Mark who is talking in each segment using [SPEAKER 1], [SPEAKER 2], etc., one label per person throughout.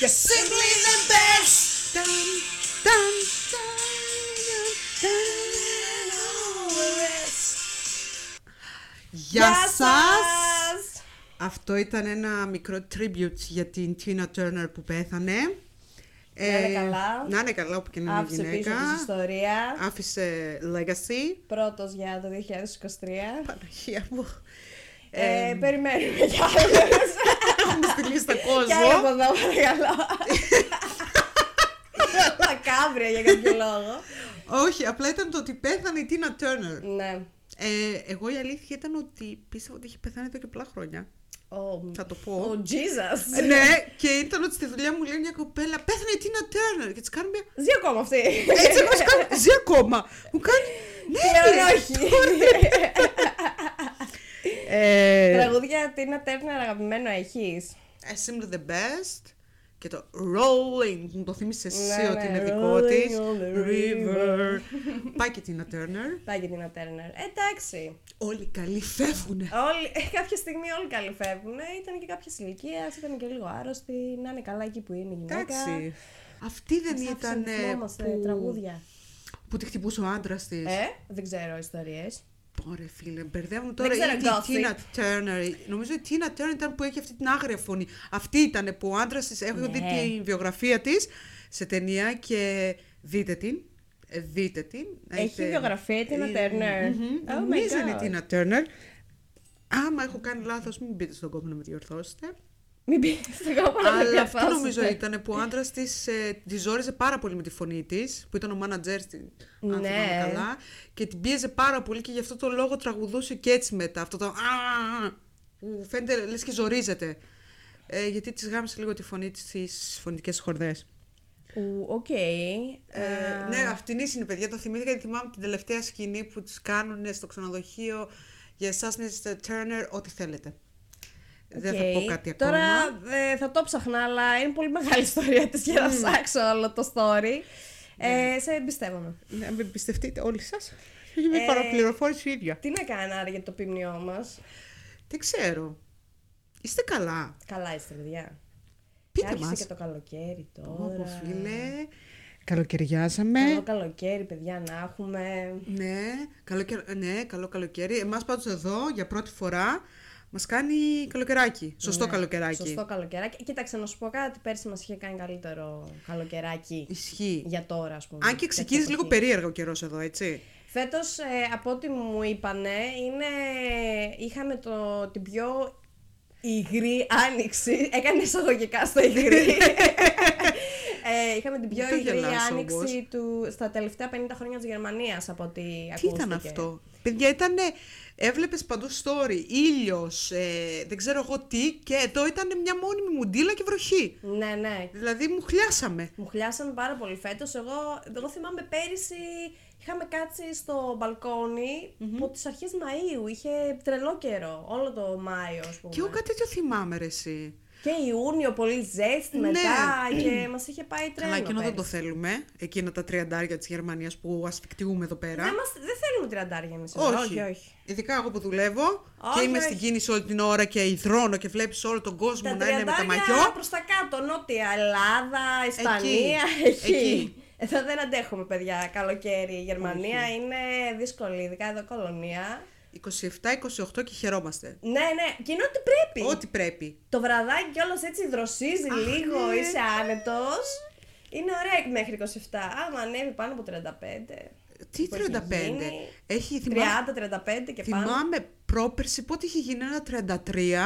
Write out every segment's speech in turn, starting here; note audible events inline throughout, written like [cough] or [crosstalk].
[SPEAKER 1] You sing me the best. Dun, dun, dun, dun, dun, all the rest.
[SPEAKER 2] Γεια σας! Αυτό ήταν ένα μικρό tribute για την Tina Turner που πέθανε.
[SPEAKER 1] Να είναι καλά.
[SPEAKER 2] Να είναι καλά όπου και να είναι
[SPEAKER 1] Άφησε πίσω
[SPEAKER 2] γυναίκα.
[SPEAKER 1] της ιστορία.
[SPEAKER 2] Άφησε legacy.
[SPEAKER 1] Πρώτος για το 2023.
[SPEAKER 2] Παναγία μου.
[SPEAKER 1] Ε, περιμένουμε κι άλλες.
[SPEAKER 2] Έχουμε στη λίστα
[SPEAKER 1] Κι άλλο από
[SPEAKER 2] κόσμο.
[SPEAKER 1] εδώ παρακαλώ. Μακάβρια για κάποιο λόγο.
[SPEAKER 2] Όχι, απλά ήταν το ότι πέθανε η Tina Turner.
[SPEAKER 1] Ναι.
[SPEAKER 2] Ε, εγώ η αλήθεια ήταν ότι πίστευα ότι είχε πεθάνει εδώ και πολλά χρόνια.
[SPEAKER 1] Ο-
[SPEAKER 2] Θα το πω.
[SPEAKER 1] Ο Jesus.
[SPEAKER 2] ναι, και ήταν ότι στη δουλειά μου λέει μια κοπέλα Πέθανε η Τίνα Τέρνερ. Και της κάνω μια.
[SPEAKER 1] Ζει ακόμα αυτή.
[SPEAKER 2] Έτσι, εγώ της κάνω. Ζει ακόμα. Μου κάνει. Ε, Ναι,
[SPEAKER 1] Πλέον
[SPEAKER 2] ρε».
[SPEAKER 1] όχι.
[SPEAKER 2] Ε,
[SPEAKER 1] Τραγούδια Τίνα Τέρνερ αγαπημένο έχεις.
[SPEAKER 2] I seem the best. Και το rolling. Μου το θύμισε εσύ
[SPEAKER 1] Ναι,
[SPEAKER 2] ότι
[SPEAKER 1] ναι,
[SPEAKER 2] είναι δικό
[SPEAKER 1] rolling
[SPEAKER 2] της.
[SPEAKER 1] on the
[SPEAKER 2] River. Πάει και η Τίνα Τέρνερ.
[SPEAKER 1] Πάει και Τίνα Τέρνερ. Εντάξει.
[SPEAKER 2] Όλοι οι καλοί φεύγουνε.
[SPEAKER 1] Όλοι, ε, κάποια στιγμή όλοι καλοί φεύγουν. Ήταν και κάποια ηλικίας, ήταν και λίγο άρρωστοι. Να είναι καλά εκεί που είναι η γυναίκα.
[SPEAKER 2] Εντάξει. Αυτή δεν
[SPEAKER 1] Μας άφησαν
[SPEAKER 2] ήταν
[SPEAKER 1] θυμόμαστε
[SPEAKER 2] που,
[SPEAKER 1] τραγούδια.
[SPEAKER 2] που τη χτυπούσε ο άντρας της.
[SPEAKER 1] Ε, δεν ξέρω ιστορίες.
[SPEAKER 2] Ωραία, φίλε, μπερδεύουν τώρα.
[SPEAKER 1] ξέρω,
[SPEAKER 2] Ή τη
[SPEAKER 1] gossip.
[SPEAKER 2] Τίνα Τέρνερ. Νομίζω η Τίνα Τέρνερ ήταν που έχει αυτή την άγρια φωνή. Αυτή ήταν που ο άντρας της. Έχω
[SPEAKER 1] Ναι.
[SPEAKER 2] δει τη βιογραφία της σε ταινία και δείτε την. Ε, Δείτε την.
[SPEAKER 1] Έχει
[SPEAKER 2] Έχετε-
[SPEAKER 1] βιογραφία η Τίνα
[SPEAKER 2] Ε,
[SPEAKER 1] Turner.
[SPEAKER 2] μμμ.
[SPEAKER 1] Oh my
[SPEAKER 2] Νομίζω είναι η
[SPEAKER 1] God.
[SPEAKER 2] Τίνα Τέρνερ. Άμα έχω κάνει λάθος, μην μπείτε στον κόπο να με διορθώσετε.
[SPEAKER 1] Μην πει [laughs] στην κόπα να με
[SPEAKER 2] Αλλά αυτό
[SPEAKER 1] διαφάσετε.
[SPEAKER 2] νομίζω ήταν που ο άντρας της τη ζόριζε πάρα πολύ με τη φωνή της, που ήταν ο μάνατζερ τη, αν
[SPEAKER 1] Ναι.
[SPEAKER 2] θυμάμαι καλά, και την πίεζε πάρα πολύ και γι' αυτό το λόγο τραγουδούσε και έτσι μετά. Αυτό το. «Α», που Φαίνεται λες και ζορίζεται. Ε, γιατί της γάμισε λίγο τη φωνή της στις φωνητικές χορδές.
[SPEAKER 1] Ου, Οκ.
[SPEAKER 2] Ε, ναι, αυτήν είναι παιδιά. Το θυμήθηκα γιατί θυμάμαι την τελευταία σκηνή που του κάνουν στο ξενοδοχείο. Για εσάς, Mr. Turner, ό,τι θέλετε. Δεν θα
[SPEAKER 1] Οκ.
[SPEAKER 2] πω κάτι ακόμα.
[SPEAKER 1] Τώρα ε, θα το ψάχνα, αλλά είναι πολύ μεγάλη ιστορία της για να ψάξω όλο το story.
[SPEAKER 2] Ναι.
[SPEAKER 1] Ε, σε εμπιστεύομαι.
[SPEAKER 2] Να με εμπιστευτείτε όλοι σας. Είμαι
[SPEAKER 1] Ε,
[SPEAKER 2] παραπληροφόρηση ίδια.
[SPEAKER 1] Τι να κάνω άρα για το ποιμνιό μας.
[SPEAKER 2] Δεν ξέρω. Είστε καλά.
[SPEAKER 1] Καλά είστε, παιδιά.
[SPEAKER 2] Πείτε
[SPEAKER 1] Άρχισε
[SPEAKER 2] μας.
[SPEAKER 1] και το καλοκαίρι
[SPEAKER 2] Όπω
[SPEAKER 1] τώρα.
[SPEAKER 2] φίλε. Καλοκαιριάζαμε.
[SPEAKER 1] Καλό καλοκαίρι, παιδιά, να έχουμε.
[SPEAKER 2] Ναι, καλό, καιρο- ναι, καλό καλοκαίρι. Εμάς πάντως εδώ για πρώτη φορά μας κάνει καλοκαιράκι. Σωστό
[SPEAKER 1] Ναι,
[SPEAKER 2] καλοκαιράκι.
[SPEAKER 1] Σωστό καλοκαιράκι. Κοίταξε να σου πω κάτι. Πέρσι μας είχε κάνει καλύτερο καλοκαιράκι
[SPEAKER 2] Ισχύει.
[SPEAKER 1] για τώρα, ας πούμε.
[SPEAKER 2] Αν και ξεκίνησε λίγο περίεργο ο καιρός εδώ, έτσι.
[SPEAKER 1] Φέτος, ε, από ό,τι μου είπανε, είναι... είχαμε το... την πιο υγρή άνοιξη. Έκανε εισαγωγικά στο
[SPEAKER 2] [laughs]
[SPEAKER 1] υγρή. ε, είχαμε την πιο
[SPEAKER 2] Μην το
[SPEAKER 1] υγρή
[SPEAKER 2] γελάς,
[SPEAKER 1] άνοιξη
[SPEAKER 2] όμως.
[SPEAKER 1] του... στα τελευταία 50 χρόνια της Γερμανίας, από ό,τι
[SPEAKER 2] Τι
[SPEAKER 1] ακούστηκε.
[SPEAKER 2] ήταν αυτό. Παιδιά, ήταν. Έβλεπες παντού story, ήλιος, ε, δεν ξέρω εγώ τι, και εδώ ήταν μια μόνιμη μουντίλα και βροχή.
[SPEAKER 1] Ναι, ναι,
[SPEAKER 2] Δηλαδή μου χλιάσαμε.
[SPEAKER 1] Μου χλιάσαμε πάρα πολύ φέτος. Εγώ, εγώ θυμάμαι πέρυσι είχαμε κάτσει στο μπαλκονι που τις αρχές Μαΐου είχε τρελό καιρό. Όλο το Μάιο, ας πούμε.
[SPEAKER 2] Και εγώ κάτι τέτοιο θυμάμαι ρε εσύ.
[SPEAKER 1] Και Ιούνιο, πολύ ζέστη
[SPEAKER 2] Ναι.
[SPEAKER 1] μετά και [clears throat] μας είχε πάει τρένο.
[SPEAKER 2] Αλλά εκείνο δεν
[SPEAKER 1] πέρυσι.
[SPEAKER 2] το θέλουμε. Εκείνα τα τριαντάρια της Γερμανίας που ασφικτιούμε εδώ πέρα.
[SPEAKER 1] Δεν, μας- δεν θέλουμε τριαντάρια εμείς. όχι, όχι.
[SPEAKER 2] Ειδικά εγώ που δουλεύω και
[SPEAKER 1] Όχι,
[SPEAKER 2] είμαι
[SPEAKER 1] όχι.
[SPEAKER 2] στην κίνηση όλη την ώρα και υδρώνω και βλέπεις όλο τον κόσμο
[SPEAKER 1] Τα
[SPEAKER 2] να είναι με τα
[SPEAKER 1] τριαντάρια
[SPEAKER 2] μαγιό.
[SPEAKER 1] προς τα κάτω, Νότια Ελλάδα, Ισπανία,
[SPEAKER 2] Εκεί.
[SPEAKER 1] [laughs] εκεί.
[SPEAKER 2] Εκεί.
[SPEAKER 1] Εδώ δεν αντέχουμε, παιδιά, καλοκαίρι. Η Γερμανία είναι δύσκολη, ειδικά εδώ κολονία.
[SPEAKER 2] 27-28 και χαιρόμαστε.
[SPEAKER 1] Ναι, ναι, και είναι ό,τι πρέπει.
[SPEAKER 2] Ό,τι πρέπει.
[SPEAKER 1] Το βραδάκι κιόλας έτσι δροσίζει
[SPEAKER 2] Αχ,
[SPEAKER 1] λίγο,
[SPEAKER 2] ναι.
[SPEAKER 1] είσαι άνετος. Είναι ωραία μέχρι 27. Άμα ανέβει πάνω από 35.
[SPEAKER 2] Τι
[SPEAKER 1] που έχει
[SPEAKER 2] 35.
[SPEAKER 1] γίνει,
[SPEAKER 2] Έχει θυμάμαι,
[SPEAKER 1] 30-35 και πάνω.
[SPEAKER 2] θυμάμαι πρόπερση πότε είχε γίνει ένα 33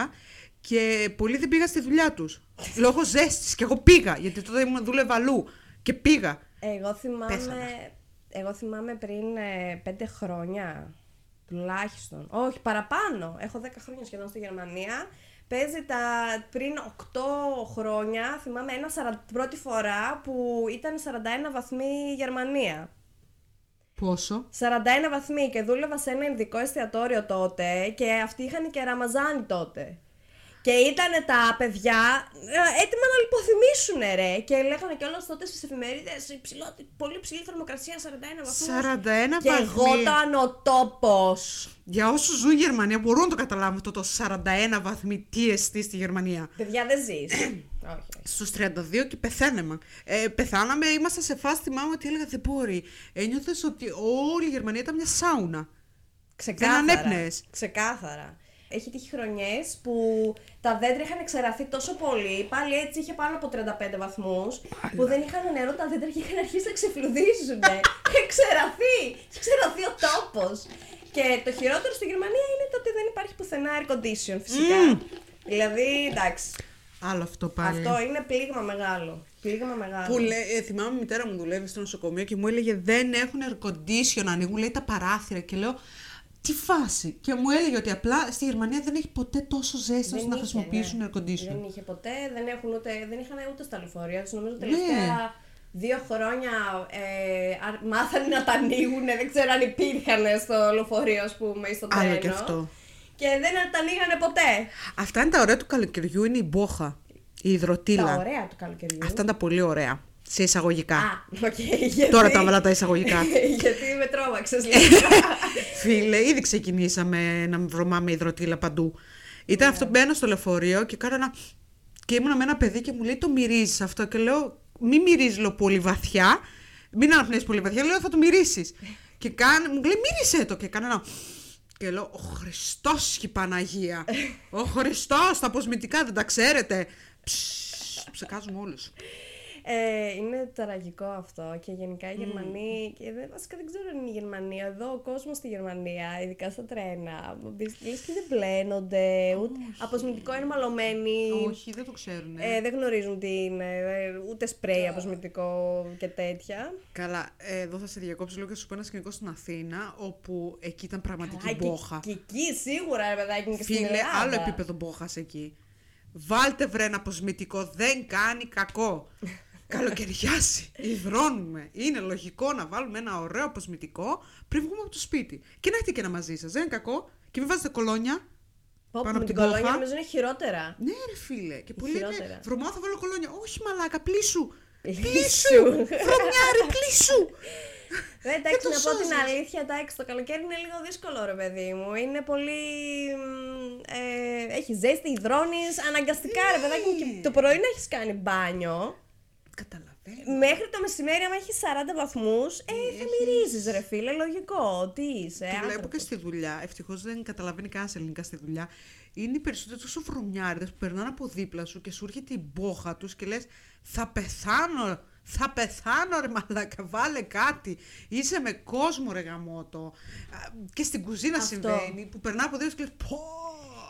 [SPEAKER 2] και πολλοί δεν πήγαν στη δουλειά τους. Λόγω ζέστης και εγώ πήγα γιατί τότε ήμουν δούλευα αλλού και πήγα.
[SPEAKER 1] Εγώ θυμάμαι,
[SPEAKER 2] Πέθανα.
[SPEAKER 1] εγώ θυμάμαι πριν 5 χρόνια τουλάχιστον. Όχι, παραπάνω. Έχω 10 χρόνια σχεδόν στη Γερμανία. Παίζει τα πριν 8 χρόνια, θυμάμαι ένα 40 πρώτη φορά που ήταν 41 βαθμοί η Γερμανία.
[SPEAKER 2] Πόσο.
[SPEAKER 1] 41 βαθμοί και δούλευα σε ένα ειδικό εστιατόριο τότε και αυτοί είχαν και ραμαζάνι τότε. Και ήταν τα παιδιά ε, έτοιμα να λιποθυμήσουν, ρε. Και λέγανε κιόλας τότε στις εφημερίδες πολύ ψηλή θερμοκρασία, 41 βαθμού.
[SPEAKER 2] 41
[SPEAKER 1] Και εγώ
[SPEAKER 2] βαθμοί.
[SPEAKER 1] ήταν ο τόπος.
[SPEAKER 2] Για όσους ζουν Γερμανία μπορούν να το καταλάβουν αυτό το 41 βαθμοί TST στη Γερμανία.
[SPEAKER 1] Παιδιά, δεν ζεις. [coughs] όχι.
[SPEAKER 2] Στου 32 και πεθαίναμε. Ε, πεθάναμε, ήμασταν σε φάση, θυμάμαι ότι έλεγα δεν μπορεί. Ένιωθες ότι όλη η Γερμανία ήταν μια σάουνα.
[SPEAKER 1] Ξεκάθαρα.
[SPEAKER 2] Δεν ανέπνεες.
[SPEAKER 1] Ξεκάθαρα. Έχει τύχει χρονιές που τα δέντρα είχαν ξεραθεί τόσο πολύ, πάλι έτσι είχε πάνω από 35 βαθμούς, που δεν είχαν νερό τα δέντρα και είχαν αρχίσει να ξεφλουδίζουν.
[SPEAKER 2] [laughs]
[SPEAKER 1] Είχε ξεραθεί! Είχε ξεραθεί ο τόπος. Και το χειρότερο στη Γερμανία είναι το ότι δεν υπάρχει πουθενά air condition, φυσικά. Δηλαδή, εντάξει.
[SPEAKER 2] Άλλο αυτό πάλι.
[SPEAKER 1] Αυτό είναι πλήγμα μεγάλο. Πλήγμα μεγάλο.
[SPEAKER 2] Που λέ, ε, θυμάμαι η μητέρα μου δουλεύει στο νοσοκομείο και μου έλεγε δεν έχουν air condition, ανοίγουν λέει τα παράθυρα και λέω τι φάση. Και μου έλεγε ότι απλά στη Γερμανία δεν έχει ποτέ τόσο ζέστη
[SPEAKER 1] Δεν
[SPEAKER 2] ώστε να
[SPEAKER 1] είχε,
[SPEAKER 2] χρησιμοποιήσουν
[SPEAKER 1] ναι.
[SPEAKER 2] air condition.
[SPEAKER 1] Δεν είχε ποτέ, δεν, έχουν ούτε, δεν είχαν ούτε στα λεωφορεία τους. Νομίζω
[SPEAKER 2] Ναι.
[SPEAKER 1] τελευταία δύο χρόνια ε, α- μάθανε να τα ανοίγουν. Δεν ξέρω αν υπήρχαν στο λεωφορείο, ας πούμε, ή στο
[SPEAKER 2] Άλλο
[SPEAKER 1] τρένο.
[SPEAKER 2] κι αυτό.
[SPEAKER 1] Και δεν τα ανοίγανε ποτέ.
[SPEAKER 2] Αυτά είναι τα ωραία του καλοκαιριού, είναι η μπόχα, η υδροτήλα.
[SPEAKER 1] Τα ωραία του καλοκαιριού.
[SPEAKER 2] Αυτά είναι τα πολύ ωραία, σε εισαγωγικά.
[SPEAKER 1] Α, οκ, [laughs] γιατί...
[SPEAKER 2] Τώρα τα βάλα τα εισαγωγικά.
[SPEAKER 1] [laughs] γιατί με τρόμαξες
[SPEAKER 2] [laughs]
[SPEAKER 1] λίγο.
[SPEAKER 2] Φίλε, ήδη ξεκινήσαμε να βρωμάμε υδροτήλα παντού. Ήταν αυτό που μπαίνω στο λεωφορείο και κάνω ένα. Και ήμουνα με ένα παιδί και μου λέει το μυρίζεις αυτό. Και λέω, μη μυρίζει λέω, πολύ βαθιά. Μην αναπνέεις πολύ βαθιά. Λέω, θα το μυρίσει. και κάν, μου λέει, μύρισε το. Και κάνω ένα. Και λέω, Ο Χριστός και η Παναγία. Ο Χριστός, τα αποσμητικά δεν τα ξέρετε. Ψ, Ψεκάζουμε όλους.
[SPEAKER 1] Ε, είναι τραγικό αυτό και γενικά οι Γερμανοί. Και δεν, βασικά δεν ξέρω αν είναι η Γερμανία. Εδώ ο κόσμος στη Γερμανία, ειδικά στα τρένα, λες και δεν μπλένονται. Ούτε, αποσμητικό είναι μαλωμένοι.
[SPEAKER 2] Όχι, ναι. δεν το ξέρουν.
[SPEAKER 1] Ε, δεν γνωρίζουν τι είναι. ε, Ούτε σπρέι αποσμητικό και τέτοια.
[SPEAKER 2] Καλά, ε, εδώ θα σε διακόψω λίγο και θα σου πω ένα σκηνικό στην Αθήνα, όπου εκεί ήταν πραγματική
[SPEAKER 1] Α, και-
[SPEAKER 2] μπόχα.
[SPEAKER 1] Και εκεί σίγουρα ρε παιδάκι είναι και στην
[SPEAKER 2] Φίλε,
[SPEAKER 1] Ελλάδα.
[SPEAKER 2] άλλο επίπεδο μπόχας εκεί. Βάλτε βρε ένα αποσμητικό, δεν κάνει κακό. Καλοκαιριάσει, υδρώνουμε. Είναι λογικό να βάλουμε ένα ωραίο αποσμητικό πριν βγούμε από το σπίτι. Και να έχετε και ένα μαζί σας, δεν είναι κακό. Και μην βάζετε κολόνια.
[SPEAKER 1] Πω,
[SPEAKER 2] πάνω
[SPEAKER 1] με
[SPEAKER 2] από
[SPEAKER 1] την
[SPEAKER 2] την
[SPEAKER 1] κολόνια
[SPEAKER 2] Κόφα.
[SPEAKER 1] νομίζω είναι χειρότερα.
[SPEAKER 2] Ναι, ρε φίλε. Και πολύ
[SPEAKER 1] Χειρότερα.
[SPEAKER 2] είναι. Βρωμάω, θα βάλω κολόνια. Όχι, μαλάκα, πλήσου.
[SPEAKER 1] Πλήσου.
[SPEAKER 2] Πλήσου! Βρωμιάρη, πλήσου!
[SPEAKER 1] Ε, εντάξει,
[SPEAKER 2] το
[SPEAKER 1] να πω την
[SPEAKER 2] σώζεις.
[SPEAKER 1] αλήθεια, εντάξει, το καλοκαίρι είναι λίγο δύσκολο, ρε παιδί μου. Είναι πολύ. μ, Ε, έχει ζέστη, υδρώνεις. Αναγκαστικά, ρε παιδάκι μου, και το πρωί να έχεις κάνει μπάνιο.
[SPEAKER 2] Καταλαβαίνω.
[SPEAKER 1] Μέχρι το μεσημέρι, άμα έχεις 40 βαθμούς, ε, θα μυρίζεις, ρε φίλε. Λογικό. Τι είσαι,
[SPEAKER 2] Το βλέπω
[SPEAKER 1] άνθρωπος.
[SPEAKER 2] και στη δουλειά. Ευτυχώς δεν καταλαβαίνει κανένας ελληνικά στη δουλειά. Είναι οι περισσότεροι τόσο βρωμιάριδες που περνάνε από δίπλα σου και σου έρχεται η μπόχα τους και λες: Θα πεθάνω, θα πεθάνω, ρε μαλάκα, βάλε κάτι. Είσαι με κόσμο, ρε γαμότο. Α, Και στην κουζίνα
[SPEAKER 1] Αυτό.
[SPEAKER 2] συμβαίνει που περνά από δίπλα σου και λες: Πω!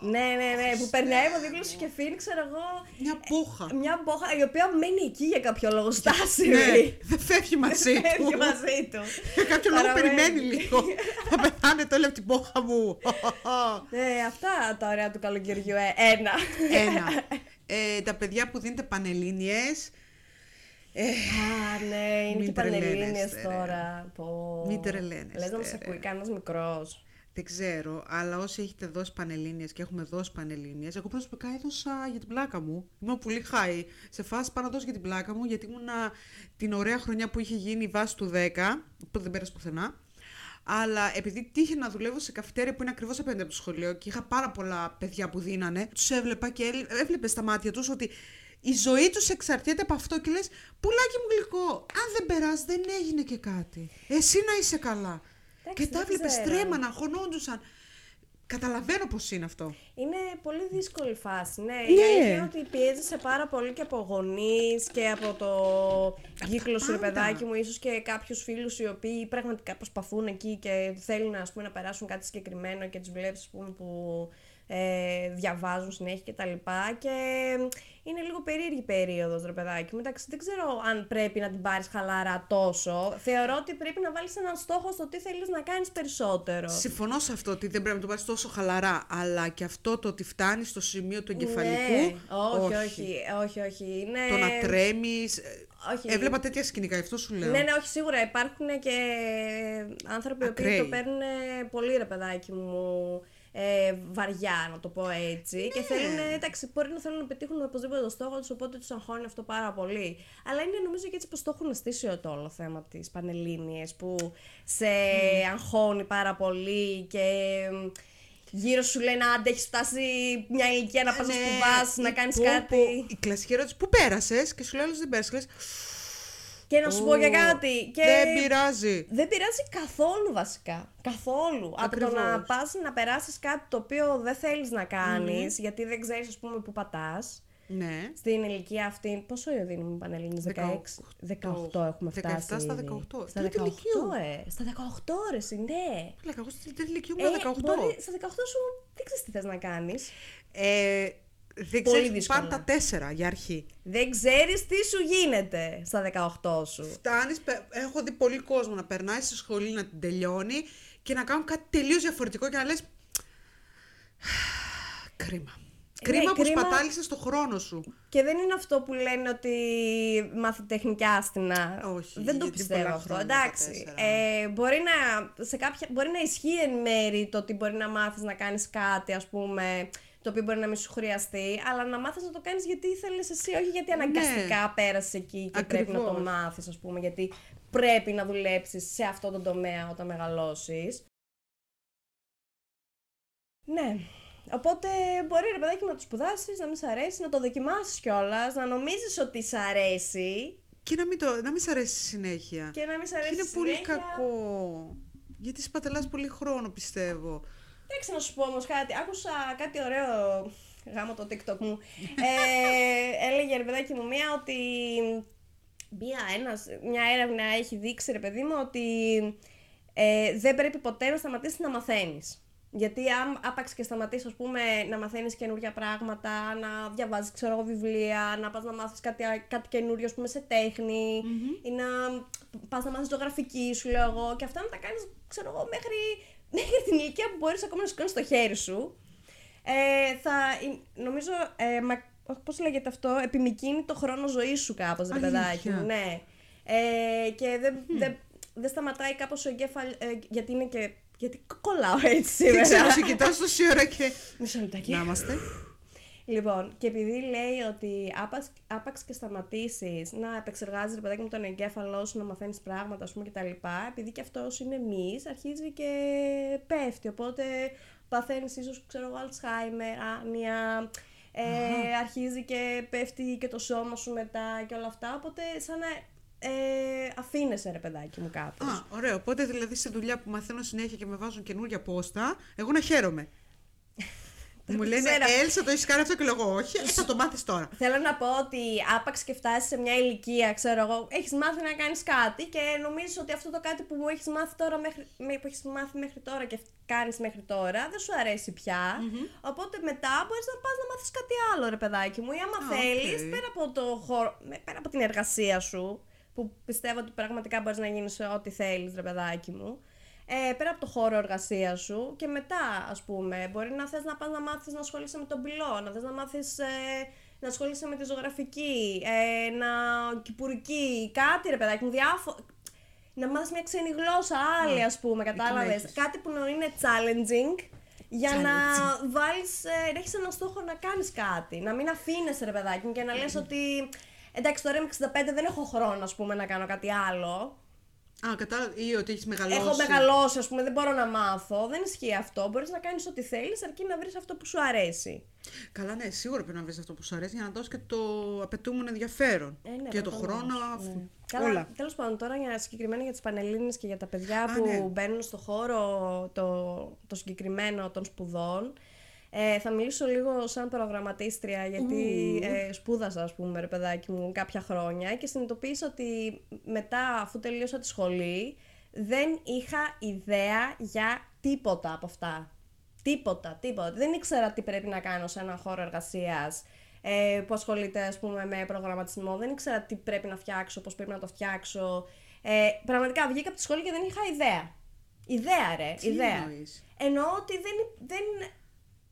[SPEAKER 1] Ναι, ναι, ναι, που περνάει από δίπλα σου και αφήνει, ξέρω εγώ,
[SPEAKER 2] Μια μπόχα.
[SPEAKER 1] μια μπόχα η οποία μένει εκεί για κάποιο λόγο στάσιμη.
[SPEAKER 2] Ναι, δεν φεύγει μαζί του.
[SPEAKER 1] ε, Φεύγει μαζί του.
[SPEAKER 2] Για κάποιο λόγο
[SPEAKER 1] Παραμένει.
[SPEAKER 2] περιμένει
[SPEAKER 1] [laughs]
[SPEAKER 2] λίγο. Θα πεθάνετε όλοι από την μπόχα μου.
[SPEAKER 1] Ναι, αυτά τα ωραία του καλοκαιριού. ε, ένα.
[SPEAKER 2] Ένα. Ε, τα παιδιά που δίνετε πανελλήνιες, ε,
[SPEAKER 1] Α, ναι, είναι
[SPEAKER 2] Μην
[SPEAKER 1] και πανελλήνιες
[SPEAKER 2] τρελαίνεστε, ρε.
[SPEAKER 1] τώρα. Πω.
[SPEAKER 2] Μην τρελαίνεστε,
[SPEAKER 1] Λες να μας
[SPEAKER 2] ρε.
[SPEAKER 1] ακούει κανένας μικρός.
[SPEAKER 2] δεν ξέρω, αλλά όσοι έχετε δώσει πανελλήνιες και έχουμε δώσει πανελλήνιες, εγώ προσωπικά έδωσα για την πλάκα μου. Ήμουν πολύ high. Σε φάση πάνω να δώσω για την πλάκα μου, γιατί ήμουνα την ωραία χρονιά που είχε γίνει η βάση του 10, οπότε δεν πέρασε πουθενά. Αλλά επειδή τύχε να δουλεύω σε καφετέρια που είναι ακριβώς απέναντι από το σχολείο και είχα πάρα πολλά παιδιά που δίνανε, τους έβλεπα και έλε- έβλεπες στα μάτια τους ότι η ζωή τους εξαρτιέται από αυτό και λες: Πουλάκι μου γλυκό, αν δεν περάσει, δεν έγινε και κάτι. Εσύ να είσαι καλά.
[SPEAKER 1] Εντάξει,
[SPEAKER 2] και τα
[SPEAKER 1] δεν
[SPEAKER 2] έβλεπε
[SPEAKER 1] ξέρω.
[SPEAKER 2] τρέμα να χωνόντουσαν. Καταλαβαίνω πώς είναι αυτό.
[SPEAKER 1] Είναι πολύ δύσκολη φάση, ναι.
[SPEAKER 2] Ναι.
[SPEAKER 1] Η αλήθεια είναι ότι πιέζεσαι πάρα πολύ και από γονείς και από το κύκλο σου, ρε
[SPEAKER 2] πάντα.
[SPEAKER 1] παιδάκι μου, ίσως και κάποιους φίλους οι οποίοι πραγματικά προσπαθούν εκεί και θέλουν ας πούμε, να περάσουν κάτι συγκεκριμένο και του βλέπει που ε, διαβάζουν συνέχεια κτλ. Και, τα λοιπά. και είναι λίγο περίεργη περίοδος, ρε παιδάκι μου. Εντάξει, δεν ξέρω αν πρέπει να την πάρεις χαλαρά τόσο. Θεωρώ ότι πρέπει να βάλεις έναν στόχο στο τι θέλεις να κάνεις περισσότερο.
[SPEAKER 2] Συμφωνώ σε αυτό ότι δεν πρέπει να το πάρεις τόσο χαλαρά, αλλά και αυτό το ότι φτάνεις στο σημείο του εγκεφαλικού.
[SPEAKER 1] Ναι, όχι, όχι, όχι, όχι. Είναι...
[SPEAKER 2] Το να τρέμεις.
[SPEAKER 1] όχι.
[SPEAKER 2] Έβλεπα τέτοια σκηνικά, γι' αυτό σου λέω.
[SPEAKER 1] Ναι, ναι, όχι, σίγουρα υπάρχουν και άνθρωποι που
[SPEAKER 2] Ακραίοι.
[SPEAKER 1] το παίρνουν πολύ ρε παιδάκι μου ε, βαριά, να το πω έτσι. Και
[SPEAKER 2] Ναι.
[SPEAKER 1] θέλουν, ε, εντάξει, μπορεί να θέλουν να πετύχουν οπωσδήποτε το στόχο τους, οπότε τους αγχώνει αυτό πάρα πολύ. Αλλά είναι νομίζω και έτσι πως το έχουν στήσει το όλο θέμα της Πανελλήνιες που σε
[SPEAKER 2] Ναι.
[SPEAKER 1] αγχώνει πάρα πολύ και μ, γύρω σου λένε άντε έχεις φτάσει μια ηλικία να πας να
[SPEAKER 2] Ναι,
[SPEAKER 1] σπουδάς, να
[SPEAKER 2] ή
[SPEAKER 1] κάνεις
[SPEAKER 2] που-
[SPEAKER 1] κάτι.
[SPEAKER 2] που- η κλασική ερώτηση, πού πέρασες και σου λέει άλλος, δεν πέρασες.
[SPEAKER 1] Και να σου πω για κάτι. Και...
[SPEAKER 2] Δεν πειράζει.
[SPEAKER 1] Δεν πειράζει καθόλου βασικά. Καθόλου. Από το να
[SPEAKER 2] Ακριβώς.
[SPEAKER 1] πας να περάσεις κάτι το οποίο δεν θέλεις να κάνεις, γιατί δεν ξέρεις, ας πούμε, που πατάς.
[SPEAKER 2] Ναι.
[SPEAKER 1] Στην ηλικία αυτή, πόσο δίνουμε πανελλήνιες, 16, 18
[SPEAKER 2] 17
[SPEAKER 1] έχουμε φτάσει.
[SPEAKER 2] στα
[SPEAKER 1] ήδη.
[SPEAKER 2] 18.
[SPEAKER 1] Στα 18,
[SPEAKER 2] Τρίτη ηλικίου.
[SPEAKER 1] ε. Στα 18, ρε, συ, ναι.
[SPEAKER 2] Λέγα, εγώ στην τρίτη
[SPEAKER 1] Ε,
[SPEAKER 2] ηλικία ήμουν 18.
[SPEAKER 1] μπορεί- στα 18 σου δεν ξέρεις τι θες να κάνεις.
[SPEAKER 2] Ε, δεν
[SPEAKER 1] Πολύ
[SPEAKER 2] ξέρεις
[SPEAKER 1] δύσκολα.
[SPEAKER 2] πάντα τέσσερα για αρχή.
[SPEAKER 1] Δεν ξέρεις τι σου γίνεται στα 18 σου.
[SPEAKER 2] Φτάνεις, έχω δει πολύ κόσμο να περνάει στη σχολή να την τελειώνει και να κάνουν κάτι τελείως διαφορετικό και να λες. Κρίμα. Κρίμα που
[SPEAKER 1] Ε, ναι, κρίμα.
[SPEAKER 2] σπατάλησες το χρόνο σου.
[SPEAKER 1] Και δεν είναι αυτό που λένε ότι μάθει τεχνικά άστινα.
[SPEAKER 2] Όχι,
[SPEAKER 1] Δεν το
[SPEAKER 2] γιατί
[SPEAKER 1] πιστεύω
[SPEAKER 2] πολλά
[SPEAKER 1] αυτό.
[SPEAKER 2] χρόνια,
[SPEAKER 1] Εντάξει.
[SPEAKER 2] 14.
[SPEAKER 1] Ε, μπορεί, να, σε κάποια, μπορεί να ισχύει εν μέρη το ότι μπορεί να μάθεις να κάνεις κάτι, ας πούμε, το οποίο μπορεί να μην σου χρειαστεί, αλλά να μάθεις να το κάνεις γιατί ήθελε εσύ, όχι γιατί
[SPEAKER 2] Ναι.
[SPEAKER 1] αναγκαστικά πέρασε εκεί και πρέπει να το
[SPEAKER 2] Ακριβώς.
[SPEAKER 1] μάθεις, ας πούμε, γιατί πρέπει να δουλέψεις σε αυτό το τομέα όταν μεγαλώσεις. Ναι. Οπότε μπορεί ρε παιδάκι να το σπουδάσεις, να μην σ' αρέσει, να το δοκιμάσεις κιόλας, να νομίζεις ότι σ' αρέσει
[SPEAKER 2] Και να μην, το, να μην σ' αρέσει στη συνέχεια.
[SPEAKER 1] και να μην σ'
[SPEAKER 2] Και
[SPEAKER 1] αρέσει.
[SPEAKER 2] είναι
[SPEAKER 1] στη
[SPEAKER 2] πολύ
[SPEAKER 1] συνέχεια.
[SPEAKER 2] κακό. Γιατί σπαταλάς πολύ χρόνο,
[SPEAKER 1] [laughs]
[SPEAKER 2] πιστεύω.
[SPEAKER 1] Εντάξει, να σου πω όμως κάτι. Άκουσα κάτι ωραίο γάμο το TikTok μου. ε, έλεγε ρε παιδάκι μου μία ότι. Μία, ένας, μια έρευνα έχει δείξει ρε παιδί μου ότι ε, δεν πρέπει ποτέ να σταματήσεις να μαθαίνεις. Γιατί αν άπαξ και σταματήσεις, ας πούμε, να μαθαίνεις καινούργια πράγματα, να διαβάζεις, ξέρω εγώ, βιβλία, να πας να μάθεις κάτι, κάτι καινούριο, ας πούμε, σε τέχνη, ή να πας να μάθεις ζωγραφική, σου λέω εγώ, και αυτά να τα κάνεις, ξέρω εγώ, μέχρι, μέχρι την ηλικία που μπορείς ακόμα να σηκώνει το χέρι σου. Ε, θα, νομίζω, ε, μα, πώς λέγεται αυτό, επιμηκύνει το χρόνο ζωής σου κάπως, ρε παιδάκι μου,
[SPEAKER 2] Αλήθεια.
[SPEAKER 1] ναι. Ε, και δεν δεν- δεν σταματάει κάπως ο εγκέφαλο, γιατί είναι και, γιατί κολλάω έτσι
[SPEAKER 2] Δεν
[SPEAKER 1] σήμερα. [laughs]
[SPEAKER 2] ξέρω, σε κοιτάς τόση ώρα και...
[SPEAKER 1] Μισό λεπτάκι.
[SPEAKER 2] Να είμαστε.
[SPEAKER 1] Λοιπόν, και επειδή λέει ότι άπαξ, άπαξ και σταματήσεις να επεξεργάζει ρε παιδάκι μου τον εγκέφαλό σου, να μαθαίνεις πράγματα, ας πούμε κτλ. Επειδή και αυτός είναι μη, αρχίζει και πέφτει. Οπότε παθαίνεις ίσως, ξέρω εγώ, Αλτσχάιμερ, άνοια. Ε, αρχίζει και πέφτει και το σώμα σου μετά και όλα αυτά. Οπότε σαν να ε, αφήνεσαι ρε παιδάκι μου κάπως.
[SPEAKER 2] Α, ωραίο. Οπότε δηλαδή στη δουλειά που μαθαίνω συνέχεια και με βάζουν καινούργια πόστα, εγώ να χαίρομαι. Μου λένε,
[SPEAKER 1] ξέρω.
[SPEAKER 2] Έλσα, το έχεις κάνει αυτό και λέω εγώ, όχι, ε, θα το μάθεις τώρα.
[SPEAKER 1] Θέλω να πω ότι άπαξ και φτάσεις σε μια ηλικία, ξέρω εγώ, έχεις μάθει να κάνεις κάτι και νομίζει ότι αυτό το κάτι που έχεις μάθει, τώρα μέχρι, με- που έχεις μάθει μέχρι τώρα και κάνεις μέχρι τώρα δεν σου αρέσει πια. Οπότε μετά μπορείς να πας να μάθεις κάτι άλλο, ρε παιδάκι μου. Ή άμα
[SPEAKER 2] Α,
[SPEAKER 1] θέλει,
[SPEAKER 2] οκ.
[SPEAKER 1] πέρα, από το χώρο- με- πέρα από την εργασία σου, που πιστεύω ότι πραγματικά μπορείς να γίνεις ό,τι θέλεις, ρε παιδάκι μου. Ε, πέρα από το χώρο εργασίας σου και μετά, ας πούμε, μπορεί να θες να πας να μάθεις να ασχολείσαι με τον πυλό, να θες να μάθεις ε, να ασχολείσαι με τη ζωγραφική, ε, να κυπουρική, κάτι ρε παιδάκι μου, διάφο... Να μάθεις μια ξένη γλώσσα, άλλη ας πούμε, κατάλαβες.
[SPEAKER 2] έχεις.
[SPEAKER 1] Κάτι που να είναι challenging για να βάλεις, ε, να έχεις ένα στόχο να κάνεις κάτι, να μην αφήνεσαι ρε παιδάκι μου και να λες ότι εντάξει τώρα είμαι 65 δεν έχω χρόνο ας πούμε να κάνω κάτι άλλο
[SPEAKER 2] Α, κατάλαβα. Ή ότι έχεις μεγαλώσει.
[SPEAKER 1] Έχω μεγαλώσει ας πούμε δεν μπορώ να μάθω, δεν ισχύει αυτό, μπορείς να κάνεις ό,τι θέλεις αρκεί να βρεις αυτό που σου αρέσει
[SPEAKER 2] Καλά, ναι, σίγουρα πρέπει να βρεις αυτό που σου αρέσει για να δώσεις και το απαιτούμενο ενδιαφέρον.
[SPEAKER 1] Ε, ναι,
[SPEAKER 2] και το
[SPEAKER 1] προφανώς,
[SPEAKER 2] χρόνο.
[SPEAKER 1] ναι.
[SPEAKER 2] αφού-
[SPEAKER 1] Καλά,
[SPEAKER 2] Όλα.
[SPEAKER 1] τέλος πάντων, τώρα για, συγκεκριμένα για τις Πανελλήνιες και για τα παιδιά
[SPEAKER 2] Α,
[SPEAKER 1] που
[SPEAKER 2] ναι.
[SPEAKER 1] μπαίνουν στο χώρο το, το συγκεκριμένο των σπουδών. Ε, θα μιλήσω λίγο σαν προγραμματίστρια, γιατί ε, σπούδασα, ας πούμε, ρε παιδάκι μου, κάποια χρόνια και συνειδητοποίησα ότι μετά, αφού τελείωσα τη σχολή, δεν είχα ιδέα για τίποτα από αυτά. Τίποτα, τίποτα. Δεν ήξερα τι πρέπει να κάνω σε έναν χώρο εργασίας ε, που ασχολείται, ας πούμε, με προγραμματισμό. Δεν ήξερα τι πρέπει να φτιάξω, πώς πρέπει να το φτιάξω. Ε, πραγματικά βγήκα από τη σχολή και δεν είχα ιδέα. Ιδέα, ρε.
[SPEAKER 2] Τι
[SPEAKER 1] ιδέα.
[SPEAKER 2] εννοείς?
[SPEAKER 1] Εννοώ ότι δεν, δεν,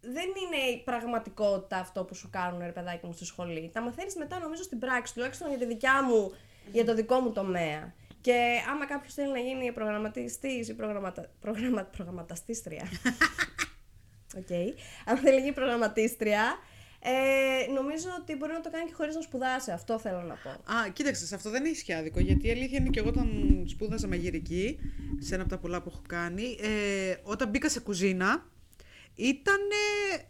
[SPEAKER 1] δεν είναι η πραγματικότητα αυτό που σου κάνουν ρε παιδάκι μου στη σχολή. Τα μαθαίνεις μετά νομίζω στην πράξη, τουλάχιστον για τη δικιά μου, για το δικό μου τομέα. Και άμα κάποιος θέλει να γίνει προγραμματιστής ή προγραμματα, προγραμμα, προγραμματαστήστρια. Οκ. Ανθελική προγραμματίστρια. Ε, νομίζω ότι μπορεί να το κάνει και χωρίς να σπουδάσει. Αυτό θέλω να πω.
[SPEAKER 2] Α, κοίταξε, σε αυτό δεν έχει και άδικο. Γιατί η αλήθεια είναι και εγώ όταν σπούδαζα μαγειρική, σε ένα από τα πολλά που έχω κάνει, ε, όταν μπήκα σε κουζίνα, ήταν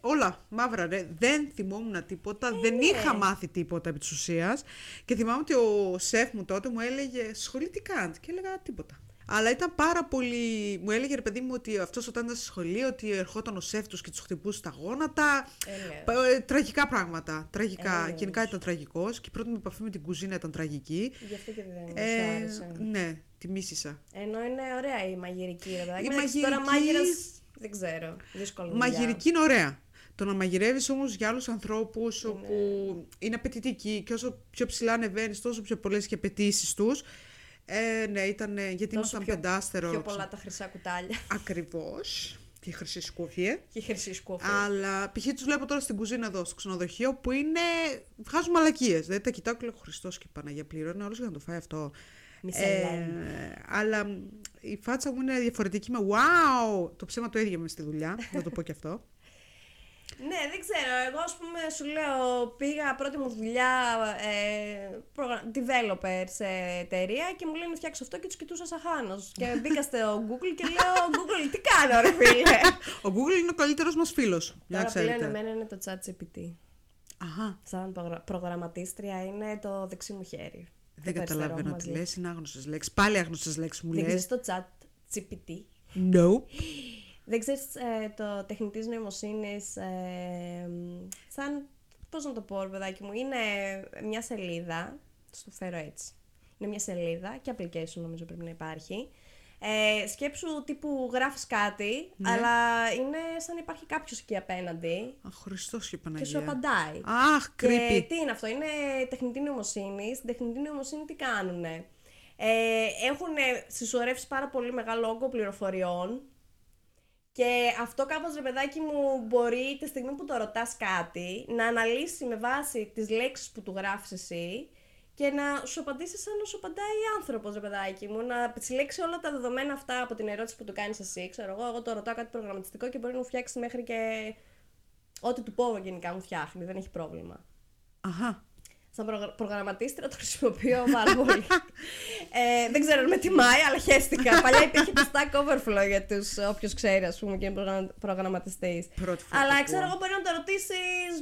[SPEAKER 2] όλα μαύρα. Ρε. Δεν θυμόμουν τίποτα, δεν είχα μάθει τίποτα επί της ουσίας. Και θυμάμαι ότι ο σεφ μου τότε μου έλεγε Σχολή τι κάνεις» και έλεγα τίποτα. Αλλά ήταν πάρα πολύ. Μου έλεγε ρε παιδί μου ότι αυτός όταν ήταν στη σχολή, ότι ερχόταν ο σεφ τους και τους χτυπούσε τα γόνατα.
[SPEAKER 1] Έλεος.
[SPEAKER 2] Πα- ε, Τραγικά πράγματα. Τραγικά.
[SPEAKER 1] Έλεος.
[SPEAKER 2] Γενικά ήταν τραγικός και η πρώτη μου επαφή με την κουζίνα ήταν τραγική.
[SPEAKER 1] Γι' αυτό και δεν μου
[SPEAKER 2] Ε,
[SPEAKER 1] άρεσε.
[SPEAKER 2] ναι, τη μίσησα.
[SPEAKER 1] Ενώ είναι ωραία η μαγειρική, ρε παιδάκι.
[SPEAKER 2] Η
[SPEAKER 1] μου. Εντάξει, Τώρα
[SPEAKER 2] μαγειρική-
[SPEAKER 1] μάγειρας. Δεν ξέρω. Δύσκολο.
[SPEAKER 2] Μαγειρική είναι ωραία. Το να μαγειρεύεις όμως για άλλους ανθρώπους
[SPEAKER 1] Ναι.
[SPEAKER 2] όπου είναι απαιτητικοί και όσο πιο ψηλά ανεβαίνεις, τόσο πιο πολλές και απαιτήσεις τους. Ε, ναι, ήταν. ε, Γιατί
[SPEAKER 1] Τόσο
[SPEAKER 2] ήμασταν
[SPEAKER 1] πιο-
[SPEAKER 2] πεντάστερο.
[SPEAKER 1] Πιο πολλά τα χρυσά κουτάλια [laughs]
[SPEAKER 2] Ακριβώς. Τη χρυσή ε. σκούφια.
[SPEAKER 1] και η χρυσή σκούφη.
[SPEAKER 2] Αλλά π.χ. τους βλέπω τώρα στην κουζίνα εδώ, στο ξενοδοχείο, που είναι. βγάζουν μαλακίες. Δηλαδή τα κοιτάω και λέω Χριστός και Παναγία, πληρώνει όλος για να το φάει αυτό. Ε,
[SPEAKER 1] Μισελέν.
[SPEAKER 2] αλλά μ, η φάτσα μου είναι διαφορετική με wow! Το ψέμα το ίδιο με στη
[SPEAKER 1] [laughs]
[SPEAKER 2] δουλειά, να το πω και αυτό.
[SPEAKER 1] Ναι, δεν ξέρω. Εγώ, ας πούμε, σου λέω, πήγα πρώτη μου δουλειά ε, προγρα- developer σε εταιρεία και μου λένε φτιάξω αυτό και τους κοιτούσα σαν χάνος. Και μπήκα στο Google και λέω, Google, τι κάνω, ρε φίλε.
[SPEAKER 2] Ο Google είναι ο καλύτερος μας φίλος. Για να
[SPEAKER 1] Τώρα πλέον
[SPEAKER 2] ξέρετε.
[SPEAKER 1] εμένα είναι το chat GPT.
[SPEAKER 2] Αχα.
[SPEAKER 1] Σαν προγρα- προγραμματίστρια είναι το δεξί μου χέρι.
[SPEAKER 2] Δεν
[SPEAKER 1] Το αριστερό μου
[SPEAKER 2] καταλαβαίνω τι
[SPEAKER 1] μαζί.
[SPEAKER 2] λες. Είναι άγνωστες λέξεις. Πάλι άγνωστες λέξεις μου
[SPEAKER 1] Δεν
[SPEAKER 2] λες.
[SPEAKER 1] ξέρεις το chat GPT.
[SPEAKER 2] No.
[SPEAKER 1] Δεν ξέρεις το τεχνητή νοημοσύνης. Ε, μ, σαν. Πώς να το πω, ρε παιδάκι μου. Είναι μια σελίδα. Θα το φέρω έτσι. Είναι μια σελίδα και application νομίζω πρέπει να υπάρχει. Ε, σκέψου τύπου γράφεις κάτι,
[SPEAKER 2] Ναι.
[SPEAKER 1] αλλά είναι σαν να υπάρχει κάποιος εκεί απέναντι
[SPEAKER 2] Α, Χριστός και
[SPEAKER 1] και σου
[SPEAKER 2] Παναγία.
[SPEAKER 1] απαντάει.
[SPEAKER 2] Αχ, creepy.
[SPEAKER 1] Και τι είναι αυτό, είναι τεχνητή νοημοσύνη. Στην τεχνητή νοημοσύνη τι κάνουνε. Ε, έχουν συσσωρεύσει πάρα πολύ μεγάλο όγκο πληροφοριών. Και αυτό κάπως ρε παιδάκι μου μπορεί τη στιγμή που το ρωτάς κάτι να αναλύσει με βάση τις λέξεις που του γράφεις εσύ και να σου απαντήσει σαν να σου απαντάει άνθρωπος, ρε παιδάκι μου. Να συλλέξει όλα τα δεδομένα αυτά από την ερώτηση που του κάνεις εσύ. Ξέρω εγώ, εγώ το ρωτάω κάτι προγραμματιστικό και μπορεί να μου φτιάξει μέχρι και Ό,τι του πω γενικά μου φτιάχνει, δεν έχει πρόβλημα.
[SPEAKER 2] Αχα.
[SPEAKER 1] Σαν προγρα- προγραμματίστρια το χρησιμοποιώ πάρα πολύ. ε, δεν ξέρω αν με τιμάει, αλλά χαίστηκα. Παλιά υπήρχε το Stack Overflow για τους όποιος ξέρει, ας πούμε, και είναι προγραμμα... προγραμματιστής.
[SPEAKER 2] Πρώτη φορά το
[SPEAKER 1] Αλλά
[SPEAKER 2] ακούω.
[SPEAKER 1] ξέρω εγώ μπορεί να το ρωτήσεις,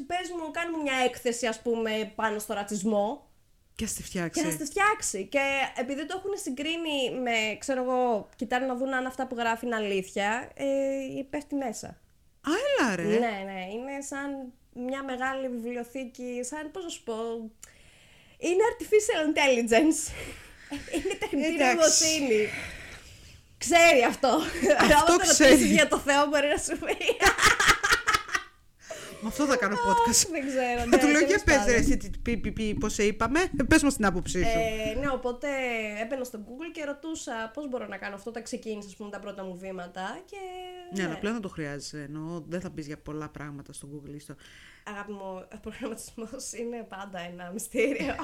[SPEAKER 1] πες μου, κάνε μου μια έκθεση, ας πούμε, πάνω στο ρατσισμό.
[SPEAKER 2] Και ας τη
[SPEAKER 1] Και
[SPEAKER 2] φτιάξει.
[SPEAKER 1] θα στη φτιάξει. Και επειδή το έχουν συγκρίνει με, ξέρω εγώ, κοιτάνε να δουν αν αυτά που γράφει είναι αλήθεια, ε, πέφτει μέσα.
[SPEAKER 2] Α, έλα ρε.
[SPEAKER 1] Ναι, ναι, είναι σαν μια μεγάλη βιβλιοθήκη, σαν πώς να σου πω, είναι artificial intelligence, [laughs] είναι τεχνητή
[SPEAKER 2] Εντάξει.
[SPEAKER 1] νοημοσύνη. Ξέρει αυτό. Άμα το
[SPEAKER 2] ξέρει.
[SPEAKER 1] ρωτήσεις για το Θεό μπορεί να σου πει.
[SPEAKER 2] Με αυτό θα κάνω podcast.
[SPEAKER 1] [laughs] Δεν ξέρω.
[SPEAKER 2] Θα
[SPEAKER 1] ναι,
[SPEAKER 2] Ε, του λέω
[SPEAKER 1] τέλος
[SPEAKER 2] για πες
[SPEAKER 1] πάντων.
[SPEAKER 2] ρε εσύ τι- πι- πι- πι- πώς σε είπαμε. Ε, Πες μας την άποψή σου.
[SPEAKER 1] Ε, ναι, οπότε έμπαινα στο Google και ρωτούσα πώς μπορώ να κάνω αυτό. Τα ξεκίνησα, ας πούμε, τα πρώτα μου βήματα και...
[SPEAKER 2] Ναι,
[SPEAKER 1] ναι.
[SPEAKER 2] αλλά πλέον δεν το χρειάζεσαι. Εννοώ δεν θα μπεις για πολλά πράγματα στο Google ή στο.
[SPEAKER 1] Αγάπη μου, ο προγραμματισμός είναι πάντα ένα
[SPEAKER 2] [laughs]
[SPEAKER 1] μυστήριο.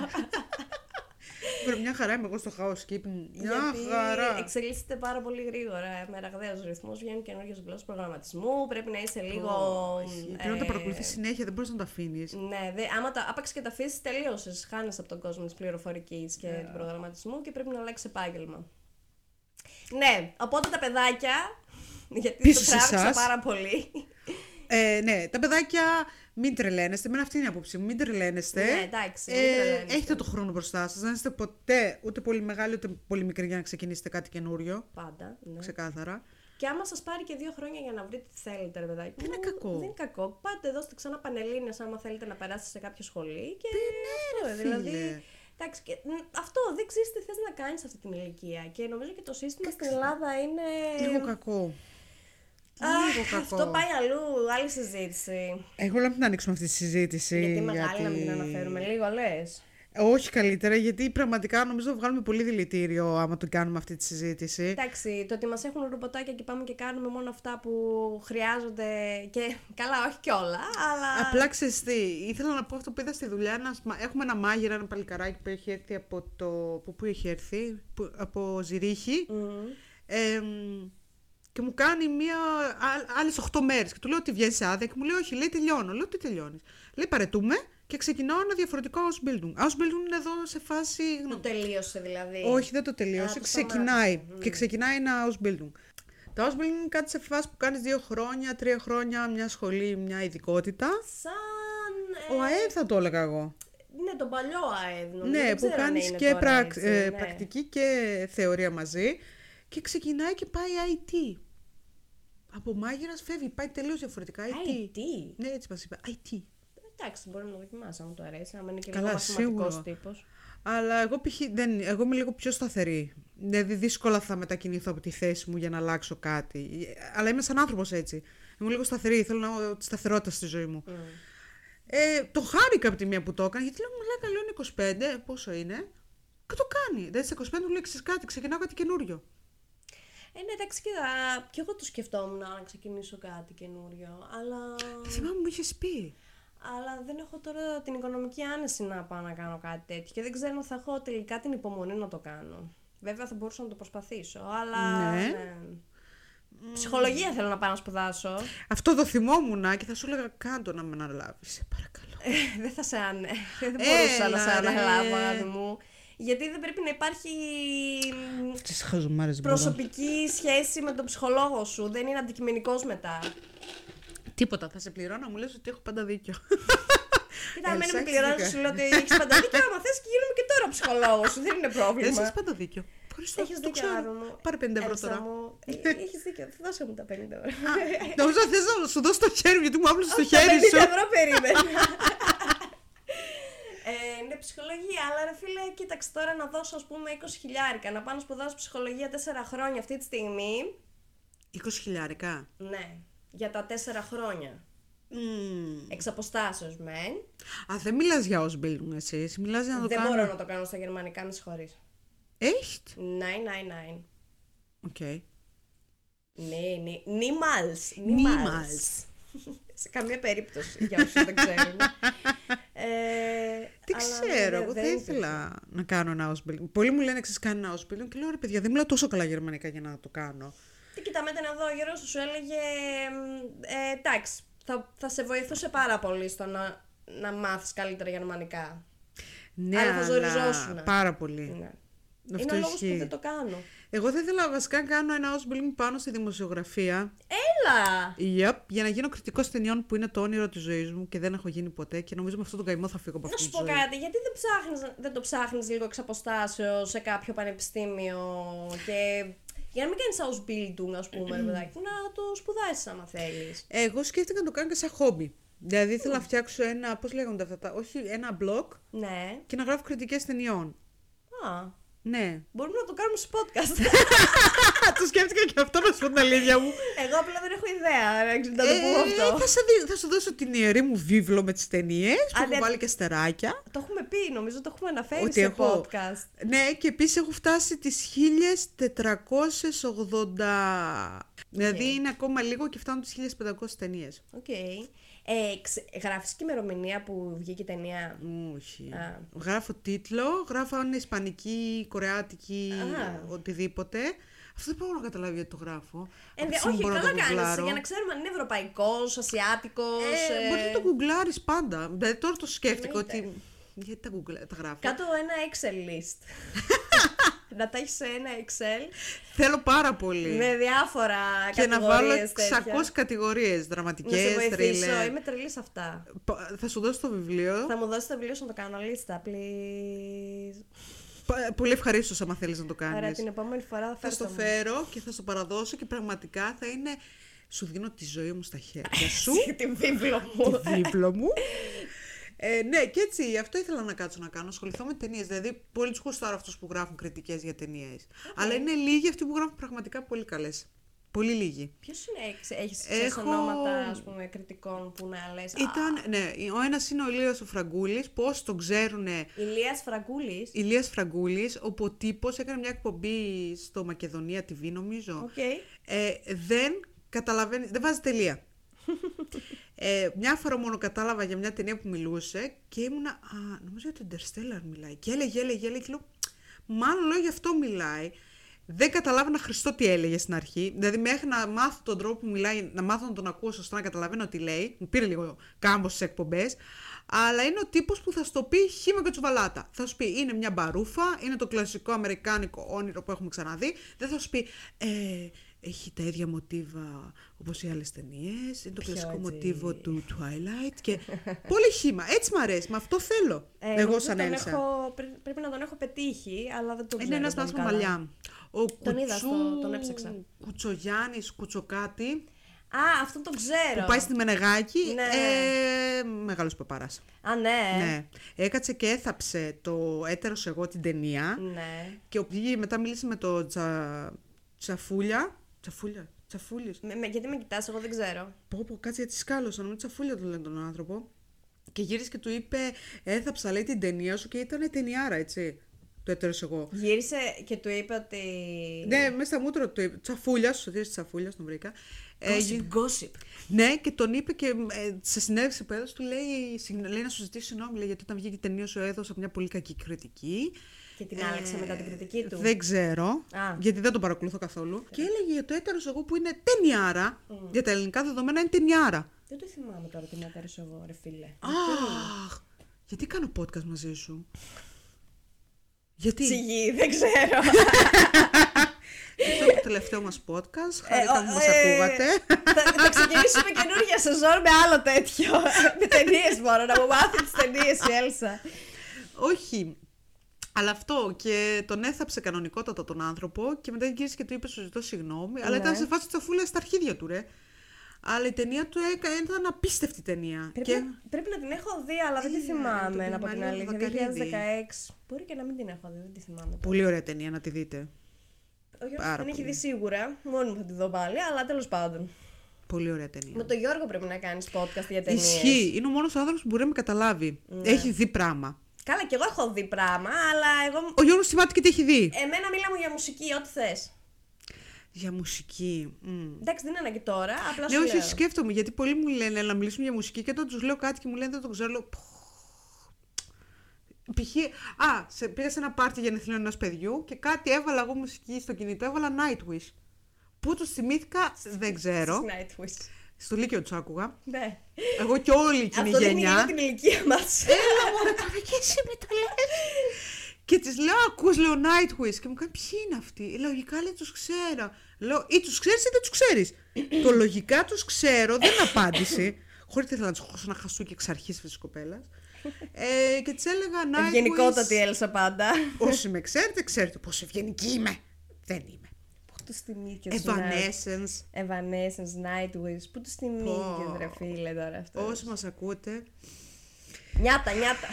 [SPEAKER 2] Βρε, μια χαρά είμαι εγώ στο housekeeping. Μια
[SPEAKER 1] γιατί
[SPEAKER 2] χαρά.
[SPEAKER 1] εξελίσσεται πάρα πολύ γρήγορα. ε, Με ραγδαίου ρυθμού βγαίνουν καινούργιες γλώσσες προγραμματισμού. Πρέπει να είσαι λίγο.
[SPEAKER 2] Όχι, Πρέπει να τα
[SPEAKER 1] ε,
[SPEAKER 2] παρακολουθείς συνέχεια, δεν μπορείς να τα αφήνεις.
[SPEAKER 1] Ναι, δε, άμα τα άπαξ και τα αφήσεις, τελείωσες. Χάνει από τον κόσμο της πληροφορικής και
[SPEAKER 2] Ναι.
[SPEAKER 1] του προγραμματισμού και πρέπει να αλλάξει επάγγελμα. Ναι, οπότε τα παιδάκια. Γιατί
[SPEAKER 2] Πίσω
[SPEAKER 1] το
[SPEAKER 2] σε
[SPEAKER 1] τράβηξα
[SPEAKER 2] εσάς.
[SPEAKER 1] πάρα πολύ.
[SPEAKER 2] Ε, ναι, τα παιδάκια μην τρελαίνεστε. Εμένα αυτή είναι η άποψή μου. Μην τρελαίνεστε.
[SPEAKER 1] Ναι, εντάξει, μην
[SPEAKER 2] Ε,
[SPEAKER 1] τρελαίνεστε.
[SPEAKER 2] έχετε το χρόνο μπροστά σας. Δεν είστε ποτέ ούτε πολύ μεγάλοι ούτε πολύ μικροί για να ξεκινήσετε κάτι καινούριο.
[SPEAKER 1] Πάντα. Ναι.
[SPEAKER 2] Ξεκάθαρα.
[SPEAKER 1] Και άμα σας πάρει και δύο χρόνια για να βρείτε τι θέλετε, ρε παιδάκι.
[SPEAKER 2] Δεν είναι
[SPEAKER 1] μου,
[SPEAKER 2] κακό.
[SPEAKER 1] Δεν είναι κακό. Πάτε, δώστε ξανά πανελίνε άμα θέλετε να περάσετε σε κάποιο σχολείο. Και
[SPEAKER 2] Ναι, ρε,
[SPEAKER 1] αυτό,
[SPEAKER 2] φίλε.
[SPEAKER 1] δηλαδή. Εντάξει, και, μ, αυτό δεν ξέρεις τι θες να κάνεις σε αυτή την ηλικία. Και νομίζω και το σύστημα στην Ελλάδα είναι.
[SPEAKER 2] Λίγο κακό.
[SPEAKER 1] Α,
[SPEAKER 2] Λίγο κακό.
[SPEAKER 1] Αυτό Ε, πάει αλλού, άλλη συζήτηση.
[SPEAKER 2] Εγώ λέω να μην ανοίξουμε αυτή τη συζήτηση.
[SPEAKER 1] γιατί μεγάλη να μην την
[SPEAKER 2] γιατί-
[SPEAKER 1] αναφέρουμε. Λίγο λες.
[SPEAKER 2] Όχι καλύτερα, γιατί πραγματικά νομίζω θα βγάλουμε πολύ δηλητήριο άμα το κάνουμε αυτή τη συζήτηση.
[SPEAKER 1] Εντάξει, το ότι μας έχουν ρομποτάκια και πάμε και κάνουμε μόνο αυτά που χρειάζονται. Και καλά, όχι κιόλα, αλλά.
[SPEAKER 2] Απλά ξέρεις τι, ήθελα να πω αυτό που είδα στη δουλειά. ένας μα- έχουμε ένα μάγειρα, ένα παλικαράκι που έχει έρθει από το. Που, πού έχει έρθει, που, από Ζηρίχη.
[SPEAKER 1] Μμμ.
[SPEAKER 2] Εμ, Και μου κάνει μία, άλλε 8 μέρες. Και του λέω ότι βγαίνει άδεια. Και μου λέει, Όχι, λέει τελειώνω. Λέω, Τι τελειώνεις. Λέει, Παρετούμε και ξεκινάω ένα διαφορετικό house building. House building είναι εδώ σε φάση.
[SPEAKER 1] Το τελείωσε δηλαδή.
[SPEAKER 2] Όχι, δεν το τελείωσε.
[SPEAKER 1] το
[SPEAKER 2] ξεκινάει.
[SPEAKER 1] σταμάτησε.
[SPEAKER 2] Και ξεκινάει ένα house building. Το house building είναι κάτι σε φάση που κάνεις δύο χρόνια, τρία χρόνια, μια σχολή, μια ειδικότητα.
[SPEAKER 1] Σαν. ε,
[SPEAKER 2] Ο ΑΕΔ θα το έλεγα εγώ.
[SPEAKER 1] Ναι, τον παλιό ΑΕΔ. νομίζω,
[SPEAKER 2] Ναι,
[SPEAKER 1] δεν
[SPEAKER 2] που
[SPEAKER 1] ξέρω αν
[SPEAKER 2] κάνεις
[SPEAKER 1] είναι
[SPEAKER 2] και
[SPEAKER 1] τώρα
[SPEAKER 2] πρακ-
[SPEAKER 1] έτσι,
[SPEAKER 2] ε,
[SPEAKER 1] ναι.
[SPEAKER 2] πρακτική και θεωρία μαζί. Και ξεκινάει και πάει IT. Από μάγειρας φεύγει, πάει τελείως διαφορετικά. IT.
[SPEAKER 1] IT.
[SPEAKER 2] Ναι, έτσι μας είπε. IT.
[SPEAKER 1] ε, Εντάξει, μπορεί να το δοκιμάσει αν του αρέσει, άμα είναι και
[SPEAKER 2] Καλά,
[SPEAKER 1] λίγο μαθηματικός
[SPEAKER 2] σίγουρα.
[SPEAKER 1] τύπος.
[SPEAKER 2] Αλλά εγώ, π.χ. δεν, εγώ είμαι λίγο πιο σταθερή. Δηλαδή δύσκολα θα μετακινηθώ από τη θέση μου για να αλλάξω κάτι. Ε, Αλλά είμαι σαν άνθρωπος έτσι. Είμαι λίγο σταθερή. Θέλω να έχω τη σταθερότητα στη ζωή μου. Ε, το χάρηκα από τη μία που το έκανε, γιατί λέω μαλάκα, λέω είναι 25, πόσο είναι. Και το κάνει. Δηλαδή στα 25 μου λέει «Ξέρεις κάτι, ξεκινάω κάτι καινούριο.
[SPEAKER 1] Ε, ναι, εντάξει, κοίτα, κι εγώ το σκεφτόμουν να ξεκινήσω κάτι καινούριο, αλλά,
[SPEAKER 2] Θυμάμαι μου είχες πει.
[SPEAKER 1] αλλά δεν έχω τώρα την οικονομική άνεση να πάω να κάνω κάτι τέτοιο και δεν ξέρω αν θα έχω τελικά την υπομονή να το κάνω. Βέβαια θα μπορούσα να το προσπαθήσω, αλλά ναι.
[SPEAKER 2] Ναι.
[SPEAKER 1] ψυχολογία θέλω να πάω να σπουδάσω.
[SPEAKER 2] Αυτό το θυμόμουν και θα σου έλεγα κάντο να με αναλάβεις. Σε παρακαλώ.
[SPEAKER 1] Ε, δεν θα σε ανε... [laughs] δεν μπορούσα να σε
[SPEAKER 2] Έλα, ρε.
[SPEAKER 1] αναλάβω, αγάπη μου. Γιατί δεν πρέπει να υπάρχει
[SPEAKER 2] Τι χαζομάρε
[SPEAKER 1] προσωπική σχέση με τον ψυχολόγο σου. Δεν είναι αντικειμενικός μετά.
[SPEAKER 2] Τίποτα. Θα σε πληρώνω, μου λες ότι έχω πάντα δίκιο.
[SPEAKER 1] Κοίτα,
[SPEAKER 2] Ε,
[SPEAKER 1] εμένα με
[SPEAKER 2] ψάξεις
[SPEAKER 1] πληρώνει,
[SPEAKER 2] δικά.
[SPEAKER 1] σου λέω ότι έχεις παντά δίκιο. Άμα θες και γίνομαι και τώρα ψυχολόγος σου. Δεν είναι
[SPEAKER 2] Εσύ
[SPEAKER 1] πρόβλημα.
[SPEAKER 2] έχεις πάντα δίκιο. Ευχαριστώ.
[SPEAKER 1] Έχεις
[SPEAKER 2] το
[SPEAKER 1] δίκιο,
[SPEAKER 2] ξέρω.
[SPEAKER 1] Άρα μου.
[SPEAKER 2] Πάρε 50 ευρώ
[SPEAKER 1] Έλσα
[SPEAKER 2] τώρα. [laughs]
[SPEAKER 1] μου. Ε, Έχεις δίκιο. Θα δώσω μου τα 50 ευρώ.
[SPEAKER 2] Νομίζω θες να σου δώσω το χέρι μου, γιατί μου άπλωσε το
[SPEAKER 1] Όχι, τα
[SPEAKER 2] χέρι
[SPEAKER 1] 50
[SPEAKER 2] σου.
[SPEAKER 1] ευρώ περίμενα. [laughs] Ε, ναι, ψυχολογία, αλλά ρε φίλε, κοίταξε τώρα να δώσω ας πούμε 20 χιλιάρικα, να πάω να σπουδάσω ψυχολογία 4 χρόνια αυτή τη στιγμή.
[SPEAKER 2] 20 χιλιάρικα.
[SPEAKER 1] Ναι, για τα 4 χρόνια.
[SPEAKER 2] Μμμ.
[SPEAKER 1] Εξ αποστάσεως μεν.
[SPEAKER 2] Α, δεν μιλάς για ω building εσύ. εσύ μιλάς για να το
[SPEAKER 1] Δεν
[SPEAKER 2] κάνω.
[SPEAKER 1] μπορώ να το κάνω στα γερμανικά, με συγχωρείς.
[SPEAKER 2] Έχει.
[SPEAKER 1] Nein, nein, nein.
[SPEAKER 2] Οκ.
[SPEAKER 1] Ναι, ναι. Νίμαλς.
[SPEAKER 2] Niemals.
[SPEAKER 1] [laughs] Σε καμία περίπτωση, για όσους δεν
[SPEAKER 2] [laughs]
[SPEAKER 1] ξέρουν. ε,
[SPEAKER 2] Τι
[SPEAKER 1] αλλά ναι,
[SPEAKER 2] ξέρω,
[SPEAKER 1] ναι,
[SPEAKER 2] εγώ
[SPEAKER 1] δεν
[SPEAKER 2] θα
[SPEAKER 1] υπήρχε.
[SPEAKER 2] ήθελα να κάνω ένα house building. Πολλοί μου λένε ξέρεις κάνει ένα house building και λέω ρε παιδιά, δεν μιλάω τόσο καλά γερμανικά για να το κάνω.
[SPEAKER 1] Τι κοιτάμε ήταν εδώ, ο Γιώργος σου έλεγε, ε, εντάξει, θα, θα σε βοηθούσε πάρα πολύ στο να, να μάθεις καλύτερα γερμανικά.
[SPEAKER 2] Ναι,
[SPEAKER 1] Άρα θα ζοριζόσουνα.
[SPEAKER 2] πάρα πολύ.
[SPEAKER 1] Ναι.
[SPEAKER 2] Αυτό
[SPEAKER 1] Είναι ο λόγος που
[SPEAKER 2] ισχύει.
[SPEAKER 1] δεν το κάνω.
[SPEAKER 2] Εγώ θα ήθελα βασικά να κάνω ένα house building πάνω στη δημοσιογραφία.
[SPEAKER 1] Έλα!
[SPEAKER 2] Yep, για να γίνω κριτικός ταινιών που είναι το όνειρο της ζωής μου και δεν έχω γίνει ποτέ και νομίζω με αυτόν τον καημό θα φύγω από
[SPEAKER 1] Να
[SPEAKER 2] αυτή
[SPEAKER 1] σου
[SPEAKER 2] τη
[SPEAKER 1] πω
[SPEAKER 2] ζωή.
[SPEAKER 1] κάτι, γιατί δεν, ψάχνεις, δεν το ψάχνεις λίγο εξ αποστάσεως σε κάποιο πανεπιστήμιο και για να μην κάνεις Ausbildung ας πούμε, ρε παιδάκι, μου, να το σπουδάσεις άμα θέλεις.
[SPEAKER 2] Εγώ σκέφτηκα να το κάνω και σαν χόμπι. Δηλαδή ήθελα να φτιάξω ένα, πώς λέγονται αυτά, τα, όχι ένα blog
[SPEAKER 1] Ναι.
[SPEAKER 2] και να γράφω κριτικές ταινιών.
[SPEAKER 1] Α,
[SPEAKER 2] Ναι.
[SPEAKER 1] μπορούμε να το κάνουμε σε podcast.
[SPEAKER 2] [laughs] Α, το σκέφτηκα και αυτό να σου πω την αλήθεια μου.
[SPEAKER 1] Εγώ απλά δεν έχω ιδέα, να ξέρω να το
[SPEAKER 2] Ε,
[SPEAKER 1] πούμε αυτό.
[SPEAKER 2] Θα, σε δι- θα σου δώσω την ιερή μου βίβλο με τις ταινίες που
[SPEAKER 1] Α,
[SPEAKER 2] έχω
[SPEAKER 1] ναι.
[SPEAKER 2] βάλει και αστεράκια.
[SPEAKER 1] Το έχουμε πει, νομίζω το έχουμε αναφέρει
[SPEAKER 2] Ότι
[SPEAKER 1] σε
[SPEAKER 2] έχω-
[SPEAKER 1] podcast.
[SPEAKER 2] Ναι, και επίσης έχω φτάσει τις 1480.
[SPEAKER 1] Ναι.
[SPEAKER 2] Δηλαδή είναι ακόμα λίγο και φτάνω τι 1500 ταινίες.
[SPEAKER 1] Οκ. Ε, ξε- γράφεις και ημερομηνία που βγήκε η ταινία.
[SPEAKER 2] Όχι.
[SPEAKER 1] Α.
[SPEAKER 2] Γράφω τίτλο, γράφω αν είναι ισπανική, κορεάτικη,
[SPEAKER 1] Α.
[SPEAKER 2] οτιδήποτε. Αυτό δεν μπορώ να καταλάβω γιατί το γράφω.
[SPEAKER 1] Ε,
[SPEAKER 2] Απ'
[SPEAKER 1] δε-
[SPEAKER 2] τη στιγμή
[SPEAKER 1] όχι,
[SPEAKER 2] μπορώ να
[SPEAKER 1] καλά
[SPEAKER 2] το
[SPEAKER 1] κάνεις,
[SPEAKER 2] γουγκλάρω.
[SPEAKER 1] για να ξέρουμε αν είναι ευρωπαϊκός, ασιάτικος.
[SPEAKER 2] Ε,
[SPEAKER 1] ε,
[SPEAKER 2] Μπορεί να το γκουγκλάρεις πάντα. Δηλαδή τώρα το σκέφτηκα
[SPEAKER 1] Εννοείται.
[SPEAKER 2] ότι. Γιατί τα, γκουγκλα- τα γράφω.
[SPEAKER 1] Κάτω ένα Excel
[SPEAKER 2] [laughs]
[SPEAKER 1] list. να τα έχεις σε ένα Excel
[SPEAKER 2] Θέλω πάρα πολύ.
[SPEAKER 1] με διάφορα
[SPEAKER 2] και να βάλω 600
[SPEAKER 1] κατηγορίες τέτοια.
[SPEAKER 2] κατηγορίε
[SPEAKER 1] Να σε
[SPEAKER 2] δραματικέ,
[SPEAKER 1] βοηθήσω,
[SPEAKER 2] τρίλε.
[SPEAKER 1] είμαι τρελής σε αυτά.
[SPEAKER 2] Θα σου δώσω το βιβλίο.
[SPEAKER 1] Θα μου δώσεις το βιβλίο σου να το κάνω λίστα, please.
[SPEAKER 2] Πα- Πολύ ευχαρίστως άμα θέλεις να το
[SPEAKER 1] Άρα
[SPEAKER 2] κάνει.
[SPEAKER 1] την επόμενη φορά θα
[SPEAKER 2] Θα
[SPEAKER 1] φέρω
[SPEAKER 2] στο
[SPEAKER 1] το μου.
[SPEAKER 2] φέρω και θα στο παραδώσω και πραγματικά θα είναι. Σου δίνω τη ζωή μου στα
[SPEAKER 1] [laughs]
[SPEAKER 2] χέρια σου.
[SPEAKER 1] Την βίβλο μου.
[SPEAKER 2] τη βίβλο μου. Ε, ναι, και έτσι αυτό ήθελα να κάτσω να κάνω. Ασχοληθώ με ταινίες. Δηλαδή, πολύ τους γουστάρω αυτούς που γράφουν κριτικές για ταινίες. Αλλά είναι λίγοι αυτοί που γράφουν πραγματικά πολύ καλές. Πολύ λίγοι.
[SPEAKER 1] Ποιος είναι, έχει
[SPEAKER 2] Έχω-
[SPEAKER 1] ονόματα ας πούμε, κριτικών που να λες.
[SPEAKER 2] Ήταν, ναι, ο ένας είναι ο Ηλίας ο Φραγκούλης, πώς τον ξέρουνε
[SPEAKER 1] Ηλίας Φραγκούλης.
[SPEAKER 2] Ηλίας Φραγκούλης, όπου ο τύπος έκανε μια εκπομπή στο Μακεδονία TV νομίζω.
[SPEAKER 1] Οκ.
[SPEAKER 2] Ε, δεν καταλαβαίνει, δεν βάζει τελεία. ε, μια φορά μόνο κατάλαβα για μια ταινία που μιλούσε και ήμουνα, α, νομίζω για τον Interstellar μιλάει. Και έλεγε, έλεγε, έλεγε, και λέω, μάλλον λέω γι' αυτό μιλάει. Δεν καταλάβαινα Χριστό τι έλεγε στην αρχή. Δηλαδή, μέχρι να μάθω τον τρόπο που μιλάει, να μάθω να τον ακούω σωστά, να καταλαβαίνω τι λέει. Μου πήρε λίγο κάμπος στις εκπομπές. Αλλά είναι ο τύπος που θα σου το πει χ με κατσουβαλάτα. Θα σου πει είναι μια μπαρούφα, είναι το κλασικό αμερικάνικο όνειρο που έχουμε ξαναδεί. Δεν θα σου πει ε, έχει τα ίδια μοτίβα όπως οι άλλες ταινίες. Είναι το
[SPEAKER 1] Πιο
[SPEAKER 2] κλασικό
[SPEAKER 1] έτσι.
[SPEAKER 2] μοτίβο του Twilight. Και πολύ χήμα. Έτσι μ' αρέσει. Με αυτό θέλω. εγώ
[SPEAKER 1] Ε, νομίζω
[SPEAKER 2] σαν
[SPEAKER 1] τον
[SPEAKER 2] Έλσα.
[SPEAKER 1] έχω- πρέ- Πρέπει να τον έχω πετύχει, αλλά δεν το ξέρω.
[SPEAKER 2] Είναι ένας
[SPEAKER 1] πολύ
[SPEAKER 2] μάσμα
[SPEAKER 1] καλά.
[SPEAKER 2] μαλλιά. Ο
[SPEAKER 1] Τον είδα, στο- τον έψαξα.
[SPEAKER 2] Κουτσογιάννης, κουτσοκάτι.
[SPEAKER 1] Α, αυτό το ξέρω.
[SPEAKER 2] Που πάει στη Μενεγάκη.
[SPEAKER 1] Ναι.
[SPEAKER 2] Ε, Μεγάλος παπαράς.
[SPEAKER 1] Α, ναι.
[SPEAKER 2] Ναι. Έκατσε και έθαψε το έτερος εγώ την ταινία.
[SPEAKER 1] Ναι.
[SPEAKER 2] Και ο- πήγε μετά μίλησε με το τσα... Τσαφούλια. Τσαφούλια. Τσαφούλιος.
[SPEAKER 1] Με- με- γιατί με κοιτάς, εγώ δεν ξέρω.
[SPEAKER 2] Πω, πω, κάτσε γιατί σκάλωσα. Νομίζω τσαφούλια του λένε τον άνθρωπο. Και γύρισε και του είπε, έθαψα λέει την ταινία σου και ήταν ταινιάρα, έτσι. Το έτερο εγώ.
[SPEAKER 1] Γύρισε και του είπε ότι.
[SPEAKER 2] Ναι, μέσα στα μούτρα του είπε. Τσαφούλια, σου τη τσαφούλια, τον βρήκα. Ε, γι-
[SPEAKER 1] Gossip, gossip.
[SPEAKER 2] Ναι, και τον είπε και ε, σε συνέντευξη που έδωσε, του λέει, «Συγγνώ- λέει να σου ζητήσει συγγνώμη, λέει, γιατί όταν βγήκε η ταινία σου έδωσα μια πολύ κακή κριτική. Ε,
[SPEAKER 1] Και την άλλαξε μετά την κριτική του.
[SPEAKER 2] Δεν ξέρω,
[SPEAKER 1] Α. Ε.
[SPEAKER 2] γιατί δεν τον παρακολουθώ καθόλου. Και έλεγε για το έτερος εγώ που είναι ταινιάρα,
[SPEAKER 1] Mm.
[SPEAKER 2] για τα ελληνικά δεδομένα είναι ταινιάρα.
[SPEAKER 1] Δεν το θυμάμαι τώρα τι ματέρω εγώ, ρε φίλε.
[SPEAKER 2] Αχ, γιατί κάνω podcast μαζί σου. Γιατί
[SPEAKER 1] Ψυγή, δεν
[SPEAKER 2] [laughs]
[SPEAKER 1] ξέρω.
[SPEAKER 2] αυτό είναι το τελευταίο μας podcast, χαρήκα που μας
[SPEAKER 1] ε,
[SPEAKER 2] ακούγατε.
[SPEAKER 1] θα, θα ξεκινήσουμε καινούργια σεζόν με άλλο τέτοιο. με ταινίες μόνο, να μου μάθεις τις ταινίες η Έλσα.
[SPEAKER 2] Όχι. Αλλά αυτό και τον έθαψε κανονικότατα τον άνθρωπο και μετά γύρισε και του είπε σου ζητώ συγγνώμη. Αλλά
[SPEAKER 1] Ναι.
[SPEAKER 2] ήταν σε φάση τσαφούλα στα αρχίδια του, ρε. Αλλά η ταινία του έκα, ήταν απίστευτη ταινία.
[SPEAKER 1] Πρέπει,
[SPEAKER 2] και...
[SPEAKER 1] να, πρέπει να την έχω δει, αλλά δεν τη
[SPEAKER 2] Ε, το
[SPEAKER 1] θυμάμαι, να πω την
[SPEAKER 2] Πιμαλίο
[SPEAKER 1] αλήθεια.
[SPEAKER 2] του Δακαρύδη.
[SPEAKER 1] 2016. Μπορεί και να μην την έχω δει, δεν τη θυμάμαι.
[SPEAKER 2] Πολύ ωραία ταινία να τη δείτε.
[SPEAKER 1] Ο Γιώργος
[SPEAKER 2] πάρα
[SPEAKER 1] την έχει
[SPEAKER 2] πολύ.
[SPEAKER 1] δει σίγουρα. Μόνο μου θα τη δω πάλι, αλλά τέλος πάντων.
[SPEAKER 2] Πολύ ωραία ταινία.
[SPEAKER 1] Με τον Γιώργο πρέπει να κάνεις podcast για ταινίε.
[SPEAKER 2] Ισχύει. Είναι ο μόνος άνθρωπος που μπορεί να με καταλάβει.
[SPEAKER 1] Ναι.
[SPEAKER 2] Έχει δει πράγμα.
[SPEAKER 1] Καλά, κι εγώ έχω δει πράγμα, αλλά εγώ.
[SPEAKER 2] Ο Γιώργος θυμάται και τι έχει δει.
[SPEAKER 1] Εμένα μίλα μου για μουσική, ό,τι θες.
[SPEAKER 2] Για μουσική. Μμ.
[SPEAKER 1] Εντάξει, δεν είναι ανάγκη τώρα, απλά
[SPEAKER 2] Ναι,
[SPEAKER 1] σου
[SPEAKER 2] όχι,
[SPEAKER 1] λέω.
[SPEAKER 2] σκέφτομαι γιατί πολλοί μου λένε να μιλήσουμε για μουσική και όταν τους λέω κάτι και μου λένε δεν το ξέρω. λέω, «Πω». Π.χ. Α, σε, πήγα σε ένα πάρτι γενεθλίων ενός παιδιού και κάτι έβαλα εγώ μουσική στο κινητό, έβαλα Nightwish. Πού τους θυμήθηκα, δεν ξέρω.
[SPEAKER 1] Στις Nightwish.
[SPEAKER 2] Στο Λύκειο τους άκουγα.
[SPEAKER 1] Ναι.
[SPEAKER 2] Εγώ και όλη εκείνη η
[SPEAKER 1] Αυτό δείχνει λίγο
[SPEAKER 2] γενιά. Ε,
[SPEAKER 1] την ηλικία μας.
[SPEAKER 2] Έλα μου, ρε, πάμε και εσύ με το λες. Και τη λέω, ακούς, λέω Nightwish. Και μου κάνει, ποιοι είναι αυτοί. Ε, Λογικά λέει, τους ξέρω. Λέω, ή τους ξέρεις ή δεν τους ξέρεις. το λογικά τους ξέρω, δεν απάντησε. Χωρίς θέλω να τους χώσω ένα χασούκι εξ αρχής αυτής της κοπέλας. Ε, και της έλεγα Nightwish.
[SPEAKER 1] Γενικότατη η Έλσα πάντα.
[SPEAKER 2] Όσοι με ξέρετε, ξέρετε πόσο ευγενική είμαι. Δεν είμαι.
[SPEAKER 1] Πού τους θυμήθηκες
[SPEAKER 2] ναι. Evanescence.
[SPEAKER 1] Evanescence, Nightwish. Πού τους θυμήθηκες, ρε φίλε τώρα αυτός.
[SPEAKER 2] Όσοι μας ακούτε,
[SPEAKER 1] Νιάτα, νιάτα.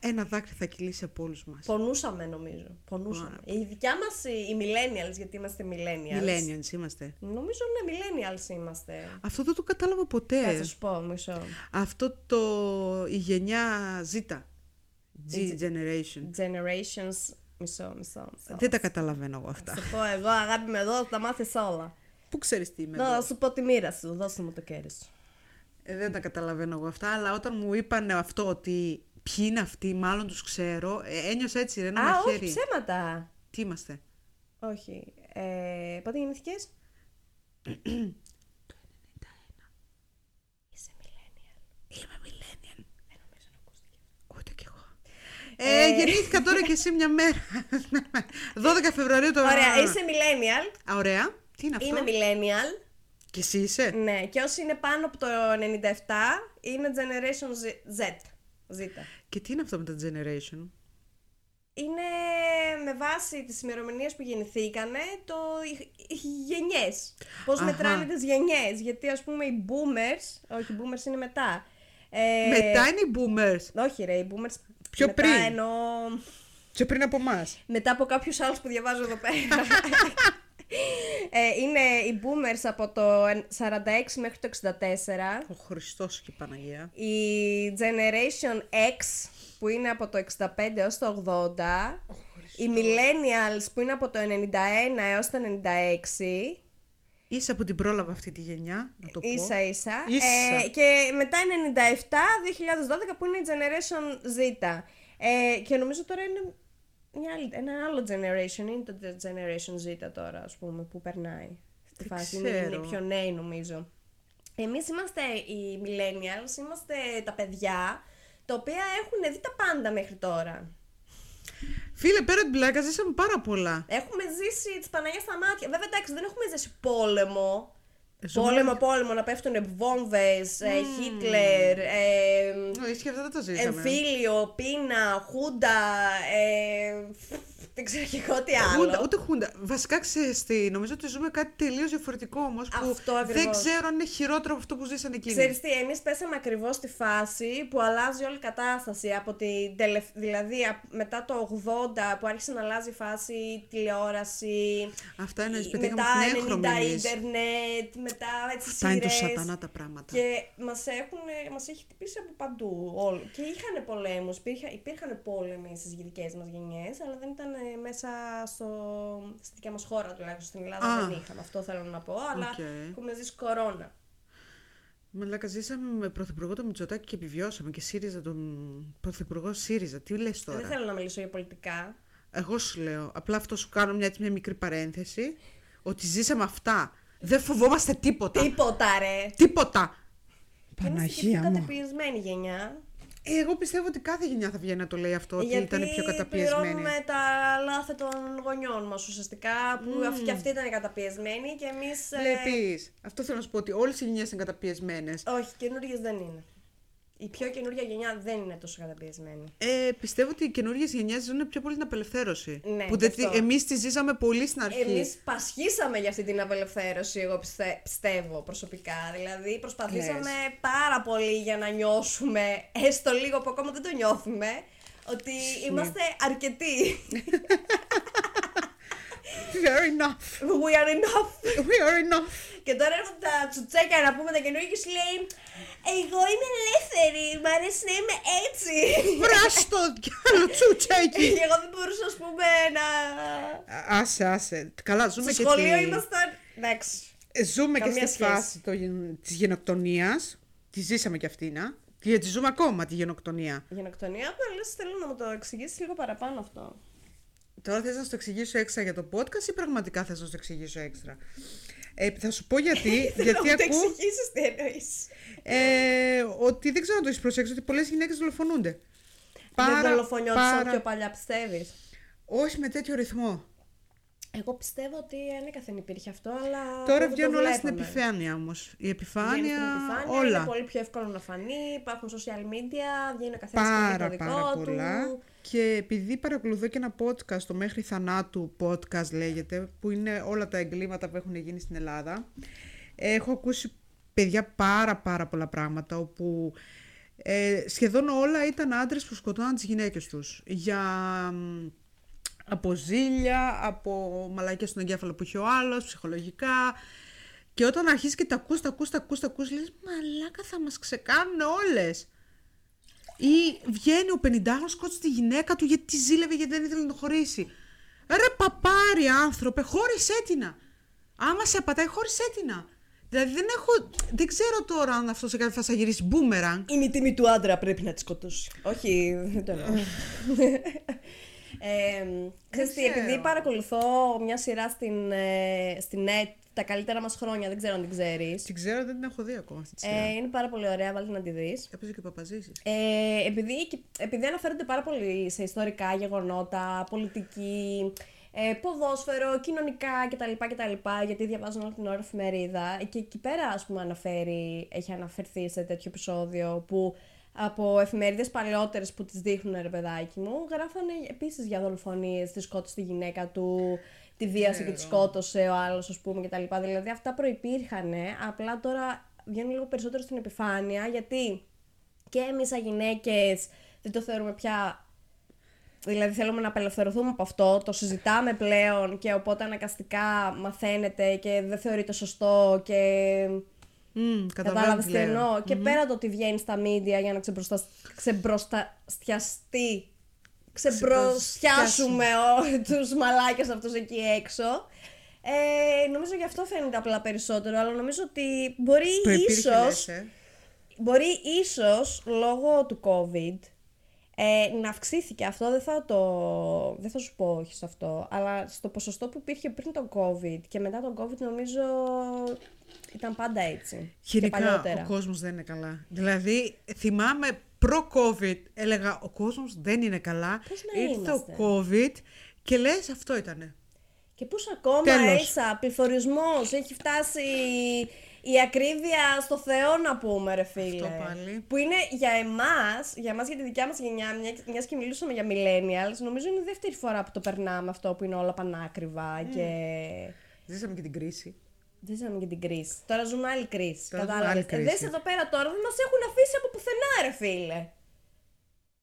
[SPEAKER 2] ένα δάκρυ θα κυλήσει από όλους μας.
[SPEAKER 1] Πονούσαμε νομίζω. Πονούσαμε. Η δικιά μας, οι millennials, γιατί είμαστε millennials.
[SPEAKER 2] Millennials Ε. είμαστε.
[SPEAKER 1] Νομίζω ναι, millennials είμαστε.
[SPEAKER 2] Αυτό δεν το κατάλαβα ποτέ.
[SPEAKER 1] Θα σου πω, μισό.
[SPEAKER 2] Αυτό το η γενιά Z. G generation.
[SPEAKER 1] Generations, μισό, μισό. μισό.
[SPEAKER 2] Δεν τα καταλαβαίνω εγώ αυτά.
[SPEAKER 1] Θα πω εγώ, αγάπη με εδώ, θα τα μάθεις όλα.
[SPEAKER 2] Πού ξέρεις τι είμαι
[SPEAKER 1] Να
[SPEAKER 2] εγώ.
[SPEAKER 1] να σου πω τη μοίρα σου, δώσε μου το κέρι σου.
[SPEAKER 2] Ε, δεν τα καταλαβαίνω εγώ αυτά, αλλά όταν μου είπαν αυτό ότι ποιοι είναι αυτοί, μάλλον τους ξέρω, ε, ένιωσα έτσι, ρε, ένα
[SPEAKER 1] Α,
[SPEAKER 2] μαχαίρι.
[SPEAKER 1] όχι, ψέματα.
[SPEAKER 2] Τι είμαστε.
[SPEAKER 1] Όχι. Ε, πότε γεννήθηκες.
[SPEAKER 2] [clears throat]
[SPEAKER 1] Είσαι millennial.
[SPEAKER 2] Είμαι millennial.
[SPEAKER 1] Δεν νομίζω να ακούστηκε.
[SPEAKER 2] Ούτε κι εγώ. Ε, γεννήθηκα τώρα κι εσύ μια
[SPEAKER 1] [laughs]
[SPEAKER 2] μέρα. 12 Φεβρουαρίου το
[SPEAKER 1] Ωραία, είσαι millennial.
[SPEAKER 2] Α, ωραία. Τι είναι αυτό.
[SPEAKER 1] Είμαι millennial.
[SPEAKER 2] Κι εσύ είσαι.
[SPEAKER 1] Ναι, και όσοι είναι πάνω από το 97 είναι generation Z. Z.
[SPEAKER 2] Και τι είναι αυτό με τα generation.
[SPEAKER 1] Είναι με βάση τις ημερομηνίες που γεννηθήκανε το οι- οι γενιές. Πώς
[SPEAKER 2] Αχα.
[SPEAKER 1] μετράνε τις γενιές. Γιατί ας πούμε οι boomers, όχι οι boomers είναι μετά. Ε,
[SPEAKER 2] Μετά είναι οι boomers.
[SPEAKER 1] Όχι ρε, οι boomers
[SPEAKER 2] Πιο
[SPEAKER 1] μετά
[SPEAKER 2] πριν.
[SPEAKER 1] Εννοώ,
[SPEAKER 2] Και πριν από εμάς.
[SPEAKER 1] μετά από κάποιους άλλους που διαβάζω εδώ πέρα. ε, είναι οι boomers από το 46 μέχρι το 64.
[SPEAKER 2] Ο Χριστός και η Παναγία.
[SPEAKER 1] Η Generation X που είναι από το 65 έως το 80 Οι Millennials που είναι από το 91 έως το 96
[SPEAKER 2] Είσαι από την πρόλαβα αυτή τη γενιά, να το πω.
[SPEAKER 1] Ίσα ίσα,
[SPEAKER 2] Ίσα.
[SPEAKER 1] Ε, Και μετά 97, 2012 που είναι η Generation Z ε, Και νομίζω τώρα είναι μια άλλη- ένα άλλο generation είναι το generation Z τώρα, ας πούμε, που περνάει στη
[SPEAKER 2] Δεν
[SPEAKER 1] φάση. Είναι, είναι
[SPEAKER 2] ξέρω.
[SPEAKER 1] οι πιο νέοι, νομίζω. Εμείς είμαστε οι millennials, είμαστε τα παιδιά, τα οποία έχουν δει τα πάντα μέχρι τώρα.
[SPEAKER 2] Φίλε, πέρα την πλάκα, ζήσαμε πάρα πολλά.
[SPEAKER 1] Έχουμε ζήσει τις Παναγιάς στα μάτια. Βέβαια, εντάξει, δεν έχουμε ζήσει πόλεμο.
[SPEAKER 2] Ζούμε-
[SPEAKER 1] Πόλεμο, πόλεμο, να πέφτουν βόμβες, ε, Χίτλερ, ε,
[SPEAKER 2] Ε, Ισχύει, αυτά δεν τα ζήσαμε.
[SPEAKER 1] εμφύλιο, πείνα, χούντα, ε, δεν ξέρω και εγώ τι άλλο.
[SPEAKER 2] Χούντα, ούτε χούντα. Βασικά ξέρεις τι, νομίζω ότι ζούμε κάτι τελείως διαφορετικό όμως. Που
[SPEAKER 1] Αυτό ακριβώς.
[SPEAKER 2] δεν ξέρω αν είναι χειρότερο από αυτό που ζήσαν εκείνοι.
[SPEAKER 1] Ξέρεις τι, εμείς πέσαμε ακριβώς στη φάση που αλλάζει όλη η κατάσταση από την τελευ- δηλαδή απ- μετά το 80 που άρχισε να αλλάζει η φάση, η τηλεόραση,
[SPEAKER 2] Αυτά εννοεί, πετύχαμε
[SPEAKER 1] μετά
[SPEAKER 2] την έγχρωμη.
[SPEAKER 1] 90
[SPEAKER 2] εμείς.
[SPEAKER 1] ίντερνετ, μετά έτσι
[SPEAKER 2] Αυτά είναι το
[SPEAKER 1] σειρές.
[SPEAKER 2] σατανά τα πράγματα.
[SPEAKER 1] Και μας, έχουν, μας έχει χτυπήσει από παντού. Όλο. Και είχαν πολέμους, υπήρχαν, υπήρχαν πόλεμοι στις δικές μας γενιές, αλλά δεν ήταν ε, μέσα στο, στη δικιά μας χώρα τουλάχιστον. Στην Ελλάδα
[SPEAKER 2] Α.
[SPEAKER 1] δεν είχαμε, αυτό θέλω να πω, αλλά
[SPEAKER 2] Οκ.
[SPEAKER 1] έχουμε ζήσει κορώνα.
[SPEAKER 2] Μαλάκα, ζήσαμε με πρωθυπουργό τον Μητσοτάκη και επιβιώσαμε. Και ΣΥΡΙΖΑ τον πρωθυπουργό ΣΥΡΙΖΑ. Τι λες τώρα.
[SPEAKER 1] Δεν θέλω να μιλήσω για πολιτικά.
[SPEAKER 2] Εγώ σου λέω. Απλά αυτό σου κάνω μια, έτσι μια μικρή παρένθεση. Ότι ζήσαμε αυτά. Δεν φοβόμαστε τίποτα.
[SPEAKER 1] Τίποτα ρε!
[SPEAKER 2] Τίποτα.
[SPEAKER 1] Είναι
[SPEAKER 2] Παναγία
[SPEAKER 1] πιο
[SPEAKER 2] μου.
[SPEAKER 1] καταπιεσμένη γενιά.
[SPEAKER 2] Ε, εγώ πιστεύω ότι κάθε γενιά θα βγαίνει να το λέει αυτό. Ότι
[SPEAKER 1] γιατί
[SPEAKER 2] ήταν πιο καταπιεσμένη.
[SPEAKER 1] πληρώνουμε ε. τα λάθη των γονιών μας ουσιαστικά, που αυ- και αυτοί ήταν καταπιεσμένοι και εμείς... ε,
[SPEAKER 2] Βλέπεις. Αυτό θέλω να σου πω ότι όλες οι γενιές είναι καταπιεσμένες.
[SPEAKER 1] Όχι, καινούριε δεν είναι. Η πιο καινούργια γενιά δεν είναι τόσο καταπιεσμένη.
[SPEAKER 2] Ε, πιστεύω ότι οι καινούργιες γενιές ζουν πιο πολύ την απελευθέρωση.
[SPEAKER 1] Ναι,
[SPEAKER 2] που
[SPEAKER 1] γι'
[SPEAKER 2] δεν,
[SPEAKER 1] αυτό.
[SPEAKER 2] εμείς τη ζήσαμε πολύ στην αρχή.
[SPEAKER 1] Εμείς πασχίσαμε για αυτή την απελευθέρωση, εγώ πιστε- πιστεύω προσωπικά. Δηλαδή, προσπαθήσαμε πάρα πολύ για να νιώσουμε, έστω λίγο που ακόμα δεν το νιώθουμε, ότι είμαστε αρκετοί.
[SPEAKER 2] We are enough.
[SPEAKER 1] We are enough.
[SPEAKER 2] We are enough.
[SPEAKER 1] Και τώρα έρχονται τα τσουτσέκια να πούμε τα καινούργια και σου λέει Εγώ είμαι ελεύθερη. Μ' αρέσει να είμαι έτσι. [laughs]
[SPEAKER 2] Βράστο κι άλλο τσουτσέκι.
[SPEAKER 1] Και εγώ δεν μπορούσα, ας πούμε, να.
[SPEAKER 2] άσε, άσε. Καλά, ζούμε
[SPEAKER 1] Στο
[SPEAKER 2] και
[SPEAKER 1] σχολείο
[SPEAKER 2] τη-
[SPEAKER 1] ήμασταν. Ναι, Εντάξει.
[SPEAKER 2] Ε, Ζούμε και
[SPEAKER 1] Καμία
[SPEAKER 2] στη
[SPEAKER 1] σχέση.
[SPEAKER 2] φάση το... γεν- της γενοκτονίας. Τη ζήσαμε κι αυτή, να. Και τη ζούμε ακόμα τη γενοκτονία.
[SPEAKER 1] Γενοκτονία, απλά θέλω να μου το εξηγήσεις λίγο παραπάνω αυτό.
[SPEAKER 2] Τώρα θες να σου το εξηγήσω έξτρα για το podcast ή πραγματικά θες να σου το εξηγήσω έξτρα. Ε, θα σου πω γιατί,
[SPEAKER 1] [laughs] θέλω να
[SPEAKER 2] γιατί
[SPEAKER 1] μου το
[SPEAKER 2] ακούω
[SPEAKER 1] εξηγήσεις τι εννοείς.
[SPEAKER 2] ε, ότι δεν ξέρω αν το έχεις προσέξει ότι πολλές γυναίκες δολοφονούνται.
[SPEAKER 1] Δεν δολοφονιόντουσαν πιο παλιά, πιστεύεις.
[SPEAKER 2] Όχι με τέτοιο ρυθμό.
[SPEAKER 1] Εγώ πιστεύω ότι ανέκαθεν υπήρχε αυτό, αλλά.
[SPEAKER 2] Τώρα
[SPEAKER 1] δεν το
[SPEAKER 2] βγαίνουν όλα στην
[SPEAKER 1] βλέπαμε.
[SPEAKER 2] επιφάνεια όμως. Η
[SPEAKER 1] Βγαίνει
[SPEAKER 2] επιφάνεια,
[SPEAKER 1] στην επιφάνεια,
[SPEAKER 2] όλα.
[SPEAKER 1] Είναι πολύ πιο εύκολο να φανεί. Υπάρχουν social media, βγαίνει ο καθένας
[SPEAKER 2] πάρα
[SPEAKER 1] το δικό
[SPEAKER 2] πάρα
[SPEAKER 1] του.
[SPEAKER 2] πολλά και επειδή παρακολουθώ και ένα podcast, το μέχρι θανάτου podcast λέγεται, που είναι όλα τα εγκλήματα που έχουν γίνει στην Ελλάδα, έχω ακούσει παιδιά πάρα πάρα πολλά πράγματα όπου ε, σχεδόν όλα ήταν άντρες που σκοτώναν τις γυναίκες τους για μ, από ζήλια, από μαλακές στον εγκέφαλο που είχε ο άλλος, ψυχολογικά και όταν αρχίσεις και τα ακούς, τα ακούς, τα ακούς, τα ακούς, λες μαλάκα θα μας ξεκάνουν όλες. Ή βγαίνει ο 50χρονο σκότωσε τη γυναίκα του γιατί τη ζήλευε γιατί δεν ήθελε να το χωρίσει. Ρε παπάρι άνθρωπε, χώρισέ τινα. Άμα σε απατάει, χώρισέ τινα. Δηλαδή δεν έχω. Δεν ξέρω τώρα αν αυτός σε κάτι θα σα γυρίσει μπούμεραν.
[SPEAKER 1] Είναι η τιμή του άντρα, πρέπει να τη σκοτώσει. Όχι, δεν [laughs] το εννοώ. ε, ξέρεις τι,
[SPEAKER 2] ξέρω.
[SPEAKER 1] επειδή παρακολουθώ μια σειρά στην, ε, στην net τα καλύτερα μας χρόνια, δεν ξέρω αν την ξέρεις.
[SPEAKER 2] Την ξέρω, δεν την έχω δει ακόμα αυτή τη σειρά.
[SPEAKER 1] Ε, είναι πάρα πολύ ωραία, βάλτε να τη δεις.
[SPEAKER 2] Έπαιζε και παπαζήσει.
[SPEAKER 1] Ε, επειδή, επειδή αναφέρονται πάρα πολύ σε ιστορικά γεγονότα, πολιτική, ε, ποδόσφαιρο, κοινωνικά κτλ, κτλ. Γιατί διαβάζουν όλη την ώρα εφημερίδα. Και εκεί πέρα, ας πούμε, αναφέρει, έχει αναφερθεί σε τέτοιο επεισόδιο που από εφημερίδες παλαιότερες που τις δείχνουν, ρε παιδάκι μου, γράφανε επίσης για δολοφονίες. Τη σκότωσε τη γυναίκα του, τη βίασε και τη σκότωσε ο άλλος, ας πούμε, κτλ. Δηλαδή αυτά προπήρχαν, απλά τώρα βγαίνουν λίγο περισσότερο στην επιφάνεια γιατί και εμείς σαν γυναίκες δεν το θεωρούμε πια. Δηλαδή θέλουμε να απελευθερωθούμε από αυτό, το συζητάμε πλέον και οπότε αναγκαστικά μαθαίνεται και δεν θεωρείται σωστό και κατάλαβες τι εννοώ. Και πέρα το ότι βγαίνει στα media για να ξεμπροστα... ξεμπροσταστιαστεί, ξεμπροστιάσουμε ο... τους μαλάκες αυτούς εκεί έξω, ε, νομίζω γι' αυτό φαίνεται απλά περισσότερο, αλλά νομίζω ότι μπορεί
[SPEAKER 2] ε.
[SPEAKER 1] ίσως... Μπορεί ίσως λόγω του COVID Ε, να αυξήθηκε αυτό, δεν θα, το, δεν θα σου πω όχι σε αυτό, αλλά στο ποσοστό που υπήρχε πριν τον COVID και μετά τον COVID νομίζω ήταν πάντα έτσι. και
[SPEAKER 2] Γενικά
[SPEAKER 1] παλιότερα.
[SPEAKER 2] ο κόσμος δεν είναι καλά. Δηλαδή, θυμάμαι προ-COVID, έλεγα ο κόσμος δεν είναι καλά.
[SPEAKER 1] Πώς να
[SPEAKER 2] Ήρθε
[SPEAKER 1] είμαστε?
[SPEAKER 2] ο COVID και λες αυτό ήτανε.
[SPEAKER 1] Και πώς ακόμα
[SPEAKER 2] Τέλος.
[SPEAKER 1] έσα, πληθωρισμός, έχει φτάσει η ακρίβεια στο Θεό να πούμε ρε φίλε.
[SPEAKER 2] πάλι.
[SPEAKER 1] Που είναι για εμάς, για εμάς για τη δικιά μας γενιά, μια- μιας και μιλούσαμε για millennials, νομίζω είναι η δεύτερη φορά που το περνάμε αυτό που είναι όλα
[SPEAKER 2] Mm.
[SPEAKER 1] πανάκριβα και...
[SPEAKER 2] Ζήσαμε και την κρίση.
[SPEAKER 1] Δεν ζούμε για την κρίση. Τώρα ζούμε άλλη κρίση.
[SPEAKER 2] Τώρα ζούμε
[SPEAKER 1] Κατάλαβε.
[SPEAKER 2] άλλη κρίση.
[SPEAKER 1] Δες εδώ πέρα τώρα δεν μας έχουν αφήσει από πουθενά, ρε φίλε.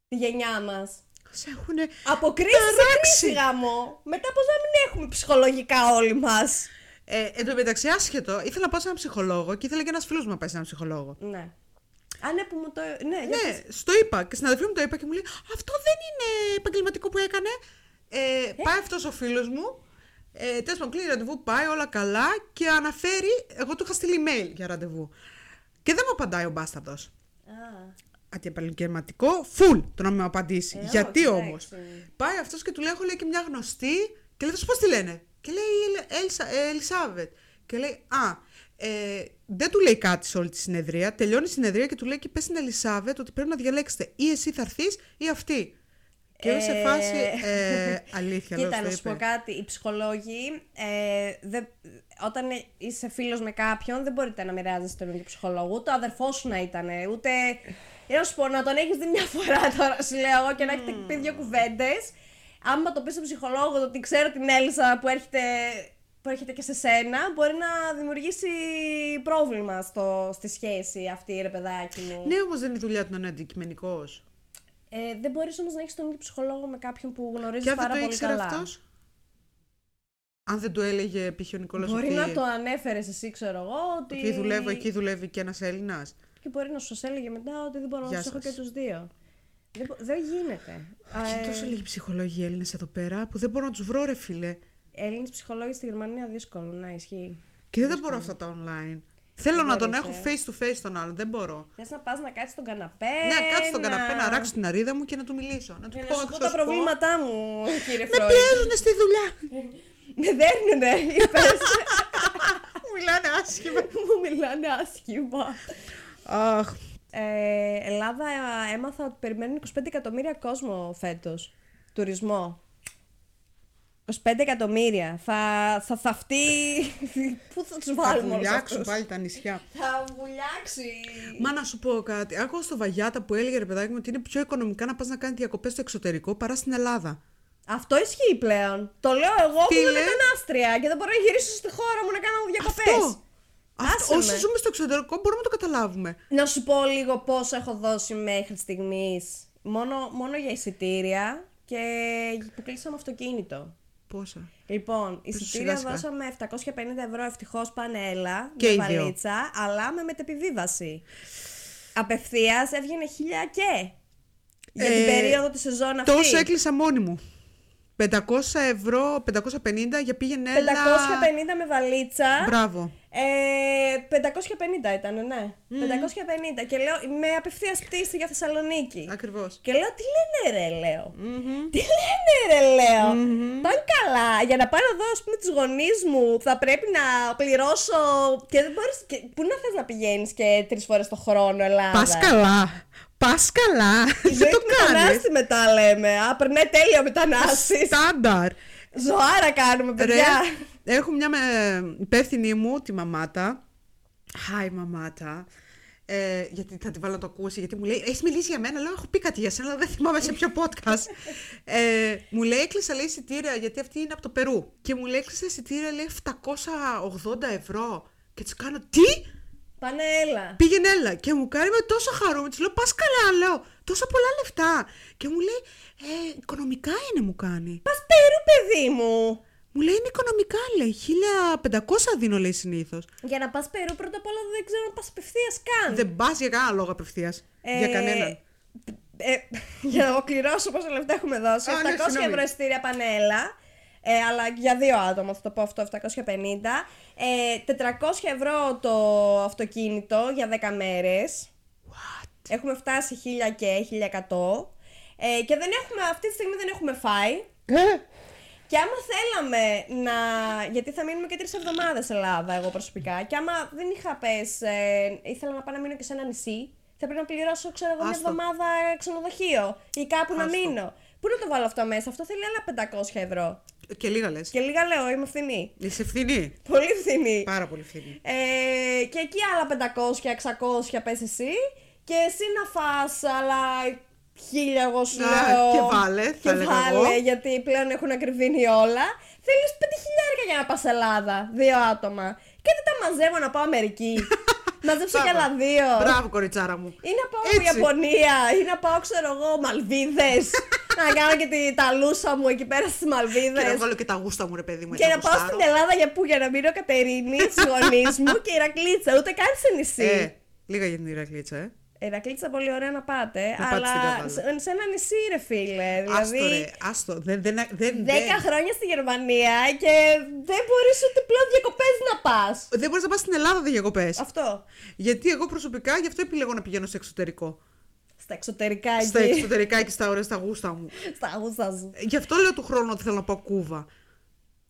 [SPEAKER 1] Τη γενιά μας.
[SPEAKER 2] Σε έχουνε.
[SPEAKER 1] Από κρίση σε
[SPEAKER 2] Ταράξει.
[SPEAKER 1] κρίση γαμό. Μετά πώς να μην έχουμε ψυχολογικά όλοι μας.
[SPEAKER 2] Ε, εν τω μεταξύ, άσχετο, ήθελα να πάω σε έναν ψυχολόγο και ήθελα και ένας φίλος μου να πάει σε έναν ψυχολόγο.
[SPEAKER 1] Ναι. Α, ναι, που μου το. Ναι, για πες.
[SPEAKER 2] Ναι, στο είπα και στην αδερφή μου το είπα και μου λέει Αυτό δεν είναι επαγγελματικό που έκανε. Ε, Πάει αυτός ο φίλος μου. Ε, Τέλος πάντων, κλείνει ραντεβού, πάει όλα καλά και αναφέρει. Εγώ του είχα στείλει email για ραντεβού. Και δεν μου απαντάει ο μπάσταρδο. Ναι.
[SPEAKER 1] Α,
[SPEAKER 2] Αντιεπαγγελματικό, full το να με απαντήσει.
[SPEAKER 1] Ε,
[SPEAKER 2] Γιατί
[SPEAKER 1] όχι,
[SPEAKER 2] όμως.
[SPEAKER 1] εντάξει.
[SPEAKER 2] Πάει αυτός και του λέει: Έχω λέει και μια γνωστή και λέει: Θα σου πω τι λένε. Και λέει: «Ελ- Ελσα- ε, Ελισάβετ. Και λέει: Α, ε, δεν του λέει κάτι σε όλη τη συνεδρία. Τελειώνει η συνεδρία και του λέει: Και πες στην Ελισάβετ ότι πρέπει να διαλέξετε ή εσύ θα έρθεις ή αυτή. Και είμαι σε
[SPEAKER 1] Ε,
[SPEAKER 2] φάση.
[SPEAKER 1] [laughs]
[SPEAKER 2] Ε, αλήθεια, λέω.
[SPEAKER 1] Κοίτα,
[SPEAKER 2] το
[SPEAKER 1] να σου πω
[SPEAKER 2] είπε.
[SPEAKER 1] κάτι. Οι ψυχολόγοι, ε, δεν- όταν ε, είσαι φίλος με κάποιον, δεν μπορείτε να μοιράζεστε τον ίδιο ψυχολόγο. Ούτε ο αδερφός σου να ήταν, ούτε. Για να σου πω, να τον έχεις δει μια φορά τώρα, σου λέω εγώ, και να έχετε πει δύο κουβέντες. Άμα το πεις στον ψυχολόγο το ότι ξέρω την Έλσα που έρχεται, που έρχεται και σε σένα, μπορεί να δημιουργήσει πρόβλημα στο, στη σχέση αυτή, ρε παιδάκι μου.
[SPEAKER 2] Ναι, όμως δεν είναι η δουλειά του να είναι αντικειμενικός.
[SPEAKER 1] Ε, δεν μπορείς όμως να έχεις τον ίδιο ψυχολόγο με κάποιον που γνωρίζεις
[SPEAKER 2] Και αν δεν
[SPEAKER 1] πάρα
[SPEAKER 2] το
[SPEAKER 1] πολύ
[SPEAKER 2] ήξερε
[SPEAKER 1] καλά.
[SPEAKER 2] αυτός. Αν δεν του έλεγε π.χ. ο Νικόλας
[SPEAKER 1] Μπορεί
[SPEAKER 2] ότι,
[SPEAKER 1] να το ανέφερες εσύ, ξέρω εγώ, ότι. Ε.
[SPEAKER 2] ότι δουλεύω, εκεί δουλεύει και ένας Έλληνας.
[SPEAKER 1] Και μπορεί να σου σας έλεγε μετά ότι δεν μπορώ να
[SPEAKER 2] Γεια
[SPEAKER 1] τους έχω και
[SPEAKER 2] σας.
[SPEAKER 1] τους δύο. Δεν, μπο- δεν γίνεται. Ε,
[SPEAKER 2] Είναι τόσο λίγοι ψυχολόγοι Έλληνες εδώ πέρα που δεν μπορώ να τους βρω, ρε φίλε.
[SPEAKER 1] Έλληνες ψυχολόγοι στη Γερμανία δύσκολο να ισχύει.
[SPEAKER 2] Και δεν τα μπορώ αυτά τα online. Θέλω να τον
[SPEAKER 1] ε.
[SPEAKER 2] έχω face to face τον άλλον. Δεν μπορώ.
[SPEAKER 1] Θες να πας να κάτσεις στον καναπέ.
[SPEAKER 2] Ναι, κάτω στον καναπέ να ράξω την αρίδα μου και να του μιλήσω. Να του
[SPEAKER 1] Ε, Να
[SPEAKER 2] πω,
[SPEAKER 1] σου
[SPEAKER 2] θα
[SPEAKER 1] πω τα
[SPEAKER 2] σου πω.
[SPEAKER 1] προβλήματά μου, κύριε
[SPEAKER 2] Με
[SPEAKER 1] Φρόιντ.
[SPEAKER 2] πιέζουνε στη δουλειά.
[SPEAKER 1] Με δέρνουνε,
[SPEAKER 2] [laughs]
[SPEAKER 1] είπες.
[SPEAKER 2] Μου Μιλάνε άσχημα.
[SPEAKER 1] Μου μιλάνε άσχημα.
[SPEAKER 2] Αχ.
[SPEAKER 1] Ε, Ελλάδα ε, έμαθα ότι περιμένουν 25 εκατομμύρια κόσμο φέτος. Τουρισμό. 25 εκατομμύρια. Θα, θα θαυτεί. [laughs] Πού θα τους
[SPEAKER 2] Θα
[SPEAKER 1] βάλουμε όλους
[SPEAKER 2] βουλιάξουν
[SPEAKER 1] αυτούς?
[SPEAKER 2] πάλι τα νησιά.
[SPEAKER 1] Θα βουλιάξει.
[SPEAKER 2] Μα να σου πω κάτι. Άκουγα στο Βαγιάτα που έλεγε ρε παιδάκι μου ότι είναι πιο οικονομικά να πας να κάνεις διακοπές στο εξωτερικό παρά στην Ελλάδα.
[SPEAKER 1] Αυτό ισχύει πλέον. Το λέω εγώ που
[SPEAKER 2] Φίλε.
[SPEAKER 1] είμαι μετανάστρια και δεν μπορώ να γυρίσω στη χώρα μου να κάνω διακοπές.
[SPEAKER 2] Αυτό. Αυτό.
[SPEAKER 1] Άσε με.
[SPEAKER 2] Όσοι ζούμε στο εξωτερικό μπορούμε να το καταλάβουμε.
[SPEAKER 1] Να σου πω λίγο πόσο έχω δώσει μέχρι στιγμής. Μόνο, μόνο για εισιτήρια και που κλείσαμε αυτοκίνητο.
[SPEAKER 2] Πόσα.
[SPEAKER 1] Λοιπόν, εισιτήρια
[SPEAKER 2] σιγά.
[SPEAKER 1] δώσαμε 750 ευρώ ευτυχώς πανέλα
[SPEAKER 2] Και
[SPEAKER 1] με
[SPEAKER 2] οι δύο.
[SPEAKER 1] βαλίτσα, αλλά με μετεπιβίβαση. Απευθείας έβγαινε χίλια και. Για την
[SPEAKER 2] Ε,
[SPEAKER 1] περίοδο της σεζόν αυτή.
[SPEAKER 2] Τόσο έκλεισα μόνη μου. 500 ευρώ, 550 για πήγαινε
[SPEAKER 1] 550
[SPEAKER 2] έλα.
[SPEAKER 1] με βαλίτσα.
[SPEAKER 2] Μπράβο.
[SPEAKER 1] Ε, 550 ήταν, ναι. 550. Και λέω, με απευθείας πτήση για Θεσσαλονίκη.
[SPEAKER 2] Ακριβώς.
[SPEAKER 1] Και λέω, τι λένε ρε, λέω. Τι λένε ρε, λεω Πάνε καλά. Για να πάω εδώ, ας πούμε, τους γονείς μου, θα πρέπει να πληρώσω. Και δεν μπορείς, και... Πού να θες να πηγαίνεις και τρεις φορές το χρόνο, Ελλάδα.
[SPEAKER 2] Πας καλά. Πας καλά.
[SPEAKER 1] Η ζωή
[SPEAKER 2] Δεν το
[SPEAKER 1] του
[SPEAKER 2] κάνεις.
[SPEAKER 1] μετανάστη μετά λέμε. Α, περνάει τέλεια ο μετανάστης.
[SPEAKER 2] Στάνταρ.
[SPEAKER 1] Ζωάρα κάνουμε,
[SPEAKER 2] Ρε,
[SPEAKER 1] παιδιά.
[SPEAKER 2] έχω μια με, υπεύθυνη μου, τη μαμάτα. Hi, μαμάτα. Ε, γιατί θα τη βάλω να το ακούσει, γιατί μου λέει: Έχεις μιλήσει για μένα. Λέω: Έχω πει κάτι για σένα, αλλά δεν θυμάμαι σε ποιο podcast. ε, μου λέει: Έκλεισα λέει εισιτήρια, γιατί αυτή είναι από το Περού. Και μου λέει: Έκλεισα εισιτήρια, λέει 780 ευρώ. Και της κάνω: Τι!
[SPEAKER 1] Πάνε έλα.
[SPEAKER 2] Πήγαινε έλα και μου κάνει με τόσο χαρούμενη. Της λέω: Πας καλά, λέω. Τόσα πολλά λεφτά. Και μου λέει: «Ε, Οικονομικά είναι, μου κάνει.
[SPEAKER 1] Πας περού, παιδί μου.
[SPEAKER 2] Μου λέει είναι οικονομικά, λέει. 1500 δίνω, λέει συνήθως.
[SPEAKER 1] Για να πας περού, πρώτα απ' όλα δεν ξέρω αν πας απευθείας καν.
[SPEAKER 2] Δεν πας για κανένα λόγο απευθείας.
[SPEAKER 1] Ε,
[SPEAKER 2] για κανέναν.
[SPEAKER 1] ε, για να ολοκληρώσω πόσα λεφτά έχουμε δώσει.
[SPEAKER 2] Α, ναι,
[SPEAKER 1] 700
[SPEAKER 2] συγγνώμη.
[SPEAKER 1] ευρώ εισιτήρια πανέλα. Ε, αλλά για δύο άτομα θα το πω αυτό, 750. Ε, 400 ευρώ το αυτοκίνητο για 10 μέρες.
[SPEAKER 2] What?
[SPEAKER 1] Έχουμε φτάσει 1000 και 1100. Ε, και δεν έχουμε, αυτή τη στιγμή δεν έχουμε φάει.
[SPEAKER 2] Ε,
[SPEAKER 1] Και άμα θέλαμε να. Γιατί θα μείνουμε και τρεις εβδομάδες Ελλάδα, εγώ προσωπικά. Και άμα δεν είχα πες, ε, ήθελα να πάω να μείνω και σε ένα νησί, θα πρέπει να πληρώσω, ξέρω εγώ, μια
[SPEAKER 2] Άστο.
[SPEAKER 1] εβδομάδα ε, ξενοδοχείο ή κάπου να
[SPEAKER 2] Άστο.
[SPEAKER 1] μείνω. Πού να το βάλω αυτό μέσα, αυτό θέλει άλλα 500 ευρώ.
[SPEAKER 2] Και λίγα λες.
[SPEAKER 1] Και λίγα λέω, είμαι φθηνή.
[SPEAKER 2] Είσαι φθηνή.
[SPEAKER 1] Πολύ φθηνή.
[SPEAKER 2] Πάρα πολύ φθηνή.
[SPEAKER 1] Ε, και εκεί άλλα 500-600 πες εσύ και εσύ να φας άλλα χίλια εγώ σου
[SPEAKER 2] Α,
[SPEAKER 1] λέω
[SPEAKER 2] και βάλε, θα
[SPEAKER 1] και
[SPEAKER 2] έλεγα
[SPEAKER 1] βάλε
[SPEAKER 2] εγώ.
[SPEAKER 1] γιατί πλέον έχουν ακριβήνει όλα Θέλεις 5 χιλιάρικα για να πας Ελλάδα, δύο άτομα Και δεν τα μαζεύω να πάω
[SPEAKER 2] [laughs]
[SPEAKER 1] Αμερική Μαζέψω κι άλλα
[SPEAKER 2] Μπράβο.
[SPEAKER 1] δύο
[SPEAKER 2] Μπράβο, κοριτσάρα μου.
[SPEAKER 1] Ή να πάω
[SPEAKER 2] Έτσι.
[SPEAKER 1] Ιαπωνία ή να πάω ξέρω εγώ Μαλβίδες [laughs] Να κάνω και τη, τα λούσα μου εκεί πέρα στις
[SPEAKER 2] Και να
[SPEAKER 1] Μαλβίδες
[SPEAKER 2] βγάλω και τα γούστα μου, ρε παιδί μου.
[SPEAKER 1] και να πάω
[SPEAKER 2] γουστάρω.
[SPEAKER 1] στην Ελλάδα για πού, για να μείνω Κατερίνη,
[SPEAKER 2] [laughs]
[SPEAKER 1] τη γονείς μου και Ηρακλίτσα, ούτε καν σε
[SPEAKER 2] Ε,
[SPEAKER 1] νησί.
[SPEAKER 2] λίγα για την Ηρακλίτσα, ε.
[SPEAKER 1] Ηρακλίτσα πολύ ωραία να πάτε,
[SPEAKER 2] Να πάτε
[SPEAKER 1] αλλά
[SPEAKER 2] στην Καβάλα.
[SPEAKER 1] σε, σε ένα νησί ρε φίλε.
[SPEAKER 2] Άστο,
[SPEAKER 1] Δηλαδή,
[SPEAKER 2] ρε. Άστο. Δεν, δεν, δεν,
[SPEAKER 1] 10
[SPEAKER 2] δεν.
[SPEAKER 1] χρόνια στη Γερμανία και δεν μπορείς ούτε πλέον διακοπές να πας.
[SPEAKER 2] Δεν μπορείς να πας στην Ελλάδα διακοπές.
[SPEAKER 1] Αυτό.
[SPEAKER 2] Γιατί εγώ προσωπικά γι' αυτό επιλέγω να πηγαίνω στο εξωτερικό.
[SPEAKER 1] Στα εξωτερικά εκεί.
[SPEAKER 2] Στα εξωτερικά και στα ωραία, στα γούστα μου.
[SPEAKER 1] [laughs] Στα γούστα σου.
[SPEAKER 2] Ε, Γι' αυτό λέω του χρόνου ότι θέλω να πάω Κούβα.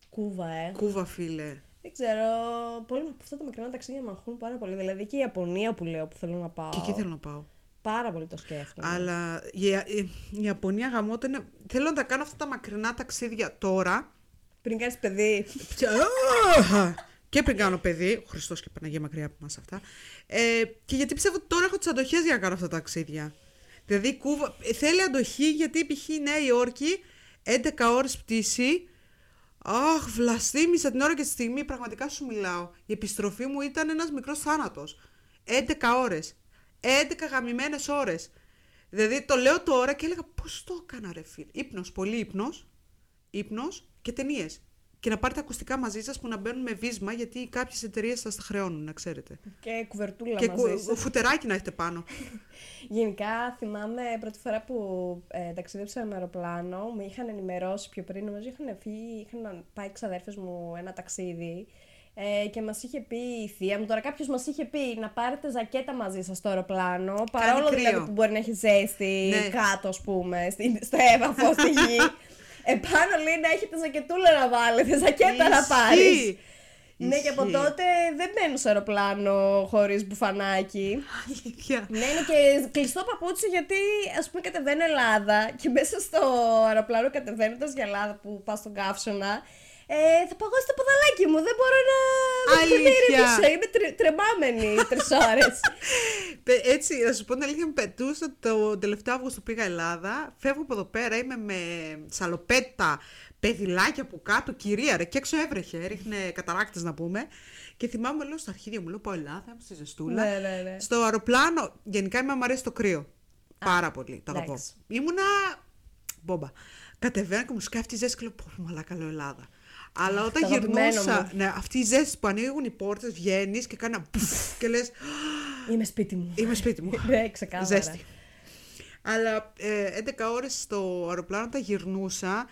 [SPEAKER 1] Κούβα, ε.
[SPEAKER 2] Κούβα, φίλε.
[SPEAKER 1] Δεν ξέρω. Πολύ, αυτά τα μικρά ταξίδια με αγχούν πάρα πολύ. Δηλαδή και η Ιαπωνία που λέω που θέλω να πάω.
[SPEAKER 2] Και εκεί θέλω να πάω.
[SPEAKER 1] Πάρα πολύ το σκέφτομαι.
[SPEAKER 2] Αλλά η, η, η Ιαπωνία γαμώτα είναι. Θέλω να τα κάνω αυτά τα μακρινά ταξίδια τώρα.
[SPEAKER 1] Πριν κάνεις παιδί.
[SPEAKER 2] Πια- και πριν κάνω παιδί, ο Χριστός και η Παναγία μακριά από μας αυτά, ε, και γιατί πιστεύω ότι τώρα έχω τις αντοχές για να κάνω αυτά τα ταξίδια. Δηλαδή η Κούβα, ε, θέλει αντοχή γιατί π.χ. η Νέα Υόρκη, 11 ώρες πτήση, αχ βλαστήμισα την ώρα και τη στιγμή, πραγματικά σου μιλάω. Η επιστροφή μου ήταν ένας μικρός θάνατος. 11 ώρες. 11 γαμημένες ώρες. Δηλαδή το λέω τώρα και έλεγα πώς το έκανα ρε φίλε. Ύπνος, πολύ ύπνος ύπνο και ταινίες. Και να πάρετε ακουστικά μαζί σας που να μπαίνουν με βίσμα, γιατί κάποιες εταιρείες σας τα χρεώνουν, να ξέρετε.
[SPEAKER 1] Και κουβερτούλα
[SPEAKER 2] και
[SPEAKER 1] μαζί.
[SPEAKER 2] κου- φουτεράκι να έχετε πάνω.
[SPEAKER 1] Γενικά θυμάμαι πρώτη φορά που ε, ταξίδεψα με αεροπλάνο, με είχαν ενημερώσει πιο πριν, νομίζω είχαν φύγει, είχαν πάει ξαδέρφες μου ένα ταξίδι ε, και μας είχε πει η θεία μου, τώρα κάποιος μας είχε πει να πάρετε ζακέτα μαζί σας στο αεροπλάνο, παρόλο
[SPEAKER 2] κρύο.
[SPEAKER 1] δηλαδή που μπορεί να έχει ζέστη
[SPEAKER 2] Ναι.
[SPEAKER 1] κάτω ας πούμε, στην- στο έβαφο, στη
[SPEAKER 2] [laughs]
[SPEAKER 1] γη. Επάνω λέει να έχετε ζακετούλα να βάλετε, ζακέτα να
[SPEAKER 2] Ισχύει.
[SPEAKER 1] πάρεις. Ναι και από
[SPEAKER 2] Ισχύει.
[SPEAKER 1] τότε δεν μπαίνω σε αεροπλάνο χωρίς μπουφανάκι.
[SPEAKER 2] Αλήθεια.
[SPEAKER 1] Ναι, είναι και κλειστό παπούτσι γιατί ας πούμε κατεβαίνω Ελλάδα και μέσα στο αεροπλάνο κατεβαίνοντας για Ελλάδα που πα στον καύσωνα. Ε, θα παγώσει το ποδαλάκι μου. Δεν μπορώ να.
[SPEAKER 2] Αλήθεια.
[SPEAKER 1] Δεν ηρεμήσω. Είμαι τρε, τρεμάμενη
[SPEAKER 2] [laughs]
[SPEAKER 1] τρεις ώρες.
[SPEAKER 2] Πε- Έτσι, να σου πω την αλήθεια, μου πετούσα το τελευταίο Αύγουστο πήγα Ελλάδα. Φεύγω από εδώ πέρα, είμαι με σαλοπέτα, παιδιλάκια από κάτω, κυρία ρε, και έξω έβρεχε, ρίχνε καταράκτες να πούμε. Και θυμάμαι, λέω στα αρχίδια μου, λέω πάω Ελλάδα, είμαι στη ζεστούλα.
[SPEAKER 1] Ναι, ναι, ναι.
[SPEAKER 2] Στο αεροπλάνο, γενικά εμένα μου αρέσει το κρύο. Πάρα πολύ, το αγαπώ.
[SPEAKER 1] εντάξει.
[SPEAKER 2] Ήμουνα μπόμπα. Κατεβαίνω και μου σκέφτει αυτή η ζέστη και λέω, πω, μαλάκα λέω Ελλάδα. Αλλά όταν
[SPEAKER 1] το αγαπημένο
[SPEAKER 2] γυρνούσα,
[SPEAKER 1] μου.
[SPEAKER 2] ναι, αυτή η ζέστη που ανοίγουν οι πόρτες, βγαίνεις και κάνει ένα πουφ και λες
[SPEAKER 1] Είμαι σπίτι μου.
[SPEAKER 2] Είμαι σπίτι μου.
[SPEAKER 1] Ναι, ξεκάθαρα.
[SPEAKER 2] Ζέστη. Αλλά ε, 11 ώρες στο αεροπλάνο τα γυρνούσα,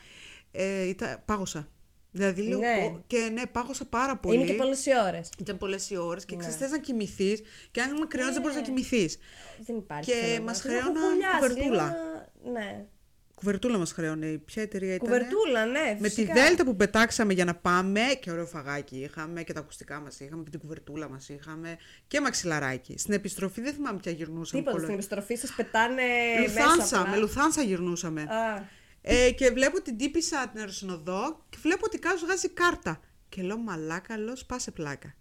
[SPEAKER 2] ε, ήταν, πάγωσα. Δηλαδή λέω,
[SPEAKER 1] Ναι.
[SPEAKER 2] «Πω», και ναι, πάγωσα πάρα πολύ.
[SPEAKER 1] Είναι και Ναι. πολλές οι ώρες.
[SPEAKER 2] Ήταν πολλές οι ώρες και ξέρεις, θες να κοιμηθείς και αν είμαι
[SPEAKER 1] Ναι.
[SPEAKER 2] κρυός, δεν μπορείς να κοιμηθείς.
[SPEAKER 1] Δεν υπάρχει.
[SPEAKER 2] Και
[SPEAKER 1] θέμα.
[SPEAKER 2] μας
[SPEAKER 1] Λίγο
[SPEAKER 2] χρέωνα
[SPEAKER 1] κουρκουλιάζει,
[SPEAKER 2] κουβερτούλα.
[SPEAKER 1] λίγο να- Ναι.
[SPEAKER 2] Κουβερτούλα μας χρέωνε. Ποια εταιρεία ήταν.
[SPEAKER 1] Κουβερτούλα, ναι.
[SPEAKER 2] Με τη
[SPEAKER 1] φυσικά.
[SPEAKER 2] Δέλτα που πετάξαμε για να πάμε και ωραίο φαγάκι είχαμε και τα ακουστικά μας είχαμε και την κουβερτούλα μας είχαμε και μαξιλαράκι. Στην επιστροφή δεν θυμάμαι ποια γυρνούσαμε.
[SPEAKER 1] Τίποτα
[SPEAKER 2] πολλά.
[SPEAKER 1] στην επιστροφή σας πετάνε. μέσα
[SPEAKER 2] Λουθάνσα,
[SPEAKER 1] απλά.
[SPEAKER 2] με Λουθάνσα γυρνούσαμε.
[SPEAKER 1] Α.
[SPEAKER 2] Ε, και βλέπω την τύπησα την αεροσυνοδό και βλέπω ότι κάποιος βγάζει κάρτα. Και λέω μαλάκα, λέω σπάσε πλάκα.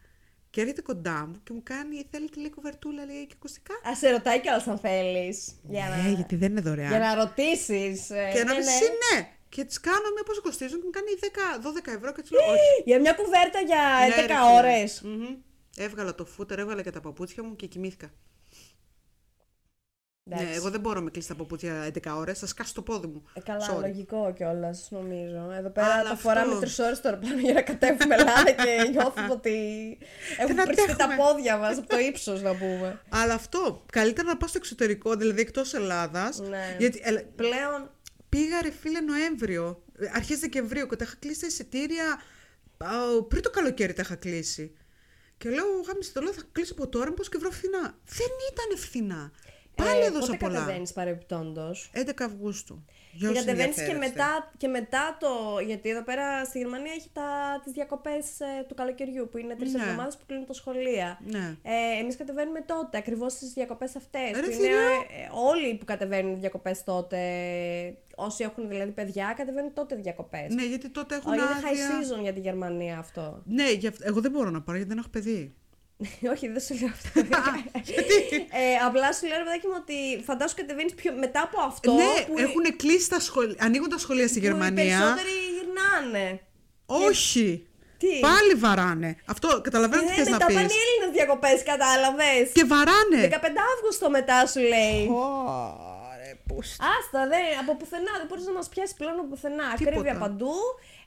[SPEAKER 2] Και έρχεται κοντά μου και μου κάνει, θέλετε λίγο κουβερτούλα, λέει και ακουστικά.
[SPEAKER 1] Ας σε ρωτάει κιόλα αν θέλεις. Για να,
[SPEAKER 2] Ναι, γιατί δεν είναι δωρεάν.
[SPEAKER 1] για να ε, ρωτήσει.
[SPEAKER 2] Και να πει εσύ ναι. Και τις κάνω με πόσο κοστίζουν και μου κάνει 10, 12 ευρώ και τους λέω όχι.
[SPEAKER 1] Για μια κουβέρτα για
[SPEAKER 2] Ναι, ρε
[SPEAKER 1] 11
[SPEAKER 2] φίλε.
[SPEAKER 1] ώρες.
[SPEAKER 2] Μμμ. Έβγαλα το φούτερ, έβγαλα και τα παπούτσια μου και κοιμήθηκα. Ναι, εγώ δεν μπορώ να με κλείσει τα παπούτσια 11 ώρες, θα σκάσω το πόδι μου.
[SPEAKER 1] Ε, Καλά,
[SPEAKER 2] Sorry.
[SPEAKER 1] λογικό κιόλας, νομίζω. Εδώ πέρα
[SPEAKER 2] Αλλά
[SPEAKER 1] τα φοράμε
[SPEAKER 2] αυτό.
[SPEAKER 1] τρεις ώρες τώρα πάνω για να κατέβουμε Ελλάδα και νιώθουμε
[SPEAKER 2] [laughs]
[SPEAKER 1] ότι έχουμε πριστεί τα
[SPEAKER 2] αντέχουμε.
[SPEAKER 1] πόδια μας από το ύψος, να πούμε.
[SPEAKER 2] Αλλά αυτό, καλύτερα να πάω στο εξωτερικό, δηλαδή εκτός Ελλάδας.
[SPEAKER 1] Ναι.
[SPEAKER 2] Γιατί ελα-
[SPEAKER 1] Πλέον.
[SPEAKER 2] πήγα ρε φίλε Νοέμβριο, αρχές Δεκεμβρίου και τα είχα κλείσει τα εισιτήρια α, πριν το καλοκαίρι τα είχα κλείσει. Και λέω, γάμισε το λέω, θα κλείσω από τώρα, μήπως και βρω φθηνά. Δεν ήταν φθηνά. Πάλι έδωσα
[SPEAKER 1] Ε, πότε
[SPEAKER 2] πολλά.
[SPEAKER 1] κατεβαίνεις παρεμπιπτόντω.
[SPEAKER 2] 11 Αυγούστου. Για
[SPEAKER 1] Και
[SPEAKER 2] όσους
[SPEAKER 1] κατεβαίνεις και
[SPEAKER 2] ενδιαφέρεστε.
[SPEAKER 1] μετά, και μετά το. Γιατί εδώ πέρα στη Γερμανία έχει τα, τις διακοπές ε, του καλοκαιριού που είναι τρεις
[SPEAKER 2] Ναι.
[SPEAKER 1] εβδομάδες που κλείνουν τα σχολεία.
[SPEAKER 2] Ναι.
[SPEAKER 1] Ε, Εμείς κατεβαίνουμε τότε, ακριβώς στις διακοπές αυτές.
[SPEAKER 2] Ρε,
[SPEAKER 1] Είναι
[SPEAKER 2] θηρίο.
[SPEAKER 1] ε, όλοι που κατεβαίνουν διακοπές τότε. Όσοι έχουν δηλαδή παιδιά, κατεβαίνουν τότε διακοπές.
[SPEAKER 2] Ναι, γιατί τότε έχουν
[SPEAKER 1] Όχι, είναι
[SPEAKER 2] άδεια.
[SPEAKER 1] high season για τη Γερμανία αυτό. [laughs]
[SPEAKER 2] Ναι, γι' αυτό- εγώ δεν μπορώ να πάρω γιατί δεν έχω παιδί.
[SPEAKER 1] Όχι, δεν σου λέω
[SPEAKER 2] [laughs]
[SPEAKER 1] αυτό. ε, απλά σου λέω, ρε παιδάκι μου, ότι φαντάσου κατεβαίνεις πιο... μετά από αυτό.
[SPEAKER 2] ναι,
[SPEAKER 1] που,
[SPEAKER 2] έχουν κλείσει τα σχολεία. Ανοίγουν τα σχολεία στη
[SPEAKER 1] που Οι
[SPEAKER 2] Γερμανία.
[SPEAKER 1] περισσότεροι γυρνάνε.
[SPEAKER 2] Όχι.
[SPEAKER 1] Τι.
[SPEAKER 2] Πάλι βαράνε. Αυτό καταλαβαίνω τι
[SPEAKER 1] Ε,
[SPEAKER 2] θες να
[SPEAKER 1] μετά πάνε
[SPEAKER 2] πεις.
[SPEAKER 1] οι Έλληνες διακοπές, κατάλαβες.
[SPEAKER 2] Και βαράνε.
[SPEAKER 1] 15 Αύγουστο μετά σου λέει.
[SPEAKER 2] Ωρε, πούστη.
[SPEAKER 1] Άστα, δεν, από πουθενά, δεν μπορείς να μας πιάσεις πλέον από πουθενά.
[SPEAKER 2] Τίποτα.
[SPEAKER 1] Ακρίβεια παντού.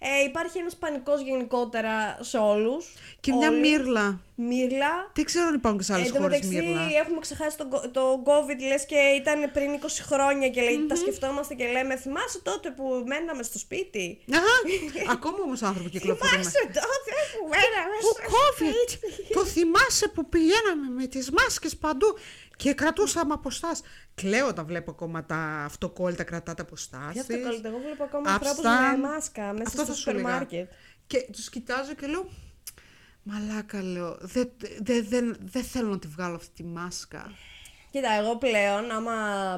[SPEAKER 1] Ε, υπάρχει ένας πανικός γενικότερα σε όλους.
[SPEAKER 2] Και μια μύρλα.
[SPEAKER 1] Μύρλα.
[SPEAKER 2] Δεν ξέρω αν υπάρχουν και σε άλλες
[SPEAKER 1] Ε, Εν τω
[SPEAKER 2] χώρες
[SPEAKER 1] μεταξύ, [laughs]
[SPEAKER 2] μύρλα.
[SPEAKER 1] έχουμε ξεχάσει τον, κο- το COVID, λες και ήταν πριν 20 χρόνια και λεει τα σκεφτόμαστε και λέμε, θυμάσαι τότε που μέναμε στο σπίτι.
[SPEAKER 2] Αχα, ακόμα όμως άνθρωποι κυκλοφορούν.
[SPEAKER 1] Θυμάσαι τότε [laughs] που μέναμε
[SPEAKER 2] Ο
[SPEAKER 1] στο
[SPEAKER 2] COVID!
[SPEAKER 1] σπίτι.
[SPEAKER 2] Το θυμάσαι που πηγαίναμε με τις μάσκες παντού και κρατούσαμε αποστάσεις. Κλαίω τα βλέπω ακόμα τα αυτοκόλλητα κρατάτε
[SPEAKER 1] Γι'
[SPEAKER 2] αποστάσεις.
[SPEAKER 1] αυτό καλύτερα. Εγώ βλέπω ακόμα
[SPEAKER 2] Αυτά-
[SPEAKER 1] ανθρώπου με μάσκα μέσα
[SPEAKER 2] Αυτό
[SPEAKER 1] στο
[SPEAKER 2] θα σου
[SPEAKER 1] σούπερ
[SPEAKER 2] λέγα.
[SPEAKER 1] μάρκετ.
[SPEAKER 2] Και τους κοιτάζω και λέω, μαλάκα λέω, δεν δε, δεν- δεν θέλω να τη βγάλω αυτή τη μάσκα.
[SPEAKER 1] Κοίτα, εγώ πλέον, άμα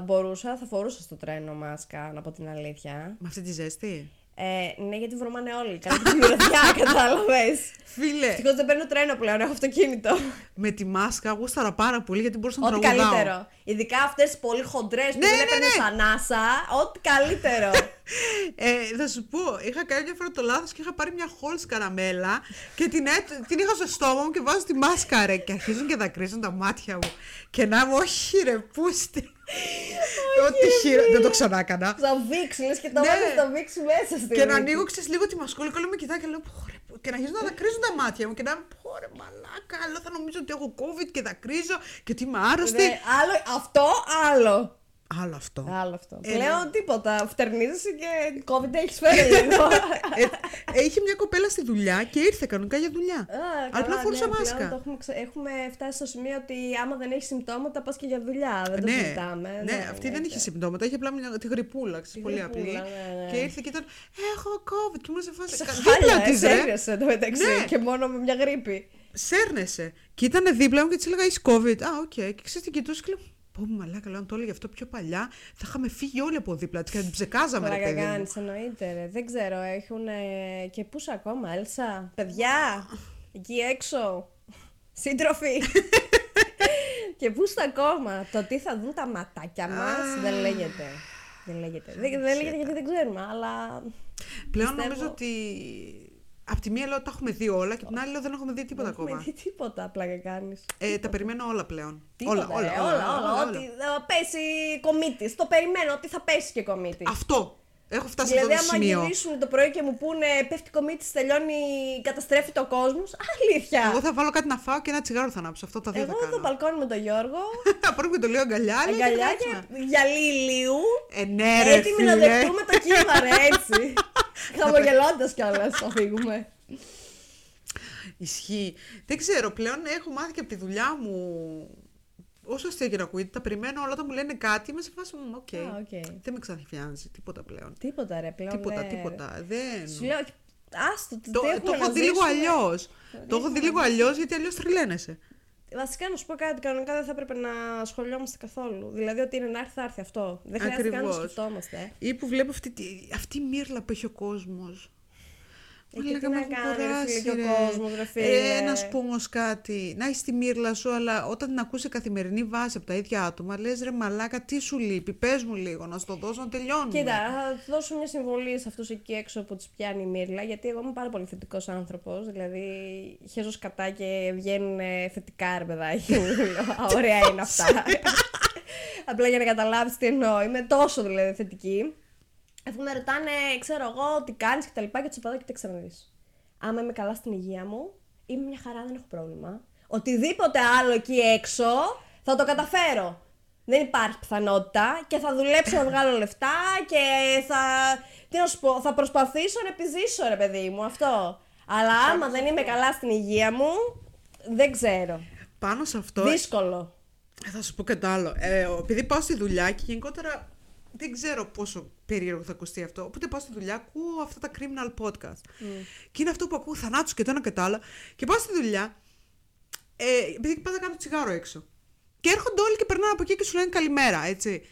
[SPEAKER 1] μπορούσα, θα φορούσα στο τρένο μάσκα, να πω την αλήθεια.
[SPEAKER 2] Με αυτή τη ζέστη.
[SPEAKER 1] Ε, ναι, γιατί βρωμάνε όλοι. Καλά,
[SPEAKER 2] [laughs]
[SPEAKER 1] τη μυρωδιά, κατάλαβες.
[SPEAKER 2] Ε. Φίλε,
[SPEAKER 1] Ευτυχώ δεν παίρνω τρένο πλέον, έχω αυτοκίνητο.
[SPEAKER 2] με τη μάσκα γούσταρα πάρα πολύ γιατί μπορούσα να
[SPEAKER 1] Ό,τι
[SPEAKER 2] τραγουδάω.
[SPEAKER 1] καλύτερο. Ειδικά αυτές τι πολύ χοντρές που
[SPEAKER 2] Ναι,
[SPEAKER 1] δεν
[SPEAKER 2] ναι,
[SPEAKER 1] έπαιρνες
[SPEAKER 2] ναι.
[SPEAKER 1] ανάσα. Ό,τι
[SPEAKER 2] [laughs]
[SPEAKER 1] καλύτερο.
[SPEAKER 2] Ε, θα σου πω, είχα κάνει μια φορά το λάθος και είχα πάρει μια χόλ καραμέλα και την, έτ- την είχα στο στόμα μου και βάζω τη μάσκα ρε. Και αρχίζουν και δακρύζουν τα μάτια μου. Και να μου, όχι ρε, πούστη. Ό,τι χείρο. Δεν το ξανά έκανα.
[SPEAKER 1] Στο βίξ, λες και το
[SPEAKER 2] Ναι.
[SPEAKER 1] βάλει στο βίξ μέσα στην.
[SPEAKER 2] Και να ανοίγω, ξέρεις, λίγο τη μασκούλα και όλο με κοιτάει και λέω, «Πω, ρε, πω». και να αρχίζουν να δακρύζουν τα μάτια μου και να είμαι, πω ρε μαλάκα, αλλά θα νομίζω ότι έχω COVID και δακρύζω και ότι είμαι άρρωστη.
[SPEAKER 1] Ναι, άλλο, αυτό, άλλο.
[SPEAKER 2] Άλλο αυτό.
[SPEAKER 1] Άλλο αυτό.
[SPEAKER 2] Ε,
[SPEAKER 1] Λέω τίποτα. Φτερνίζεσαι και COVID έχεις φέρει
[SPEAKER 2] [laughs]
[SPEAKER 1] λίγο.
[SPEAKER 2] Ε, ε, είχε μια κοπέλα στη δουλειά και ήρθε κανονικά για δουλειά.
[SPEAKER 1] Α,
[SPEAKER 2] Απλά
[SPEAKER 1] καλά,
[SPEAKER 2] φορούσα
[SPEAKER 1] ναι, πλέον
[SPEAKER 2] μάσκα.
[SPEAKER 1] το έχουμε, ξε- έχουμε φτάσει στο σημείο ότι άμα δεν έχεις συμπτώματα, πας και για δουλειά. Δεν το συζητάμε.
[SPEAKER 2] ναι, αυτή δεν είχε συμπτώματα, είχε απλά μια, τη γρυπούλα, ξέρεις, πολύ
[SPEAKER 1] γρυπούλα,
[SPEAKER 2] απλή.
[SPEAKER 1] ναι, ναι.
[SPEAKER 2] Και ήρθε και ήταν Έχω COVID. Και ήμουν σε φάση.
[SPEAKER 1] Σε
[SPEAKER 2] «Κα-
[SPEAKER 1] χάλια,
[SPEAKER 2] της, ρε».
[SPEAKER 1] εσέρνεσαι το μεταξύ
[SPEAKER 2] Ναι.
[SPEAKER 1] και μόνο με μια γρήπη.
[SPEAKER 2] Σέρνεσαι. Και ήταν δίπλα μου και της έλεγα Είσαι COVID. Α, οκ. Και ξέρεις την κοιτούσε και λέω Πω μου μαλάκα, λέω, αν το έλεγε αυτό πιο παλιά, θα είχαμε φύγει όλοι από δίπλα της και θα την ψεκάζαμε, ρε
[SPEAKER 1] Πλάκα
[SPEAKER 2] παιδί. μου.
[SPEAKER 1] κάνεις, εννοείται. Ρε. Δεν ξέρω, έχουν. ε, και πούς ακόμα, Έλσα. Παιδιά, εκεί έξω.
[SPEAKER 2] [laughs]
[SPEAKER 1] Σύντροφοι. και πούς ακόμα. Το τι θα δουν τα ματάκια μας δεν λέγεται. Δεν λέγεται. Δεν, δεν λέγεται γιατί δεν ξέρουμε, αλλά.
[SPEAKER 2] Πλέον
[SPEAKER 1] Πιστεύω-
[SPEAKER 2] νομίζω ότι. Απ' τη μία λέω τα έχουμε δει όλα και απ' την άλλη λέω δεν έχουμε δει τίποτα
[SPEAKER 1] δεν έχουμε
[SPEAKER 2] ακόμα.
[SPEAKER 1] δει τίποτα πλάκα κάνεις.
[SPEAKER 2] Ε, τα περιμένω όλα πλέον.
[SPEAKER 1] Τίποτα,
[SPEAKER 2] όλα, όλα,
[SPEAKER 1] ρε, όλα, όλα, Ότι θα πέσει κομίτη. Το περιμένω ότι θα πέσει και κομίτη.
[SPEAKER 2] Αυτό. Έχω φτάσει
[SPEAKER 1] Δηλαδή,
[SPEAKER 2] σε αυτό
[SPEAKER 1] άμα
[SPEAKER 2] το σημείο.
[SPEAKER 1] γυρίσουν το πρωί και μου πούνε πέφτει κομίτης, τελειώνει, καταστρέφει το κόσμος. Αλήθεια.
[SPEAKER 2] Εγώ θα βάλω κάτι να φάω και ένα τσιγάρο θα ανάψω. Αυτό τα δύο
[SPEAKER 1] Ε, Εγώ
[SPEAKER 2] θα κάνω.
[SPEAKER 1] το μπαλκόνι με τον Γιώργο,
[SPEAKER 2] [laughs] Θα πάρουμε και το λέω αγκαλιά. αλλά και
[SPEAKER 1] αγκαλιά
[SPEAKER 2] κοιτάξουμε.
[SPEAKER 1] και γυαλί ηλίου.
[SPEAKER 2] Ε, ναι, ρε,
[SPEAKER 1] Έτοιμοι να
[SPEAKER 2] φίλε.
[SPEAKER 1] δεχτούμε το κύμα, ρε, [laughs] έτσι. Χαμογελώντας κιόλας θα φύγουμε.
[SPEAKER 2] Ισχύει. Δεν ξέρω, πλέον έχω μάθει και από τη δουλειά μου. Όσο αστείο και να ακούγεται, τα περιμένω όλα όταν μου λένε κάτι. Είμαι σε φάση μου, οκ.
[SPEAKER 1] Α, οκ.
[SPEAKER 2] Δεν με ξαναφιάζει τίποτα πλέον.
[SPEAKER 1] Τίποτα, ρε, πλέον.
[SPEAKER 2] τίποτα,
[SPEAKER 1] ναι, ρε.
[SPEAKER 2] τίποτα. Δεν.
[SPEAKER 1] Σου λέω, άστο, τι
[SPEAKER 2] Το,
[SPEAKER 1] έχουμε
[SPEAKER 2] το
[SPEAKER 1] να ε».
[SPEAKER 2] έχω δει λίγο
[SPEAKER 1] ζήσουμε.
[SPEAKER 2] αλλιώς. Το έχω δει λίγο αλλιώς γιατί αλλιώς τρελαίνεσαι.
[SPEAKER 1] Βασικά να σου πω κάτι, κανονικά δεν θα έπρεπε να ασχολιόμαστε καθόλου. Δηλαδή ότι είναι να έρθει, θα έρθει αυτό. Δεν χρειάζεται καν να το
[SPEAKER 2] Ακριβώς.
[SPEAKER 1] σκεφτόμαστε. ε.
[SPEAKER 2] Ή που βλέπω αυτή, τη- αυτή η μύρλα που έχει ο κόσμος.
[SPEAKER 1] Ε, και τι να κάνει, ρε φίλε, και ο κόσμος, ρε φίλε.
[SPEAKER 2] Ε, να σου πω όμως κάτι. Να έχει τη μύρλα σου, αλλά όταν την ακούσει σε καθημερινή βάση από τα ίδια άτομα, λες ρε μαλάκα, τι σου λείπει, πες μου λίγο, να στο δώσω να τελειώνουμε.
[SPEAKER 1] Κοίτα, θα του δώσω μια συμβολή σε αυτούς εκεί έξω που τους πιάνει η Μύρλα, γιατί εγώ είμαι πάρα πολύ θετικός άνθρωπος. Δηλαδή, χέζω σκατά και βγαίνουν ε, θετικά ρε παιδάκι. μου. [laughs] Λέω, «Α, Ωραία είναι αυτά. Απλά για να καταλάβεις τι εννοώ. Είμαι τόσο δηλαδή θετική. Αφού με ρωτάνε, ξέρω εγώ, τι κάνεις και τα λοιπά, και τους απαντάω και τα ξαναδεί. Άμα είμαι καλά στην υγεία μου, είμαι μια χαρά, δεν έχω πρόβλημα. Οτιδήποτε άλλο εκεί έξω θα το καταφέρω. Δεν υπάρχει πιθανότητα και θα δουλέψω να βγάλω λεφτά και θα. Τι να σου πω, θα προσπαθήσω να επιζήσω, ρε παιδί μου, αυτό. Αλλά άμα δεν είμαι καλά στην υγεία μου, δεν ξέρω.
[SPEAKER 2] Πάνω σε αυτό,
[SPEAKER 1] Δύσκολο.
[SPEAKER 2] Θα σου πω κάτι άλλο. Ε, ο- επειδή πάω στη δουλειά και γενικότερα δεν ξέρω πόσο περίεργο θα ακουστεί αυτό. Οπότε πάω στη δουλειά, ακούω αυτά τα criminal podcast.
[SPEAKER 1] Mm.
[SPEAKER 2] Και είναι αυτό που ακούω θανάτους και το ένα και το άλλο. Και πάω στη δουλειά, ε, επειδή πάντα κάνω τσιγάρο έξω. Και έρχονται όλοι και περνάνε από εκεί και σου λένε καλημέρα, έτσι.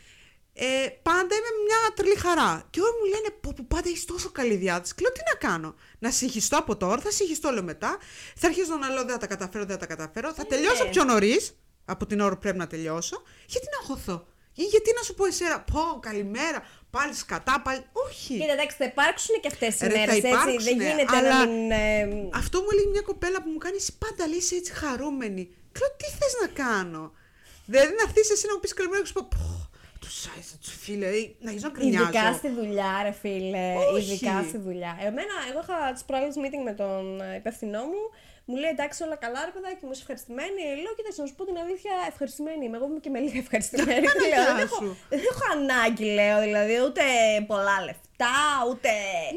[SPEAKER 2] Ε, πάντα είμαι μια τρελή χαρά. Και όλοι μου λένε πω, πω πάντα έχεις τόσο καλή διάθεση. Και λέω τι να κάνω. Να συγχυστώ από τώρα, θα συγχυστώ λέω μετά. Θα αρχίσω να λέω δεν θα τα καταφέρω, δεν θα τα καταφέρω. Θα
[SPEAKER 1] Ε.
[SPEAKER 2] τελειώσω πιο νωρίς από την ώρα που πρέπει να τελειώσω. Γιατί να αγχωθώ. Ή γιατί να σου πω εσένα, πω καλημέρα, πάλι σκατά, πάλι. Όχι.
[SPEAKER 1] Κοίτα, εντάξει, θα υπάρξουν και αυτές οι
[SPEAKER 2] Ρε, θα
[SPEAKER 1] μέρες, έτσι. Δεν
[SPEAKER 2] υπάρξουνε,
[SPEAKER 1] γίνεται να
[SPEAKER 2] αλλά-
[SPEAKER 1] μην. ε,
[SPEAKER 2] Αυτό μου έλεγε μια κοπέλα που μου κάνει «Εσύ πάντα λύση έτσι χαρούμενη. Και λέω, τι θες να κάνω. Δηλαδή να θύσεις εσύ να μου πεις καλημέρα και σου πω πω, τους άισα τους φίλε, ή να γίνω να
[SPEAKER 1] Ειδικά
[SPEAKER 2] κρινιάζω.
[SPEAKER 1] στη δουλειά, ρε φίλε.
[SPEAKER 2] Όχι.
[SPEAKER 1] Ειδικά στη δουλειά. Εμένα, εγώ είχα τις προάλλες meeting με τον ε, υπεύθυνό μου. Μου λέει εντάξει, όλα καλά, ρε παιδάκι μου, είσαι ευχαριστημένη. Λέω, κοίταξε, να σου πω την αλήθεια, ευχαριστημένη είμαι. Εγώ είμαι και με λίγα ευχαριστημένη.
[SPEAKER 2] Παναγιά
[SPEAKER 1] λέω, δεν, έχω,
[SPEAKER 2] σου.
[SPEAKER 1] δεν έχω ανάγκη, λέω, δηλαδή, ούτε πολλά λεφτά, ούτε.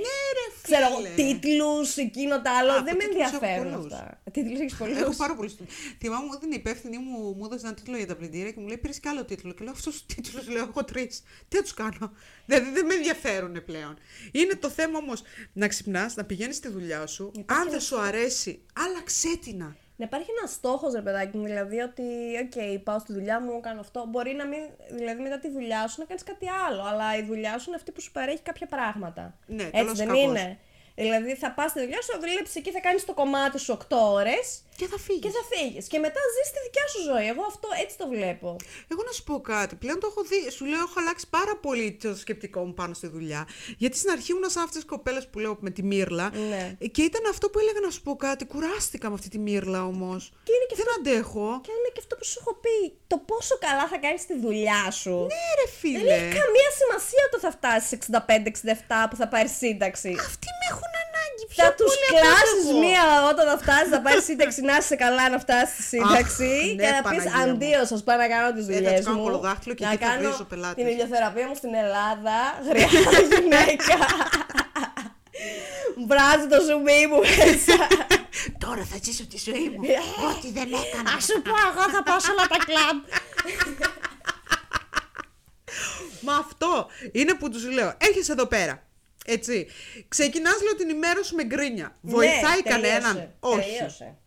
[SPEAKER 2] Ναι ρε φίλε.
[SPEAKER 1] Ξέρω εγώ, τίτλους, εκείνο το άλλο.
[SPEAKER 2] Α,
[SPEAKER 1] δεν με
[SPEAKER 2] από τίτλους έχω
[SPEAKER 1] ενδιαφέρουν
[SPEAKER 2] πολλούς.
[SPEAKER 1] αυτά. Τίτλους έχεις πολλούς.
[SPEAKER 2] Έχω πάρα πολύ στου- Θυμάμαι ότι την υπεύθυνη μου μου έδωσε ένα τίτλο για τα πλυντήρια και μου λέει πήρες κι άλλο τίτλο. Και λέω αυτού τους τίτλους λέω έχω τρεις. Τι θα τους κάνω. Δηλαδή δεν με ενδιαφέρουν πλέον. Είναι το θέμα όμως να ξυπνάς, να πηγαίνεις στη δουλειά σου.
[SPEAKER 1] Υπάρχει
[SPEAKER 2] Αν δεν σου αρέσει, άλλαξέ την. να.
[SPEAKER 1] Να υπάρχει ένας στόχος, ρε παιδάκι μου, δηλαδή ότι, οκ, πάω στη δουλειά μου, κάνω αυτό. Μπορεί να μην, δηλαδή μετά τη δουλειά σου να κάνεις κάτι άλλο, αλλά η δουλειά σου είναι αυτή που σου παρέχει κάποια πράγματα.
[SPEAKER 2] Ναι,
[SPEAKER 1] Έτσι
[SPEAKER 2] καλός
[SPEAKER 1] δεν
[SPEAKER 2] κακός.
[SPEAKER 1] είναι. Δηλαδή θα πας στη δουλειά σου, θα δουλέψεις εκεί, θα κάνεις το κομμάτι σου 8 ώρες
[SPEAKER 2] Και θα φύγεις.
[SPEAKER 1] και θα φύγεις. Και μετά ζεις τη δικιά σου ζωή. Εγώ αυτό έτσι το βλέπω.
[SPEAKER 2] Εγώ να σου πω κάτι. Πλέον το έχω δει. Σου λέω, έχω αλλάξει πάρα πολύ το σκεπτικό μου πάνω στη δουλειά. Γιατί στην αρχή ήμουν σαν αυτές τις κοπέλες που λέω με τη Μύρλα.
[SPEAKER 1] Ναι.
[SPEAKER 2] Ε, Και ήταν αυτό που έλεγα να σου πω κάτι. Κουράστηκα με αυτή τη Μύρλα όμως.
[SPEAKER 1] Και είναι και
[SPEAKER 2] Δεν αντέχω.
[SPEAKER 1] Και είναι και αυτό που σου έχω πει, το πόσο καλά θα κάνεις τη δουλειά σου.
[SPEAKER 2] Ναι, ρε
[SPEAKER 1] Δεν έχει
[SPEAKER 2] φίλε.
[SPEAKER 1] καμία σημασία το θα φτάσεις 65-67 που θα πάρεις σύνταξη.
[SPEAKER 2] Αυτοί με έχουν ανάγκη. πιο
[SPEAKER 1] Θα τους
[SPEAKER 2] πολύ από
[SPEAKER 1] κλάσει
[SPEAKER 2] εγώ.
[SPEAKER 1] μία όταν θα φτάσεις να πάρει σύνταξη, να είσαι καλά να φτάσεις στη
[SPEAKER 2] Αχ,
[SPEAKER 1] σύνταξη.
[SPEAKER 2] ναι,
[SPEAKER 1] και να πεις
[SPEAKER 2] Παναγία μου. Ε,
[SPEAKER 1] αντίο, σας πάω να κάνω τις
[SPEAKER 2] θα
[SPEAKER 1] δουλειέ
[SPEAKER 2] τους κάνω
[SPEAKER 1] μου.
[SPEAKER 2] κολοδάχτυλο και
[SPEAKER 1] να
[SPEAKER 2] εκεί θα
[SPEAKER 1] κάνω
[SPEAKER 2] βρίζω πελάτες.
[SPEAKER 1] την ηλιοθεραπεία μου στην Ελλάδα. Χρειάζεται [laughs] γυναίκα. Μπράζει το ζουμί μου
[SPEAKER 2] [laughs]
[SPEAKER 1] μέσα.
[SPEAKER 2] [laughs] Τώρα θα ζήσω τη ζωή μου.
[SPEAKER 1] Ναι.
[SPEAKER 2] Ό,τι δεν έκανα.
[SPEAKER 1] Ας σου πω, εγώ θα πάω σε όλα τα κλαμπ.
[SPEAKER 2] Μα αυτό είναι που τους λέω. Έρχεσαι εδώ πέρα. Έτσι. Ξεκινάς, λέω, την ημέρα σου με γκρίνια. Βοηθάει
[SPEAKER 1] Ναι, τελείωσε,
[SPEAKER 2] κανέναν. Όχι.
[SPEAKER 1] τελείωσε.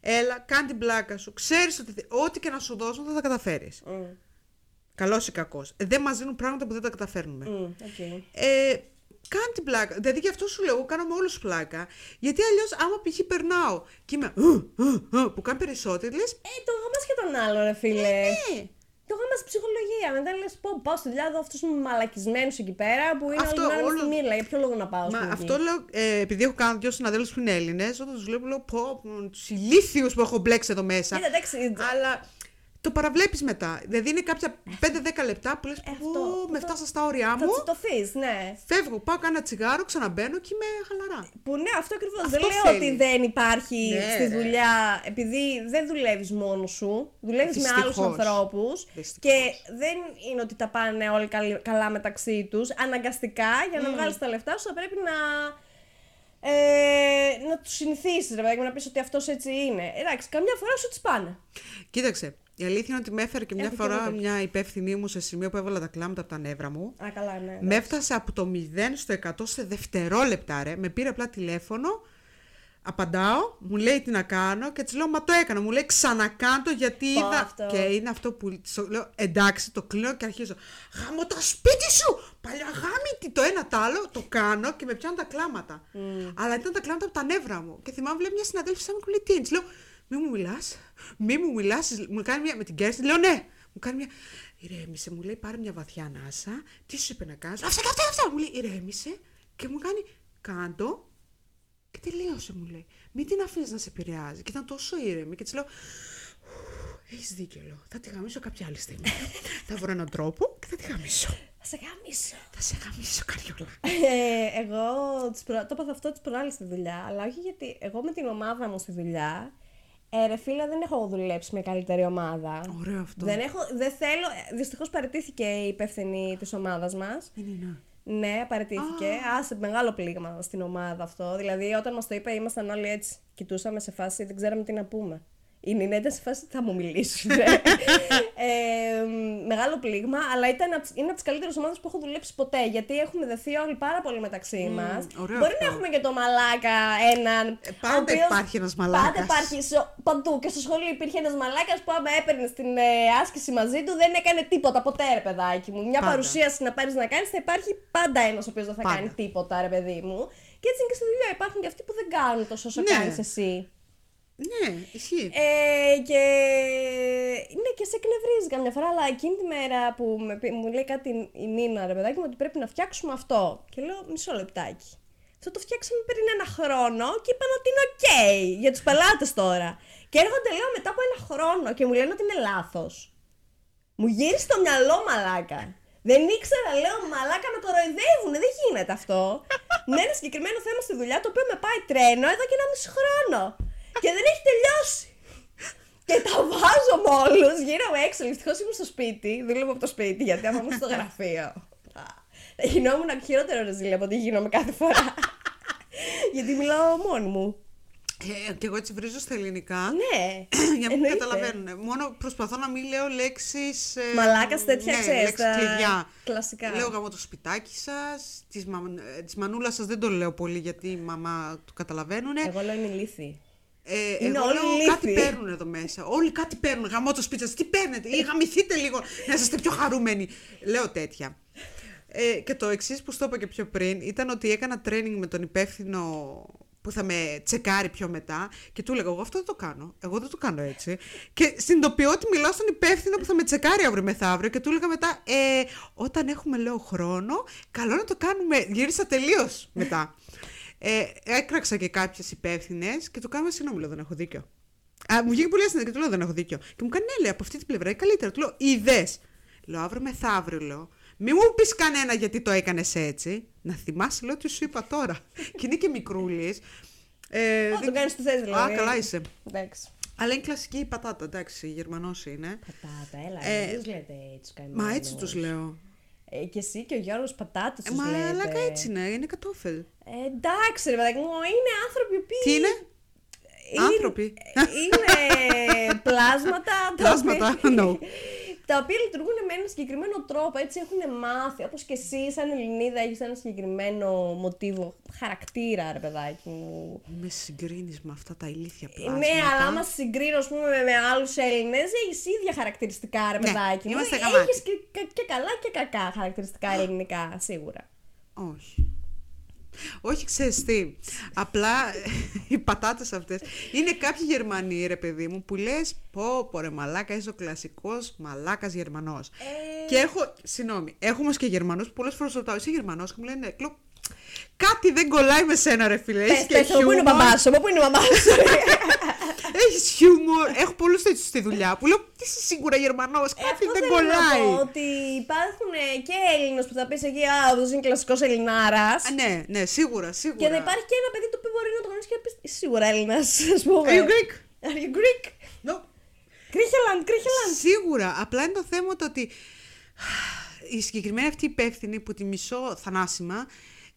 [SPEAKER 2] Έλα, κάνει την πλάκα σου. Ξέρεις ότι θε- ό,τι και να σου δώσουν θα τα καταφέρεις.
[SPEAKER 1] Μμ,
[SPEAKER 2] Καλός ή κακός. Δεν μας δίνουν πράγματα που δεν τα καταφέρνουμε.
[SPEAKER 1] μμ, οκ.
[SPEAKER 2] Ε, κάνει την πλάκα. Δηλαδή γι' αυτό σου λέω, εγώ κάνω με όλους πλάκα. Γιατί αλλιώς, άμα π.χ. περνάω και είμαι. «Ου, ου, ου», που κάνει περισσότερε, λες.
[SPEAKER 1] Ε, το γάμα και τον άλλο, ρε φίλε.
[SPEAKER 2] Ε,
[SPEAKER 1] Το γάμα στη ψυχολογία. Μετά λες, πω, πάω στη δουλειά, δω αυτού του μαλακισμένους εκεί πέρα που είναι
[SPEAKER 2] Αυτό
[SPEAKER 1] όλοι μέρα όλο...
[SPEAKER 2] όλο-
[SPEAKER 1] στη μήλα. Για ποιο λόγο να πάω,
[SPEAKER 2] μα
[SPEAKER 1] στην
[SPEAKER 2] αυτό λέω, ε, επειδή έχω κάνει δύο συναδέλφους που είναι Έλληνες, όταν τους βλέπω, λέω πω, τους ηλίθιους που έχω μπλέξει εδώ μέσα.
[SPEAKER 1] Κοίτα, εντάξει.
[SPEAKER 2] Αλλά το παραβλέπεις μετά. Δηλαδή είναι κάποια 5-10 λεπτά που λες,
[SPEAKER 1] Ε, αυτό,
[SPEAKER 2] με
[SPEAKER 1] το-
[SPEAKER 2] φτάσα στα όρια
[SPEAKER 1] Θα
[SPEAKER 2] μου.
[SPEAKER 1] τσιτωθείς, ναι.
[SPEAKER 2] Φεύγω, πάω κάνω ένα τσιγάρο, ξαναμπαίνω και είμαι χαλαρά.
[SPEAKER 1] Που ναι, αυτό ακριβώς.
[SPEAKER 2] Αυτό
[SPEAKER 1] Δεν λέω
[SPEAKER 2] θέλει.
[SPEAKER 1] ότι δεν υπάρχει
[SPEAKER 2] Ναι,
[SPEAKER 1] στη
[SPEAKER 2] ρε.
[SPEAKER 1] δουλειά, επειδή δεν δουλεύεις μόνος σου. Δουλεύεις με άλλους
[SPEAKER 2] Δυστυχώς.
[SPEAKER 1] ανθρώπους.
[SPEAKER 2] Δυστυχώς.
[SPEAKER 1] Και δεν είναι ότι τα πάνε όλοι καλ- καλά μεταξύ τους. Αναγκαστικά για να βγάλεις τα λεφτά σου θα πρέπει να. Ε, να τους συνηθίσεις, ρε παιδί μου, να πεις ότι αυτός έτσι είναι. Εντάξει, καμιά φορά σου τις πάνε.
[SPEAKER 2] Κοίταξε, η αλήθεια είναι ότι με έφερε και μια
[SPEAKER 1] Έχω και εγώ
[SPEAKER 2] φορά
[SPEAKER 1] τέτοιο.
[SPEAKER 2] μια υπεύθυνή μου σε σημείο που έβαλα τα κλάματα από τα νεύρα μου.
[SPEAKER 1] Α, καλά, ναι.
[SPEAKER 2] Με έφτασε από το 0 στο 100 σε δευτερόλεπτα, ρε. Με πήρε απλά τηλέφωνο, απαντάω, μου λέει τι να κάνω και της λέω Μα το έκανα. Μου λέει Ξανακάντο γιατί
[SPEAKER 1] Πω
[SPEAKER 2] είδα.
[SPEAKER 1] αυτό.
[SPEAKER 2] Και είναι αυτό που. της λέω Εντάξει, το κλείνω και αρχίζω. Γάμω το σπίτι σου! Παλιά γάμητη το ένα τ' άλλο, το κάνω και με πιάνουν τα κλάματα.
[SPEAKER 1] Mm.
[SPEAKER 2] Αλλά ήταν τα κλάματα από τα νεύρα μου. Και θυμάμαι, βλέπει μια συναδέλφη μου και μου λέει Τι είναι, Της λέω Μη μου μιλάς, μη μου μιλάς, μου κάνει μια με την κέρση, λέω ναι. Μου κάνει μια. Ηρέμησε, μου λέει πάρε μια βαθιά ανάσα. Τι σου είπε να κάνεις. Αυτά και αυτά, αυτά. Μου λέει ηρέμησε και μου κάνει κάντο και τελείωσε, μου λέει. Μην την αφήνεις να σε επηρεάζει. Και ήταν τόσο ήρεμη και της λέω. Έχεις δίκιο, λέω. Θα τη γαμίσω κάποια άλλη [laughs] στιγμή. θα βρω έναν τρόπο και θα τη γαμίσω.
[SPEAKER 1] Θα σε γάμισω.
[SPEAKER 2] Θα σε γαμίσω, καριόλα.
[SPEAKER 1] Ε, εγώ τις προ... το έπαθα αυτό τις προάλλες στη δουλειά, αλλά όχι γιατί εγώ με την ομάδα μου στη δουλειά, ε, ρε φίλε, δεν έχω δουλέψει με καλύτερη ομάδα.
[SPEAKER 2] Ωραίο αυτό.
[SPEAKER 1] Δεν, έχω, δεν θέλω, ε, δυστυχώς παραιτήθηκε η υπεύθυνη της ομάδας μας.
[SPEAKER 2] Δεν είναι.
[SPEAKER 1] Ναι, παραιτήθηκε. Άσε μεγάλο πλήγμα στην ομάδα αυτό. Δηλαδή, όταν μας το είπε, ήμασταν όλοι έτσι. Κοιτούσαμε σε φάση, δεν ξέραμε τι να πούμε. Η Νίνα ήταν σε φάση θα μου μιλήσουν.
[SPEAKER 2] [laughs]
[SPEAKER 1] ε, μ, μεγάλο πλήγμα, αλλά ήταν, απ' τις- είναι από τις καλύτερες ομάδες που έχω δουλέψει ποτέ. Γιατί έχουμε δεθεί όλοι πάρα πολύ μεταξύ
[SPEAKER 2] Μμμ,
[SPEAKER 1] μας. μα.
[SPEAKER 2] ωραίο
[SPEAKER 1] Μπορεί να
[SPEAKER 2] αυτό.
[SPEAKER 1] έχουμε και το μαλάκα έναν.
[SPEAKER 2] Ε, πάντα
[SPEAKER 1] ο οποίος-
[SPEAKER 2] υπάρχει ένας μαλάκας.
[SPEAKER 1] Πάντα υπάρχει. σε- Παντού και στο σχολείο υπήρχε ένας μαλάκας που άμα έπαιρνε την ε, άσκηση μαζί του δεν έκανε τίποτα ποτέ, ρε παιδάκι μου. Μια
[SPEAKER 2] Πάντα.
[SPEAKER 1] παρουσίαση να πάρεις να κάνεις, θα υπάρχει πάντα ένας ο οποίος δεν θα
[SPEAKER 2] Πάντα.
[SPEAKER 1] κάνει τίποτα, ρε παιδί μου. Και έτσι είναι και στη δουλειά. Υπάρχουν και αυτοί που δεν κάνουν τόσο όσο
[SPEAKER 2] Ναι.
[SPEAKER 1] κάνεις εσύ.
[SPEAKER 2] Ναι, ισχύει.
[SPEAKER 1] Ε, και ναι, και σε εκνευρίζει καμιά φορά, αλλά εκείνη τη μέρα που με πει- μου λέει κάτι η Νίνα, ρε παιδάκι μου, ότι πρέπει να φτιάξουμε αυτό. Και λέω μισό λεπτάκι. Αυτό το φτιάξαμε πριν ένα χρόνο και είπαν ότι είναι οκ για τους πελάτες τώρα. Και έρχονται, λέω, μετά από ένα χρόνο και μου λένε ότι είναι λάθος. Μου γύρισε το μυαλό, μαλάκα. Δεν ήξερα, λέω, μαλάκα με κοροϊδεύουνε, δεν γίνεται αυτό. με ένα συγκεκριμένο θέμα στη δουλειά, το οποίο με πάει τρένο εδώ και ένα μισό χρόνο. Και δεν έχει τελειώσει. Και τα βάζω με όλου γύρω μου έξω. Δυστυχώς ήμουν στο σπίτι, δούλευα από το σπίτι, γιατί άμα
[SPEAKER 2] [laughs]
[SPEAKER 1] ήμουν στο γραφείο. α, Θα γινόμουν χειρότερο ρεζίλια από ό,τι γίνομαι κάθε φορά. γιατί μιλάω μόνη μου.
[SPEAKER 2] Ε, και εγώ έτσι βρίζω στα ελληνικά.
[SPEAKER 1] Ναι.
[SPEAKER 2] [clears throat] για να μην
[SPEAKER 1] εννοείται.
[SPEAKER 2] καταλαβαίνουν. Μόνο προσπαθώ να μην λέω λέξεις.
[SPEAKER 1] Μαλάκας, τέτοια,
[SPEAKER 2] ναι,
[SPEAKER 1] ξέρεις,
[SPEAKER 2] λέξεις
[SPEAKER 1] τα
[SPEAKER 2] κλειδιά.
[SPEAKER 1] κλασικά.
[SPEAKER 2] Λέω γαμώ το σπιτάκι σας. Της μα... της μανούλας σας δεν το λέω πολύ γιατί η μαμά το καταλαβαίνουν.
[SPEAKER 1] Εγώ λέω είναι λύθη.
[SPEAKER 2] Ε,
[SPEAKER 1] Είναι
[SPEAKER 2] εγώ
[SPEAKER 1] όλοι
[SPEAKER 2] λέω, κάτι
[SPEAKER 1] λύθοι.
[SPEAKER 2] παίρνουν εδώ μέσα. Όλοι κάτι παίρνουν. Γαμώ το σπίτι σας, Τι παίρνετε. Ή γαμηθείτε λίγο να είστε πιο χαρούμενοι. Λέω τέτοια. Ε, και το εξής που στο είπα και πιο πριν ήταν ότι έκανα training με τον υπεύθυνο που θα με τσεκάρει πιο μετά και του έλεγα εγώ αυτό δεν το κάνω, εγώ δεν το κάνω έτσι και συνειδητοποιώ ότι μιλάω στον υπεύθυνο που θα με τσεκάρει αύριο μεθαύριο και του έλεγα μετά ε, όταν έχουμε λέω χρόνο καλό να το κάνουμε, γύρισα τελείως μετά ε, έκραξα και κάποιες υπεύθυνες και του κάνω συγγνώμη, λέω δεν έχω δίκιο. Α, μου βγήκε πολύ άσχημα και του λέω δεν έχω δίκιο. Και μου κάνει ναι, λέει από αυτή την πλευρά είναι καλύτερα. Του λέω είδες. Λέω αύριο μεθαύριο, λέω. Μη μου πεις κανένα γιατί το έκανες έτσι. Να θυμάσαι, λέω τι σου είπα τώρα. [laughs] και είναι και μικρούλης. Ε,
[SPEAKER 1] Α,
[SPEAKER 2] δεν-
[SPEAKER 1] τον κάνει τι θες, δηλαδή.
[SPEAKER 2] Α, καλά είσαι.
[SPEAKER 1] Εντάξει.
[SPEAKER 2] Αλλά είναι κλασική η πατάτα, εντάξει, Γερμανός είναι.
[SPEAKER 1] Πατάτα, έλα.
[SPEAKER 2] Ε,
[SPEAKER 1] Ε, λέτε έτσι του
[SPEAKER 2] Μα έτσι τους λέω.
[SPEAKER 1] Ε, και εσύ και ο Γιώργος πατάτες
[SPEAKER 2] Ε,
[SPEAKER 1] τους
[SPEAKER 2] μα
[SPEAKER 1] λέτε.
[SPEAKER 2] αλλά έτσι είναι, είναι κατόφελ.
[SPEAKER 1] Ε, εντάξει, ρε παιδάκι μου, είναι άνθρωποι που.
[SPEAKER 2] Τι είναι,
[SPEAKER 1] Ε.
[SPEAKER 2] άνθρωποι.
[SPEAKER 1] Είναι
[SPEAKER 2] [laughs]
[SPEAKER 1] πλάσματα. τα
[SPEAKER 2] Πλάσματα,
[SPEAKER 1] οποία-
[SPEAKER 2] no.
[SPEAKER 1] τα οποία λειτουργούν με έναν συγκεκριμένο τρόπο, έτσι έχουν μάθει. Όπως και εσύ, σαν Ελληνίδα, έχεις ένα συγκεκριμένο μοτίβο, χαρακτήρα, ρε παιδάκι μου.
[SPEAKER 2] Με συγκρίνεις με αυτά τα ηλίθια πλάσματα.
[SPEAKER 1] Ναι, αλλά άμα σε συγκρίνω ας πούμε, με, με άλλους Έλληνες, έχεις ίδια χαρακτηριστικά, ρε
[SPEAKER 2] Ναι,
[SPEAKER 1] παιδάκι μου.
[SPEAKER 2] είμαστε γαμάτοι.
[SPEAKER 1] Έχει και, κα- και καλά και κακά χαρακτηριστικά ελληνικά, σίγουρα.
[SPEAKER 2] Όχι. Όχι, ξέρεις τι. Απλά [laughs] οι πατάτες αυτές είναι κάποιοι Γερμανοί, ρε παιδί μου, που λες πω, πω ρε μαλάκα, είσαι ο κλασικός μαλάκας Γερμανός.
[SPEAKER 1] Ε.
[SPEAKER 2] Και έχω, συγγνώμη, έχω όμως και Γερμανούς που πολλές φορές ρωτάω, είσαι Γερμανός και μου λένε, ναι, λέω, κάτι δεν κολλάει με σένα ρε φίλε, έχεις
[SPEAKER 1] Πες,
[SPEAKER 2] και
[SPEAKER 1] πες, μου, πού είναι ο μπαμπά
[SPEAKER 2] χιούμορ,
[SPEAKER 1] σου, μου, πού είναι ο μπαμπά σου.
[SPEAKER 2] έχεις χιούμορ, έχω πολλούς τέτοιους στη δουλειά που λέω, τι είσαι σίγουρα Γερμανός,
[SPEAKER 1] Ε,
[SPEAKER 2] κάτι
[SPEAKER 1] αυτό
[SPEAKER 2] δεν
[SPEAKER 1] θέλω να πω,
[SPEAKER 2] κολλάει.
[SPEAKER 1] Ότι υπάρχουν ε, και Έλληνες που θα πεις εκεί, Α, αυτός είναι κλασικός Ελληνάρας.
[SPEAKER 2] Α, Ναι, ναι, σίγουρα, σίγουρα.
[SPEAKER 1] Και θα υπάρχει και ένα παιδί το οποίο μπορεί να το γνωρίσει και να πεις «Είσαι Σίγουρα Έλληνας, ας πούμε.
[SPEAKER 2] Are you Greek?
[SPEAKER 1] Are you Greek?
[SPEAKER 2] No.
[SPEAKER 1] Κρίχελαντ, Κρίχελαντ.
[SPEAKER 2] Σίγουρα. Απλά είναι το θέμα το ότι [sighs] η συγκεκριμένη αυτή υπεύθυνη που τη μισώ θανάσιμα,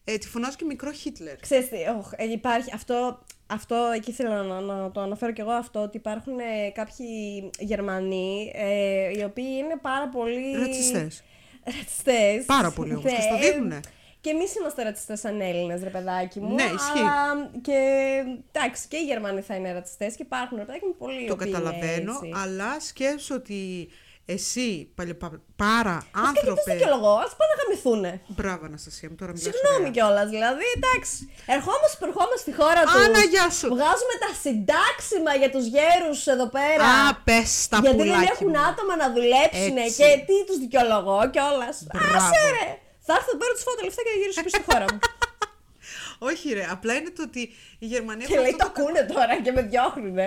[SPEAKER 2] ε, τη φωνάζω και μικρό Χίτλερ.
[SPEAKER 1] Ξέρεις τι, οχ, ε, υπάρχει αυτό, αυτό εκεί ήθελα να, να το αναφέρω κι εγώ αυτό, ότι υπάρχουν ε, κάποιοι Γερμανοί ε, οι οποίοι είναι πάρα πολύ...
[SPEAKER 2] Ρατσιστές.
[SPEAKER 1] Ρατσιστές.
[SPEAKER 2] Πάρα πολύ όμως,
[SPEAKER 1] Ναι,
[SPEAKER 2] μας το δείχνουνε.
[SPEAKER 1] ε, Και εμείς είμαστε ρατσιστές σαν Έλληνες, ρε παιδάκι μου.
[SPEAKER 2] Ναι, ισχύει.
[SPEAKER 1] Αλλά και εντάξει, και οι Γερμανοί θα είναι ρατσιστές και υπάρχουν, ρε παιδάκι μου, πολλοί οι
[SPEAKER 2] Το
[SPEAKER 1] οποίοι είναι
[SPEAKER 2] καταλαβαίνω,
[SPEAKER 1] έτσι.
[SPEAKER 2] αλλά σκέψω ότι εσύ παλι- πα- πάρα
[SPEAKER 1] Ε, Και γιατί τους
[SPEAKER 2] άνθρωπε.
[SPEAKER 1] δικαιολογώ, ας πάνε να γαμηθούνε.
[SPEAKER 2] Μπράβο, Αναστασία μου, τώρα μιλάς
[SPEAKER 1] Συγγνώμη
[SPEAKER 2] ωραία.
[SPEAKER 1] κιόλας, δηλαδή, εντάξει. Ερχόμαστε που ερχόμαστε στη χώρα του.
[SPEAKER 2] Άννα, γεια σου.
[SPEAKER 1] Βγάζουμε τα συντάξιμα για τους γέρους εδώ πέρα.
[SPEAKER 2] Α, πες τα
[SPEAKER 1] γιατί δεν
[SPEAKER 2] πουλάκι
[SPEAKER 1] έχουν
[SPEAKER 2] μου.
[SPEAKER 1] άτομα να δουλέψουν
[SPEAKER 2] Έτσι.
[SPEAKER 1] και τι τους δικαιολογώ κιόλας.
[SPEAKER 2] Μπράβο.
[SPEAKER 1] Άσε ρε! Θα έρθω να πάρω του φώτα λεφτά και να γυρίσω πίσω στη χώρα μου.
[SPEAKER 2] Όχι ρε, απλά είναι το ότι η Γερμανία...
[SPEAKER 1] και
[SPEAKER 2] έχουν
[SPEAKER 1] λέει
[SPEAKER 2] αυτό
[SPEAKER 1] το ακούνε τώρα και με διώχνουνε.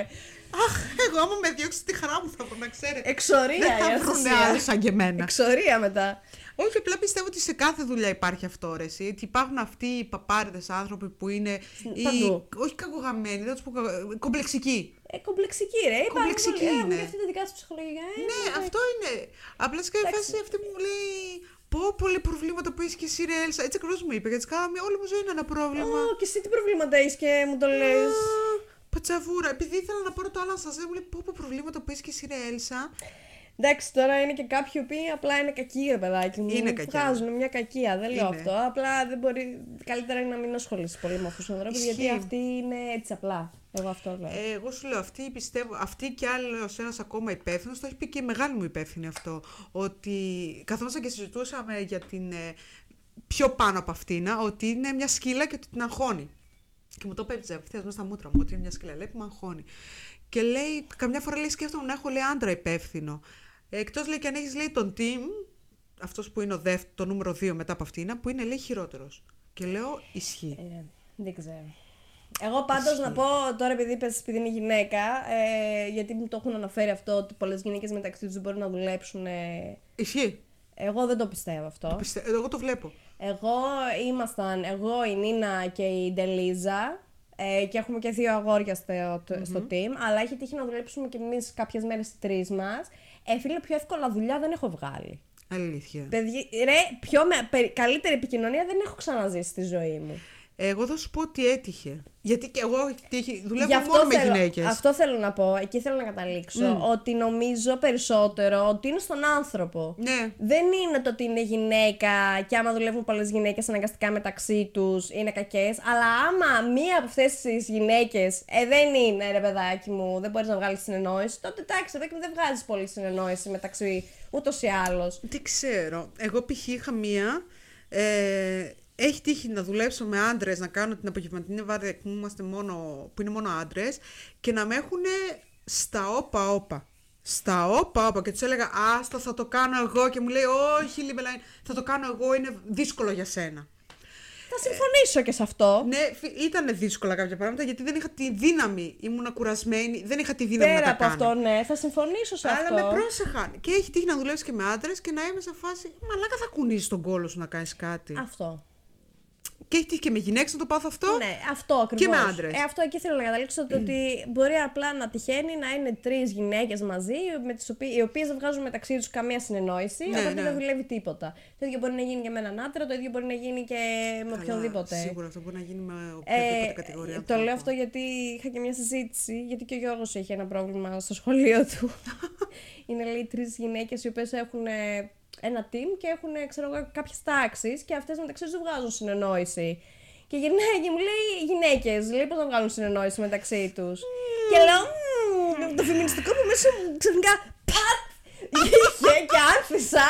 [SPEAKER 2] Αχ, εγώ άμα με διώξει τη χαρά μου θα βρω να ξέρετε.
[SPEAKER 1] Εξορία
[SPEAKER 2] Δεν
[SPEAKER 1] η
[SPEAKER 2] θα βρουνε
[SPEAKER 1] Αναστασία.
[SPEAKER 2] άλλους σαν και εμένα.
[SPEAKER 1] Εξορία μετά.
[SPEAKER 2] Όχι, απλά πιστεύω ότι σε κάθε δουλειά υπάρχει αυτό ρε. εσύ. Ότι υπάρχουν αυτοί οι παπάριδες άνθρωποι που είναι. οι-
[SPEAKER 1] παντού.
[SPEAKER 2] όχι κακογαμμένοι, δεν τους πω. κακο- Κομπλεξικοί.
[SPEAKER 1] Ε, κομπλεξική ρε. Υπάρχουν-
[SPEAKER 2] Κομπλεξική
[SPEAKER 1] έχουν
[SPEAKER 2] είναι.
[SPEAKER 1] και αυτή τη δικά τους ψυχολογία. Ε,
[SPEAKER 2] Ναι, αυτό είναι. Απλά σε κάποια φάση αυτή μου λέει. Πω πολλά προβλήματα που έχεις και εσύ, ρε Έλσα. Έτσι ακριβώς μου είπε. Γιατί κάναμε όλη μου ζωή είναι ένα πρόβλημα.
[SPEAKER 1] Ω, και εσύ τι προβλήματα έχεις και μου το λε.
[SPEAKER 2] Α, But τσαβούρα. Επειδή ήθελα να πάρω το άλλο σα, μου λέει πω πω προβλήματα που είσαι και εσύ, ρε Έλσα.
[SPEAKER 1] Εντάξει, τώρα είναι και κάποιοι που απλά είναι κακοί, ρε παιδάκι μου.
[SPEAKER 2] Είναι κακοί. ναι.
[SPEAKER 1] Βγάζουν μια κακία, δεν λέω
[SPEAKER 2] Είναι.
[SPEAKER 1] αυτό. Απλά δεν μπορεί. Καλύτερα είναι να μην ασχολείσαι πολύ με αυτούς τους ανθρώπους, γιατί
[SPEAKER 2] Ισχύει.
[SPEAKER 1] αυτοί είναι έτσι απλά. Εγώ αυτό λέω.
[SPEAKER 2] Ε, εγώ σου λέω, αυτή πιστεύω, αυτή και άλλος ένας ακόμα υπεύθυνος, το έχει πει και η μεγάλη μου υπεύθυνη αυτό. Ότι καθόμασταν και συζητούσαμε για την. ε, πιο πάνω από αυτήν, ότι είναι μια σκύλα και ότι την αγχώνει. Και μου το πέμπτησε απευθεία μέσα στα μούτρα μου ότι είναι μια σκύλα. Λέει που με αγχώνει. Και λέει, καμιά φορά λέει, σκέφτομαι να έχω λέει άντρα υπεύθυνο. Εκτός λέει και αν έχεις λέει τον Τιμ, αυτός που είναι ο δεύ- το νούμερο 2 μετά από αυτήν, που είναι λέει χειρότερος. Και λέω, ισχύει.
[SPEAKER 1] Ε, δεν ξέρω. Εγώ πάντως να πω τώρα, επειδή είπες επειδή είναι γυναίκα, ε, γιατί μου το έχουν αναφέρει αυτό ότι πολλές γυναίκες μεταξύ τους μπορούν να δουλέψουν. ε,
[SPEAKER 2] Ισχύει.
[SPEAKER 1] εγώ δεν το πιστεύω αυτό.
[SPEAKER 2] Πιστε- Εγώ το βλέπω.
[SPEAKER 1] Εγώ ήμασταν, εγώ, η Νίνα και η Ντελίζα ε, και έχουμε και δύο αγόρια στο, στο team, αλλά έχει τύχει να δουλέψουμε κι εμείς κάποιες μέρες οι τρεις μας. Ε, φίλε, πιο εύκολα δουλειά δεν έχω βγάλει.
[SPEAKER 2] Αλήθεια.
[SPEAKER 1] Παιδι, ρε, πιο με, περι- καλύτερη επικοινωνία δεν έχω ξαναζήσει στη ζωή μου.
[SPEAKER 2] Εγώ θα σου πω ότι έτυχε. Γιατί και εγώ τύχη, δουλεύω
[SPEAKER 1] Γι' αυτό
[SPEAKER 2] μόνο με
[SPEAKER 1] θέλω-
[SPEAKER 2] γυναίκες.
[SPEAKER 1] Αυτό θέλω να πω, εκεί θέλω να καταλήξω. Ότι νομίζω περισσότερο ότι είναι στον άνθρωπο.
[SPEAKER 2] Ναι.
[SPEAKER 1] Δεν είναι το ότι είναι γυναίκα και άμα δουλεύουν πολλές γυναίκες αναγκαστικά μεταξύ τους είναι κακές. Αλλά άμα μία από αυτές τις γυναίκες ε, δεν είναι ρε παιδάκι μου, δεν μπορείς να βγάλεις συνεννόηση, τότε εντάξει, παιδάκι μου, δεν βγάζεις πολύ συνεννόηση μεταξύ ούτως ή άλλως.
[SPEAKER 2] Δεν ξέρω. Εγώ π.χ. είχα μία. Ε, έχει τύχει να δουλέψω με άντρες, να κάνω την απογευματινή βάρδια που, είμαστε μόνο, που είναι μόνο άντρες και να με έχουν στα όπα όπα. Στα όπα όπα. Και τους έλεγα Άστα, θα το κάνω εγώ. Και μου λέει Όχι, Λιμπελάιν, θα το κάνω εγώ. Είναι δύσκολο για σένα.
[SPEAKER 1] Θα συμφωνήσω και σε αυτό.
[SPEAKER 2] Ναι, ήταν δύσκολα κάποια πράγματα γιατί δεν είχα τη δύναμη. Ήμουν κουρασμένη, δεν είχα τη δύναμη
[SPEAKER 1] Πέρα
[SPEAKER 2] να τα
[SPEAKER 1] από
[SPEAKER 2] κάνω.
[SPEAKER 1] αυτό, ναι, θα συμφωνήσω σε αυτό.
[SPEAKER 2] Αλλά με πρόσεχαν. Και έχει τύχει να δουλεύει και με άντρες και να είμαι σε φάση. Μαλάκα θα κουνήσεις τον κόλο σου να κάνεις κάτι.
[SPEAKER 1] Αυτό.
[SPEAKER 2] Και έχει τύχει και με γυναίκες να το πάθω αυτό.
[SPEAKER 1] Ναι, αυτό ακριβώς.
[SPEAKER 2] με άντρες.
[SPEAKER 1] Ε, αυτό εκεί θέλω να καταλήξω το ότι μπορεί απλά να τυχαίνει να είναι τρεις γυναίκες μαζί, με τις οποίες, οι οποίες δεν βγάζουν μεταξύ τους καμία συνεννόηση,
[SPEAKER 2] Ναι,
[SPEAKER 1] οπότε
[SPEAKER 2] ναι.
[SPEAKER 1] δεν δουλεύει τίποτα. Το ίδιο μπορεί να γίνει και με έναν άντρα, το ίδιο μπορεί να γίνει και με
[SPEAKER 2] Καλά,
[SPEAKER 1] οποιονδήποτε.
[SPEAKER 2] Σίγουρα αυτό μπορεί να γίνει με οποιαδήποτε
[SPEAKER 1] Ε,
[SPEAKER 2] κατηγορία.
[SPEAKER 1] το λέω
[SPEAKER 2] ανθρώπου.
[SPEAKER 1] αυτό γιατί είχα και μια συζήτηση, γιατί και ο Γιώργος έχει ένα πρόβλημα στο σχολείο του. Είναι λέει τρεις γυναίκες οι οποίες έχουν ε, ένα team και έχουν ε, ξέρω, εγώ, κάποιες τάξεις και αυτές μεταξύ τους δεν βγάζουν συνεννόηση. Και γυρνάει και μου λέει οι γυναίκες, λέει πώς να βγάλουν συνεννόηση μεταξύ τους. Και λέω, «Μμμ, το φεμινιστικό μου μέσα μου ξαφνικά πατ, είχε και άφησα.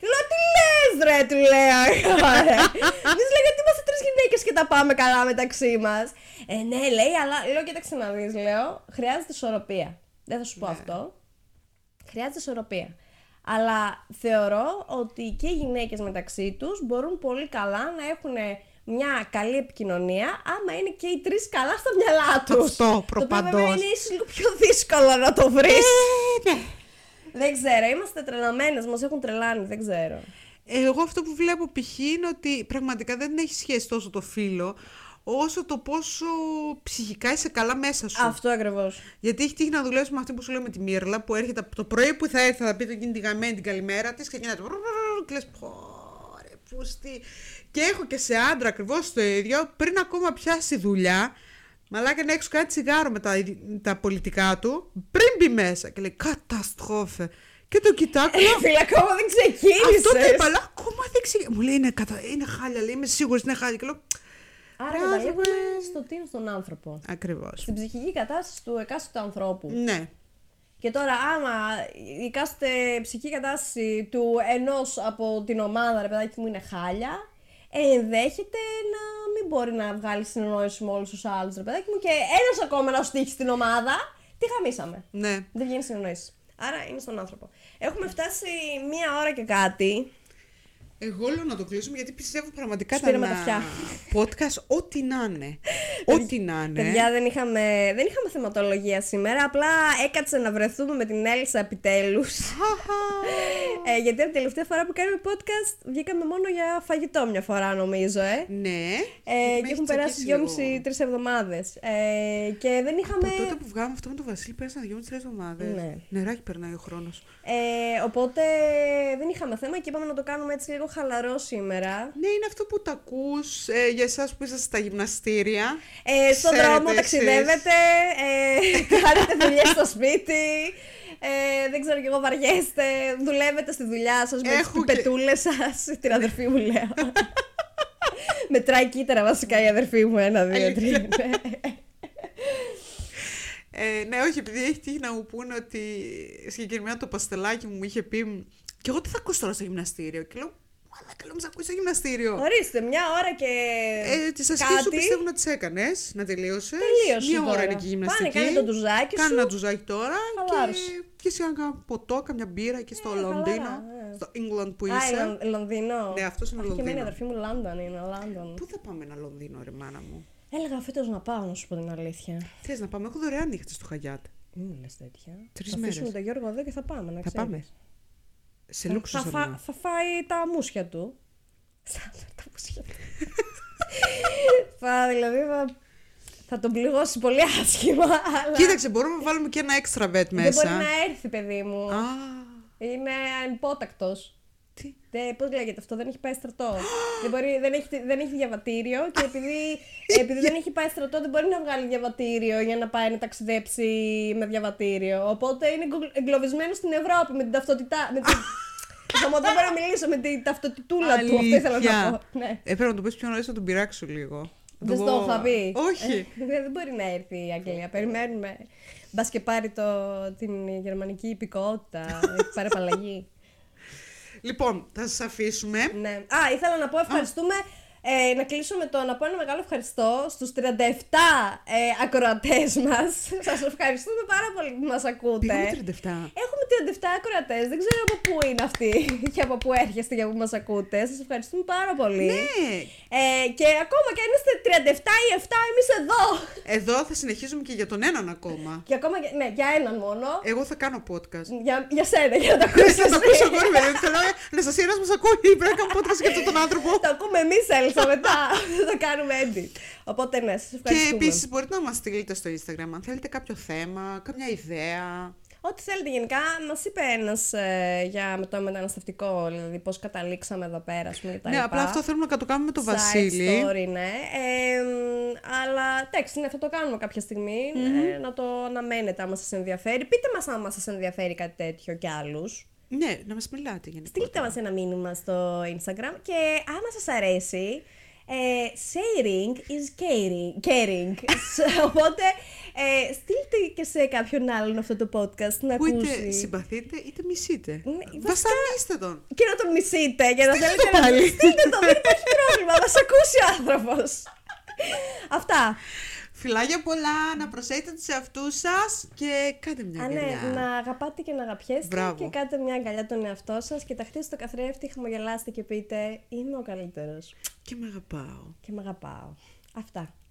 [SPEAKER 1] Και λέω, τι λες ρε, του λέω. Εμείς λέει, γιατί είμαστε τρεις γυναίκες και τα πάμε καλά μεταξύ μας. Ε, ναι, λέει, αλλά λέω, κοίταξε να δεις, λέω, χρειάζεται ισορροπία. Δεν θα σου
[SPEAKER 2] Ναι.
[SPEAKER 1] πω αυτό. Χρειάζεται ισορροπία. Αλλά θεωρώ ότι και οι γυναίκες μεταξύ τους μπορούν πολύ καλά να έχουν μια καλή επικοινωνία άμα είναι και οι τρεις καλά στα μυαλά τους.
[SPEAKER 2] Αυτό,
[SPEAKER 1] Το οποίο βέβαια
[SPEAKER 2] προπαντός.
[SPEAKER 1] είναι ίσως λίγο πιο δύσκολο να το βρεις.
[SPEAKER 2] Ε, ναι.
[SPEAKER 1] δεν ξέρω, είμαστε τρελαμένες, μας έχουν τρελάνει, δεν ξέρω.
[SPEAKER 2] Ε, Εγώ αυτό που βλέπω π.χ. είναι ότι πραγματικά δεν έχει σχέση τόσο το φίλο όσο το πόσο ψυχικά είσαι καλά μέσα σου.
[SPEAKER 1] Αυτό ακριβώς.
[SPEAKER 2] Γιατί έχει τύχει να δουλέψεις με αυτή που σου λέω με τη Μύρλα που έρχεται από το πρωί που θα έρθει, θα πει το εκείνη τη γαμμένη την καλημέρα της, ξεκινάει το. βρουρουρουρ Και λες, ρε, πούστη. Και έχω και σε άντρα ακριβώς το ίδιο, πριν ακόμα πιάσει δουλειά, μαλάκα να έξω κάτι τσιγάρο με τα, τα πολιτικά του, πριν μπει μέσα. Και λέει, καταστρόφε. Και το κοιτάω και
[SPEAKER 1] Ε,
[SPEAKER 2] λέω,
[SPEAKER 1] Φίλε, ακόμα δεν ξεκίνησες.
[SPEAKER 2] αυτό το είπα, αλλά ακόμα δεν ξε- Μου λέει, είναι, κατα... είναι χάλια, λέει, είμαι σίγουρη, είναι χάλια. Και λέω,
[SPEAKER 1] Άρα καταλήγουμε στο τι είναι στον άνθρωπο.
[SPEAKER 2] ακριβώς.
[SPEAKER 1] Στην ψυχική κατάσταση του εκάστοτε ανθρώπου.
[SPEAKER 2] Ναι.
[SPEAKER 1] Και τώρα, άμα η κάθε ψυχική κατάσταση του ενός από την ομάδα, ρε παιδάκι μου, είναι χάλια, ενδέχεται να μην μπορεί να βγάλει συνεννόηση με όλους τους άλλους, ρε παιδάκι μου, και ένας ακόμα να σου τύχει στην ομάδα, τι χαμίσαμε.
[SPEAKER 2] Ναι.
[SPEAKER 1] Δεν βγαίνει συνεννόηση. Άρα είναι στον άνθρωπο. Έχουμε φτάσει μία ώρα και κάτι.
[SPEAKER 2] Εγώ λέω να το κλείσουμε γιατί πιστεύω πραγματικά
[SPEAKER 1] Σπήρε με τα
[SPEAKER 2] ένα
[SPEAKER 1] αυτιά.
[SPEAKER 2] [laughs] podcast ό,τι να
[SPEAKER 1] [laughs]
[SPEAKER 2] είναι. ό,τι να είναι.
[SPEAKER 1] Παιδιά, δεν είχαμε, δεν είχαμε θεματολογία σήμερα. Απλά έκατσε να βρεθούμε με την Έλισσα επιτέλου. ε, γιατί από την τελευταία φορά που κάναμε podcast βγήκαμε μόνο για φαγητό μια φορά, νομίζω, ε.
[SPEAKER 2] ναι.
[SPEAKER 1] Ε,
[SPEAKER 2] με
[SPEAKER 1] και
[SPEAKER 2] έχει
[SPEAKER 1] έχουν περάσει
[SPEAKER 2] τσακίσει λίγο.
[SPEAKER 1] 2,5-3 εβδομάδες. Ε, και δεν είχαμε.
[SPEAKER 2] Από τότε που βγάλαμε αυτό με τον Βασίλη πέρασαν δυο τρεις εβδομάδες.
[SPEAKER 1] Ναι.
[SPEAKER 2] Νεράκι περνάει ο χρόνος.
[SPEAKER 1] Ε, οπότε δεν είχαμε θέμα και είπαμε να το κάνουμε έτσι λίγο χαλαρό σήμερα.
[SPEAKER 2] Ναι, είναι αυτό που τα ακούς ε, για εσάς που είσαστε στα γυμναστήρια.
[SPEAKER 1] Ε, στον
[SPEAKER 2] Ξέρετε
[SPEAKER 1] δρόμο
[SPEAKER 2] εσείς.
[SPEAKER 1] ταξιδεύετε,
[SPEAKER 2] [laughs]
[SPEAKER 1] ε, κάνετε δουλειές στο σπίτι, ε, δεν ξέρω κι εγώ βαριέστε, δουλεύετε στη δουλειά σας με
[SPEAKER 2] Έχω
[SPEAKER 1] τις
[SPEAKER 2] και- Ναι.
[SPEAKER 1] πετούλες σας, την αδερφή μου λέω.
[SPEAKER 2] [laughs]
[SPEAKER 1] Μετράει κύτταρα βασικά η αδερφή μου, ένα, δύο, τρία. ναι.
[SPEAKER 2] Ε, ναι, όχι, επειδή έχει τύχει να μου πούνε ότι συγκεκριμένα το παστελάκι μου είχε πει και εγώ τι θα ακούσω τώρα στο γυμναστήριο. Και λέω, Μαλά, καλό μου θα ακούσει στο γυμνastήριο.
[SPEAKER 1] Ορίστε, μια ώρα και
[SPEAKER 2] Ε, τις ασκήσεις σου πιστεύω να τις έκανες, να τελείωσες.
[SPEAKER 1] Τελείωσε
[SPEAKER 2] Μία
[SPEAKER 1] τώρα.
[SPEAKER 2] ώρα είναι και η γυμναστική.
[SPEAKER 1] Πάνε, κάνε το ντουζάκι
[SPEAKER 2] Κάνε
[SPEAKER 1] σου.
[SPEAKER 2] ένα ντουζάκι τώρα
[SPEAKER 1] Χαλάρωσε.
[SPEAKER 2] και, και εσύ ένα ποτό, καμιά μπύρα εκεί στο
[SPEAKER 1] Ε, χαλαρά,
[SPEAKER 2] Λονδίνο,
[SPEAKER 1] ε.
[SPEAKER 2] στο England που
[SPEAKER 1] Α,
[SPEAKER 2] είσαι.
[SPEAKER 1] Λον- Λονδίνο.
[SPEAKER 2] Ναι, αυτός είναι
[SPEAKER 1] Αχ, Και εμένα η
[SPEAKER 2] Λονδίνο.
[SPEAKER 1] αδερφή μου Λάντον είναι, Λάντον.
[SPEAKER 2] Πού θα πάμε ένα Λονδίνο, ρε μάνα μου.
[SPEAKER 1] Έλεγα φέτος να πάω, να σου πω την αλήθεια.
[SPEAKER 2] Θες να πάμε, έχω δωρεάν νύχτες στο Χαγιάτ.
[SPEAKER 1] Μην μου λες τέτοια.
[SPEAKER 2] Τρεις
[SPEAKER 1] θα αφήσουμε
[SPEAKER 2] μέρες.
[SPEAKER 1] τον Γιώργο εδώ και θα πάμε,
[SPEAKER 2] Θα
[SPEAKER 1] να ξέρεις.
[SPEAKER 2] πάμε. Σε
[SPEAKER 1] Θα-
[SPEAKER 2] λούξους
[SPEAKER 1] θα, φά-
[SPEAKER 2] ορμά.
[SPEAKER 1] θα φάει τα μουσια του. Σαν τα
[SPEAKER 2] [laughs]
[SPEAKER 1] μουσια του. θα, δηλαδή, θα, θα τον πληγώσει πολύ άσχημα, αλλά
[SPEAKER 2] Κοίταξε, μπορούμε να βάλουμε και ένα έξτρα βέτ
[SPEAKER 1] δεν
[SPEAKER 2] μέσα.
[SPEAKER 1] μπορεί να έρθει, παιδί μου.
[SPEAKER 2] Α,
[SPEAKER 1] Είναι ανυπότακτος.
[SPEAKER 2] τι.
[SPEAKER 1] Ε, Πώς λέγεται αυτό, δεν έχει πάει στρατό. δεν, μπορεί, δεν, έχει, δεν έχει διαβατήριο και επειδή, επειδή δεν έχει πάει στρατό, δεν μπορεί να βγάλει διαβατήριο για να πάει να ταξιδέψει με διαβατήριο. Οπότε είναι εγκλ- εγκλωβισμένο στην Ευρώπη με την ταυτότητά.
[SPEAKER 2] [laughs]
[SPEAKER 1] Με την... Χαμό, δεν μπορώ να μιλήσω με την ταυτοτητούλα του. Αυτό ήθελα να
[SPEAKER 2] Αλήθεια.
[SPEAKER 1] πω. Ναι.
[SPEAKER 2] Ε, πρέπει να το πεις πιο νωρίς να τον πειράξω λίγο. Να
[SPEAKER 1] Δεν
[SPEAKER 2] του
[SPEAKER 1] το
[SPEAKER 2] πω,
[SPEAKER 1] είχα πει.
[SPEAKER 2] Όχι.
[SPEAKER 1] Ε, δεν μπορεί να έρθει η Αγγλία. Περιμένουμε. Μπας και πάρει το, την γερμανική υπηκότητα. Έχει πάρει απαλλαγή.
[SPEAKER 2] Λοιπόν, θα σας αφήσουμε.
[SPEAKER 1] Ναι. Α, ήθελα να πω ευχαριστούμε. Ε, να κλείσω με το να πω ένα μεγάλο ευχαριστώ στους 37 ε, ακροατές μας. [laughs] Σας ευχαριστούμε πάρα πολύ που μας ακούτε.
[SPEAKER 2] Πήγαμε 37.
[SPEAKER 1] Έχουμε 37 ακροατές, δεν ξέρω από πού είναι αυτοί [laughs] και από πού έρχεστε και από πού μας ακούτε. Σας ευχαριστούμε πάρα πολύ.
[SPEAKER 2] Ναι.
[SPEAKER 1] Ε, και ακόμα και αν είστε 37 ή 7, εμείς εδώ.
[SPEAKER 2] Εδώ θα συνεχίζουμε και για τον έναν ακόμα.
[SPEAKER 1] Και ακόμα και, ναι, για έναν μόνο.
[SPEAKER 2] Εγώ θα κάνω podcast.
[SPEAKER 1] Για, για σένα, για να
[SPEAKER 2] [laughs]
[SPEAKER 1] το ακούσεις
[SPEAKER 2] Ναι, Θα το
[SPEAKER 1] εσύ.
[SPEAKER 2] ακούσω εγώ, ρε παιδί μου. Θέλω Αναστασία να μας ακούει. Πρέπει να κάνω podcast για αυτόν τον άνθρωπο.
[SPEAKER 1] Το ακούμε εμείς, Έλσα, μετά. [laughs] Δεν το κάνουμε edit. Οπότε ναι, σας
[SPEAKER 2] Και
[SPEAKER 1] ευχαριστούμε.
[SPEAKER 2] επίσης μπορείτε να μας στείλετε στο Instagram αν θέλετε κάποιο θέμα, κάποια ιδέα.
[SPEAKER 1] Ό,τι θέλετε γενικά, μας είπε ένας για με το μεταναστευτικό, δηλαδή πώς καταλήξαμε εδώ πέρα, ας πούμε. και τα
[SPEAKER 2] Ναι,
[SPEAKER 1] λοιπά.
[SPEAKER 2] απλά αυτό θέλουμε να το κάνουμε με τον
[SPEAKER 1] Side
[SPEAKER 2] Βασίλη.
[SPEAKER 1] Story, ναι. Ε, μ, αλλά εντάξει, ναι, θα το κάνουμε κάποια στιγμή, ε, να το αναμένετε άμα σας ενδιαφέρει. Πείτε μας άμα σας ενδιαφέρει κάτι τέτοιο κι άλλους.
[SPEAKER 2] Ναι, να μας μιλάτε γενικά.
[SPEAKER 1] Στείλτε μας ένα μήνυμα στο Instagram και άμα σας αρέσει, ε, sharing is caring.
[SPEAKER 2] [laughs]
[SPEAKER 1] caring. So, Οπότε ε, στείλτε και σε κάποιον άλλον αυτό το podcast να
[SPEAKER 2] Που είτε
[SPEAKER 1] ακούσει.
[SPEAKER 2] συμπαθείτε είτε μισείτε.
[SPEAKER 1] Ναι, βασικά-
[SPEAKER 2] Βασανίστε τον.
[SPEAKER 1] Και να τον μισείτε και να
[SPEAKER 2] Στείλτε
[SPEAKER 1] θέλετε
[SPEAKER 2] το
[SPEAKER 1] να
[SPEAKER 2] πάλι.
[SPEAKER 1] στείλτε το, δεν υπάρχει πρόβλημα, θα σε ακούσει ο άνθρωπος. Αυτά.
[SPEAKER 2] Φιλάκια πολλά, να προσέχετε τους εαυτούς σας και κάντε μια
[SPEAKER 1] Α, ναι,
[SPEAKER 2] αγκαλιά.
[SPEAKER 1] να αγαπάτε και να αγαπιέστε
[SPEAKER 2] Μπράβο.
[SPEAKER 1] και κάντε μια αγκαλιά τον εαυτό σας, κοιταχτείτε στο καθρέφτη, χαμογελάστε και πείτε είμαι ο καλύτερος
[SPEAKER 2] Και με αγαπάω.
[SPEAKER 1] και με αγαπάω. Αυτά.